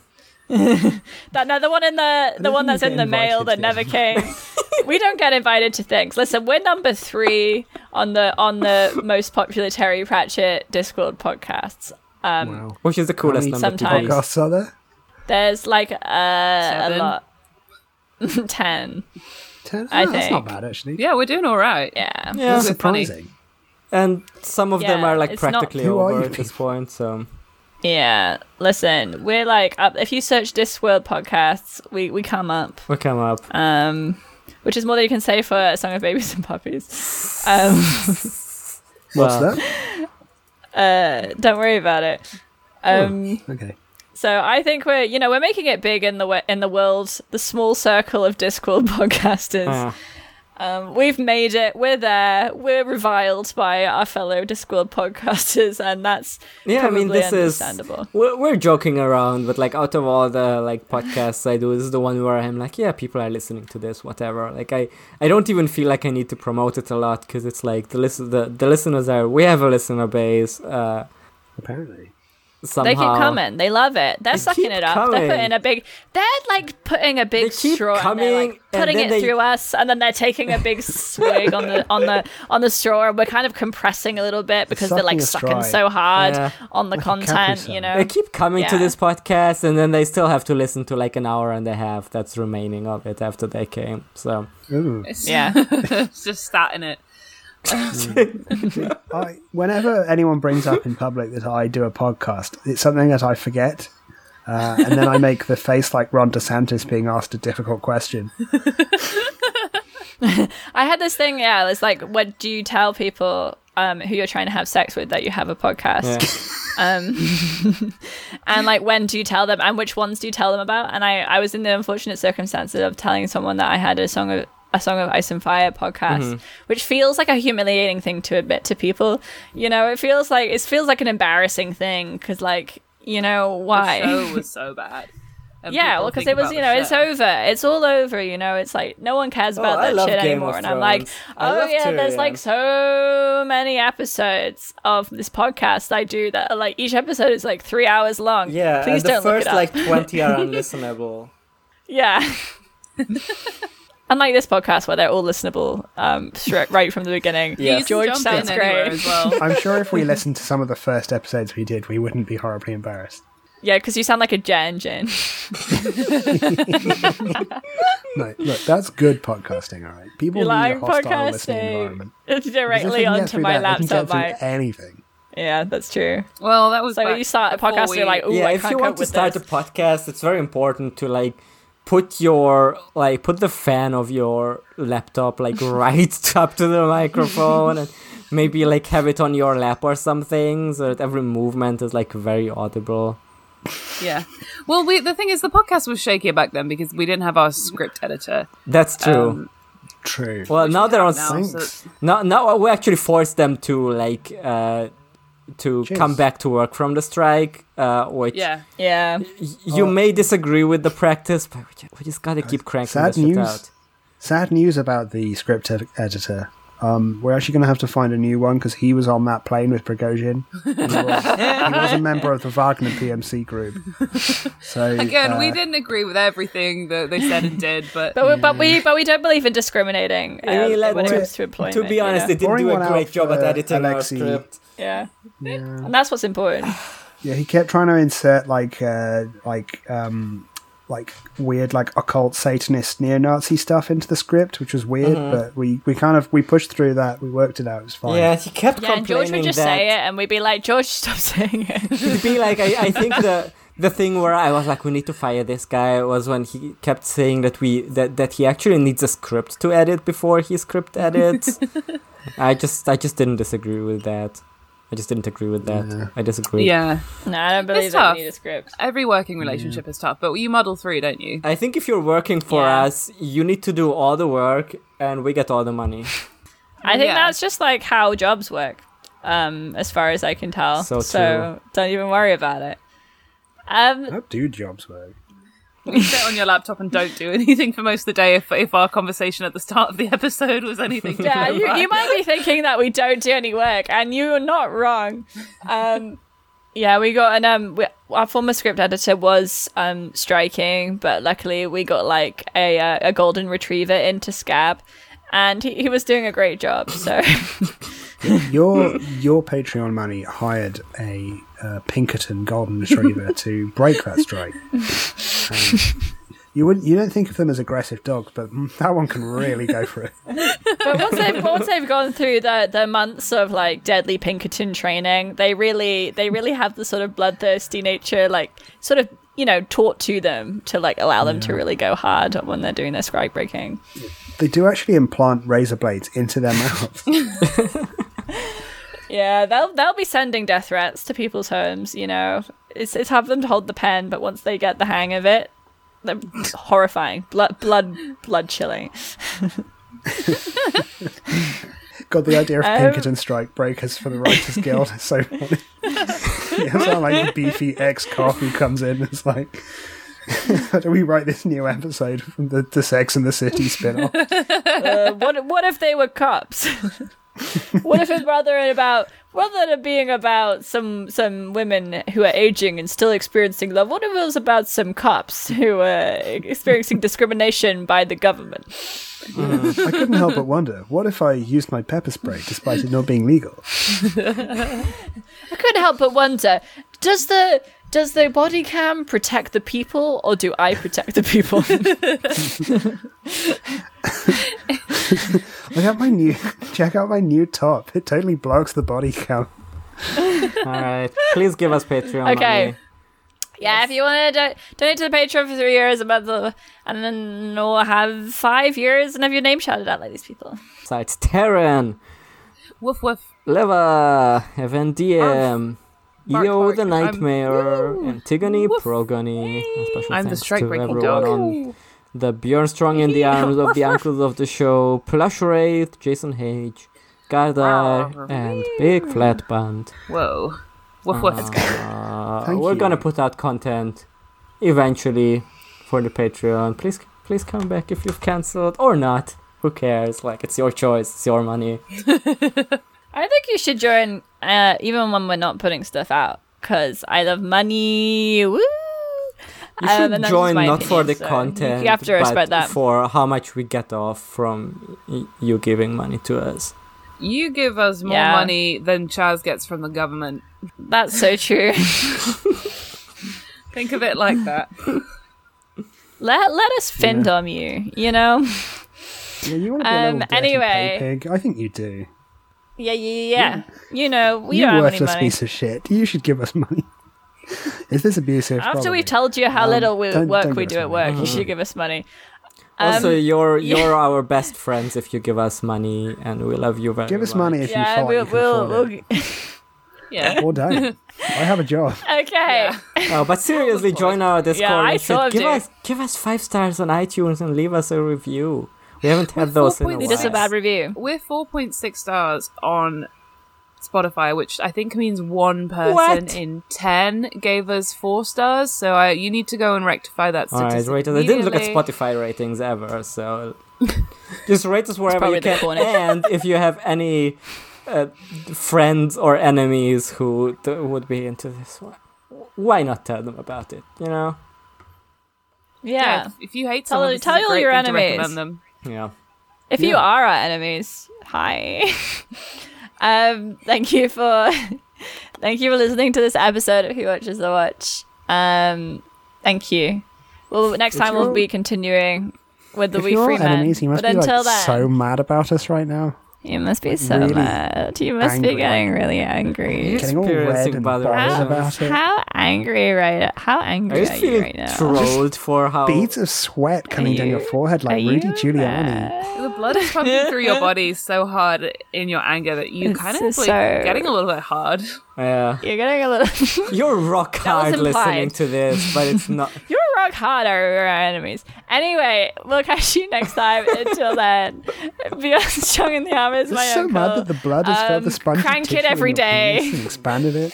B: That no, the one in the the
E: don't
B: one
E: think
B: that's
E: we
B: in
E: get
B: the mail
E: invited
B: that
E: to
B: never came. we don't get invited to things. Listen, we're number three on the on the most popular Terry Pratchett Discord podcasts. Um,
E: Wow.
C: Which is the coolest
E: many
C: number to
B: sometimes-
C: be.
E: Podcasts are there?
B: There's like uh, a
D: Seven.
B: lot, ten.
E: Ten?
B: I
E: Ah, That's not
B: think.
E: bad actually.
D: Yeah, we're doing all right.
B: Yeah.
C: Yeah.
E: That's
D: funny.
E: surprising.
C: And some of them
B: Yeah,
C: are like
B: it's not-
C: practically
E: Who are
C: over
E: you
C: at this point, so
B: yeah. Listen, we're like up. If you search Discworld podcasts, we we come up.
C: we come up.
B: Um, which is more than you can say for a Song of Babies and Puppies. Um.
E: What's
C: Well,
E: that?
B: Uh, don't worry about it. Um,
E: Okay.
B: So I think we're, you know, we're making it big in the we- in the world, the small circle of Discord podcasters.
C: uh,
B: Um, we've made it. We're there. We're reviled by our fellow Discord podcasters, and that's
C: yeah, I mean,
B: probably
C: this is
B: understandable.
C: we're, we're joking around, but like out of all the like podcasts I do, this is the one where I'm like, yeah, people are listening to this, whatever. Like I, I don't even feel like I need to promote it a lot because it's like the listen the, the listeners are we have a listener base. Uh,
E: Apparently.
C: somehow
B: They keep coming. They love it. They're
C: They
B: sucking
C: keep
B: it up. They're
C: coming.
B: putting a big. They're like putting a big
C: They keep
B: straw and they're
C: coming,
B: like
C: and
B: putting
C: then
B: it
C: they-
B: through us, and then they're taking a big swig on the on the on the straw, and we're kind of compressing a little bit because they're like sucking
E: sucking us dry.
B: so hard
C: Yeah.
B: on the
E: Like a Capri
B: content, you
E: Sun.
B: know.
C: They keep coming to
B: Yeah.
C: this podcast, and then they still have to listen to like an hour and a half that's remaining of it after they came. So
E: Ooh.
B: Yeah.
D: It's just sat in it.
E: I, whenever anyone brings up in public that I do a podcast, it's something that I forget. Uh, and then I make the face like Ron DeSantis being asked a difficult question.
B: I had this thing, yeah, it's like, what do you tell people um, who you're trying to have sex with that you have a podcast?
C: yeah.
B: and like when do you tell them and which ones do you tell them about and i i was in the unfortunate circumstances of telling someone that i had a song of a song of ice and fire podcast which feels like a humiliating thing to admit to people you know it feels like it feels like an embarrassing thing because like you know why
D: The show was so bad. And
B: yeah
D: people
B: well because it
D: think
B: was
D: about
B: you
D: the
B: know
D: show.
B: it's over it's all over you know it's like no one cares about
C: Oh, I
B: that
C: love
B: shit
C: Game
B: anymore
C: of
B: and i'm like
C: Thrones. I
B: oh
C: love
B: yeah there's
C: Tyrion.
B: like so many episodes of this podcast i do that are like each episode is like three hours long
C: Yeah,
B: please
C: and the
B: don't
C: first
B: look it up.
C: like 20 are unlistenable.
B: yeah unlike this podcast where they're all listenable um stri- right from the beginning
C: Yeah.
D: You can
B: George
D: jump in
B: sounds
D: anywhere
B: great.
D: as well.
E: I'm sure if we listened to some of the first episodes we did, we wouldn't be horribly embarrassed.
B: yeah because you sound like a jet engine
E: No, look, that's good podcasting, all right. People
B: You're
E: need
B: like
E: a hostile listening
B: podcasting
E: environment.
B: it's
E: Because if we
B: directly
E: can get
B: onto
E: through
B: my
E: that, we can
B: laptop
E: get through
B: mic
E: anything.
B: yeah that's true
D: Well, that was
B: so when
D: back
B: you start a
D: before
B: podcast
D: we-
B: you're like oh
C: yeah,
B: i
C: if
B: can't
C: you
B: cope
C: want to
B: with
C: start
B: this.
C: a podcast, it's very important to like put your like put the fan of your laptop like right up to the microphone and maybe like have it on your lap or something so that every movement is like very audible.
D: yeah. Well, we, the thing is, the podcast was shakier back then because we didn't have our script editor.
C: That's true.
B: Um,
E: True.
C: well, now they're on
D: now, so-
E: Thanks.
C: No, no, we actually forced them to like uh, to come
E: Jeez.
C: back to work from the strike. Uh, which
D: yeah.
B: yeah
C: y-
E: Oh.
C: you may disagree with the practice, but we ju- we just gotta keep cranking
E: sad
C: this shit
E: news.
C: out.
E: Sad news about the script ed- editor. Um, we're actually going to have to find a new one because he was on that plane with Prigozhin. He was, he was a member of the Wagner PMC group. So
D: Again,
E: uh,
D: we didn't agree with everything that they said and did, but
B: But we, but we but we don't believe in discriminating
C: I
B: um,
C: mean, like,
B: when it
C: to-
B: comes to employment.
C: To be honest, they
B: yeah.
C: didn't
E: Pouring
C: do
E: one
C: a
E: out
C: great job at
E: for
C: editing our
E: Alexei.
C: script.
B: yeah. and that's what's important.
E: Yeah, he kept trying to insert like uh, like um, like weird like occult Satanist neo-Nazi stuff into the script, which was weird.
D: Mm-hmm.
E: But we we kind of we pushed through that. We worked it out. It was fine.
C: Yeah, he kept
B: Yeah, and George
C: complaining
B: would just
C: that
B: say it, and we'd be like, George, stop saying it.
C: it'd be like I, I think the the thing where I was like, we need to fire this guy was when he kept saying that we that that he actually needs a script to edit before he script edits. I just I just didn't disagree with that. I just didn't agree with that. I disagree.
D: yeah,
B: no, I don't believe
D: It's
B: that
D: tough.
B: we need a script.
D: every working relationship is tough. But you muddle through, don't you?
C: I think if you're working for
B: Yeah.
C: us, you need to do all the work and we get all the money.
B: I think
D: Yeah.
B: that's just like how jobs work, um, as far as I can tell.
C: So
B: don't even worry about it. Um,
E: How do jobs work?
D: You sit on your laptop and don't do anything for most of the day. If, if our conversation at the start of the episode was anything, to
B: yeah,
D: go
B: you,
D: by.
B: you might be thinking that we don't do any work, and you're not wrong. Um, yeah, we got an um, we, our former script editor was um striking, but luckily we got like a uh, a golden retriever into Scab, and he, he was doing a great job. So
E: Your your Patreon money hired a uh, Pinkerton golden retriever to break that strike. And you wouldn't you don't think of them as aggressive dogs, but mm, that one can really go for it.
B: but once they've once they've gone through the the months of like deadly Pinkerton training, they really they really have the sort of bloodthirsty nature, like sort of you know taught to them to like allow them to really go hard when they're doing their strike breaking.
E: They do actually implant razor blades into their mouth.
B: Yeah, they'll they'll be sending death threats to people's homes. You know, it's it's have them to hold the pen, but once they get the hang of it, they're horrifying, blood blood blood chilling.
E: God, the idea of
B: Um,
E: Pinkerton strike breakers for the Writers Guild is so funny. it's not like the beefy ex cop who comes in. and It's like. How do we write this new episode from the, the Sex and the City spin off?
B: Uh, what what if they were cops? what if it's rather than about rather than it being about some some women who are aging and still experiencing love? What if it was about some cops who are experiencing discrimination by the government?
E: I couldn't help but wonder what if I used my pepper spray despite it not being legal?
B: I couldn't help but wonder: does the does the body cam protect the people, or do I protect the people?
E: Look at my new check out my new top. It totally blocks the body count.
C: all right. Please give us Patreon
B: Okay.
C: money.
B: yeah, if you want to do- donate to the Patreon for three years, a month, uh, and then or have five years and have your name shouted out like these people.
C: Sites Terran,
D: woof woof.
C: Leva, Evan DM,
D: Bark,
C: Yo
D: bark.
C: the
D: I'm-
C: Nightmare, Antigone,
D: Woof.
C: Progony. and special
D: I'm the
C: thanks
D: strike
C: to
D: breaking
C: everyone
D: dog.
C: on the Bjorn Strong in the arms of the uncles of the show, Plush Wraith, Jason Hage, Gardar, and Big Flat Band.
D: Whoa. Woof woof.
C: Uh,
E: Thank
C: we're
E: you.
C: gonna put out content eventually for the Patreon. Please, please come back if you've cancelled or not. Who cares? Like it's your choice. It's your money.
B: I think you should join, uh, even when we're not putting stuff out, because I love money. Woo!
C: You
B: Um,
C: should
B: and that's
C: join
B: just my
C: not for
B: opinion,
C: the
B: so
C: content,
B: You have to
C: but
B: respect that.
C: for how much we get off from y- you giving money to us.
D: You give us more
B: Yeah.
D: money than Chaz gets from the government.
B: That's so true.
D: Think of it like that.
B: let let us findom you. You know.
E: Yeah, you want to be a
B: Um,
E: little dirty
B: anyway.
E: pay pig. I think you do.
B: Yeah, yeah, yeah. You know, we
E: you
B: don't have any
E: worthless
B: money.
E: piece of shit. You should give us money. Is this abusive?
B: After
E: Probably.
B: we've told you how
E: Um,
B: little we,
E: don't-
B: work
E: don't
B: we
E: give
B: do
E: us
B: at
E: money. Mm-hmm.
B: work, you should give us money.
C: also,
B: Um,
C: you're
B: yeah.
C: you're our best friends if you give us money, and we love you very.
E: give us
C: much.
E: money if
B: yeah,
E: you fight.
B: we'll,
E: you can
B: we'll,
E: afford it.
B: we'll. yeah.
E: Or don't. I have a job.
B: Okay.
C: Oh, but seriously, join our Discord.
B: I
C: and shit.
B: sort of
C: give
B: do.
C: us give us five stars on iTunes and leave us a review. We haven't had those in a while.
D: 4.6.
B: Leave us a bad review.
D: We're 4.6 stars on Spotify, which I think means one person
C: What?
D: in 10 gave us four stars. So I, you need to go and rectify that
C: All right,
D: statistic.
C: rate us. I didn't look at
D: immediately.
C: Spotify ratings ever, so just rate us wherever
B: probably
C: you
B: the
C: can.
B: corner.
C: And if you have any uh, friends or enemies who th- would be into this one, why not tell them about it? You know?
B: Yeah.
D: if- If you hate
B: Tell-
D: someone, this is
B: tell
D: a great
B: your
D: thing to
B: enemies.
D: recommend them.
C: Yeah.
B: If you
C: Yeah.
B: are our enemies, hi. um, thank you for thank you for listening to this episode of Who Watches the Watch. Um, thank you. Well, next time we'll
E: you're-
B: be continuing with the
E: if
B: We
E: you're
B: Free
E: our enemies, you
B: Men.
E: must
B: But
E: be
B: until
E: like
B: then,
E: so mad about us right now.
B: you must be so
E: really
B: mad. You must be
E: angry.
B: getting really angry.
E: Getting all red
C: Experiencing
E: and
C: bother-
E: bothered
B: How,
E: about it.
B: how angry right? How
C: Are
B: angry
C: you
B: are you
C: feeling
B: right now?
C: trolled for how
E: Beads of sweat coming down your
B: you-
E: forehead like
B: are
E: Rudy
B: you
E: Giuliani.
B: mad?
D: The blood is pumping through your body so hard in your anger that you
B: It's
D: kind of
B: so
D: like
B: sad.
D: getting a little bit hard.
C: Yeah.
B: You're getting a little.
C: You're rock
B: was
C: hard listening
B: implied.
C: to this, but it's not.
B: You're rock hard are our enemies. Anyway, we'll catch you next time. Until then, Beyond Strong in the Arm is my
E: It's so
B: uncle.
E: mad that the blood has filled
B: Um,
E: the spongy
B: crank it
E: tissue in
B: every
E: your
B: day.
E: penis and expanded it.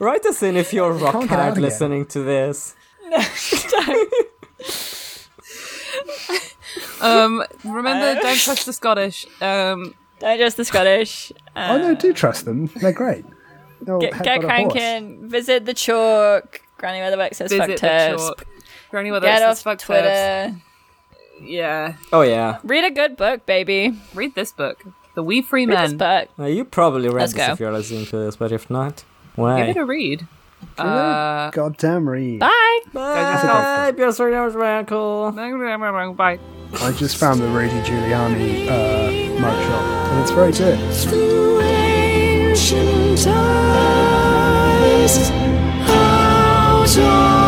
C: Write us in if you're rock
E: Can't get out
C: hard
E: again.
C: listening to this.
D: Um, remember, don't trust the Scottish. Um,
B: Digest the Scottish.
E: oh no, do trust them. They're great. Oh,
B: Get,
E: heck,
B: get
E: got a horse.
B: cranking. Visit the chalk. Granny Weatherback says fuck
D: visit the
B: turfs.
D: chalk. For anyone that
B: Get
D: says
B: off
D: fuck
B: Twitter.
D: turfs, yeah,
C: Oh, yeah.
B: Read a good book, baby.
D: read this book, The We Free
B: Read this
D: Men.
B: book.
C: Now, you probably read
B: Let's
C: this
B: go.
C: if you're listening to this, but if not,
D: Give
C: why?
D: it a read.
E: Oh,
D: Uh,
E: Goddamn Reed.
B: Bye.
C: Bye, Bjorn Strong in the Arms, my uncle.
D: bye.
E: I just found the Rudy Giuliani uh, mugshot, and it's very good.
I: through ancient times out of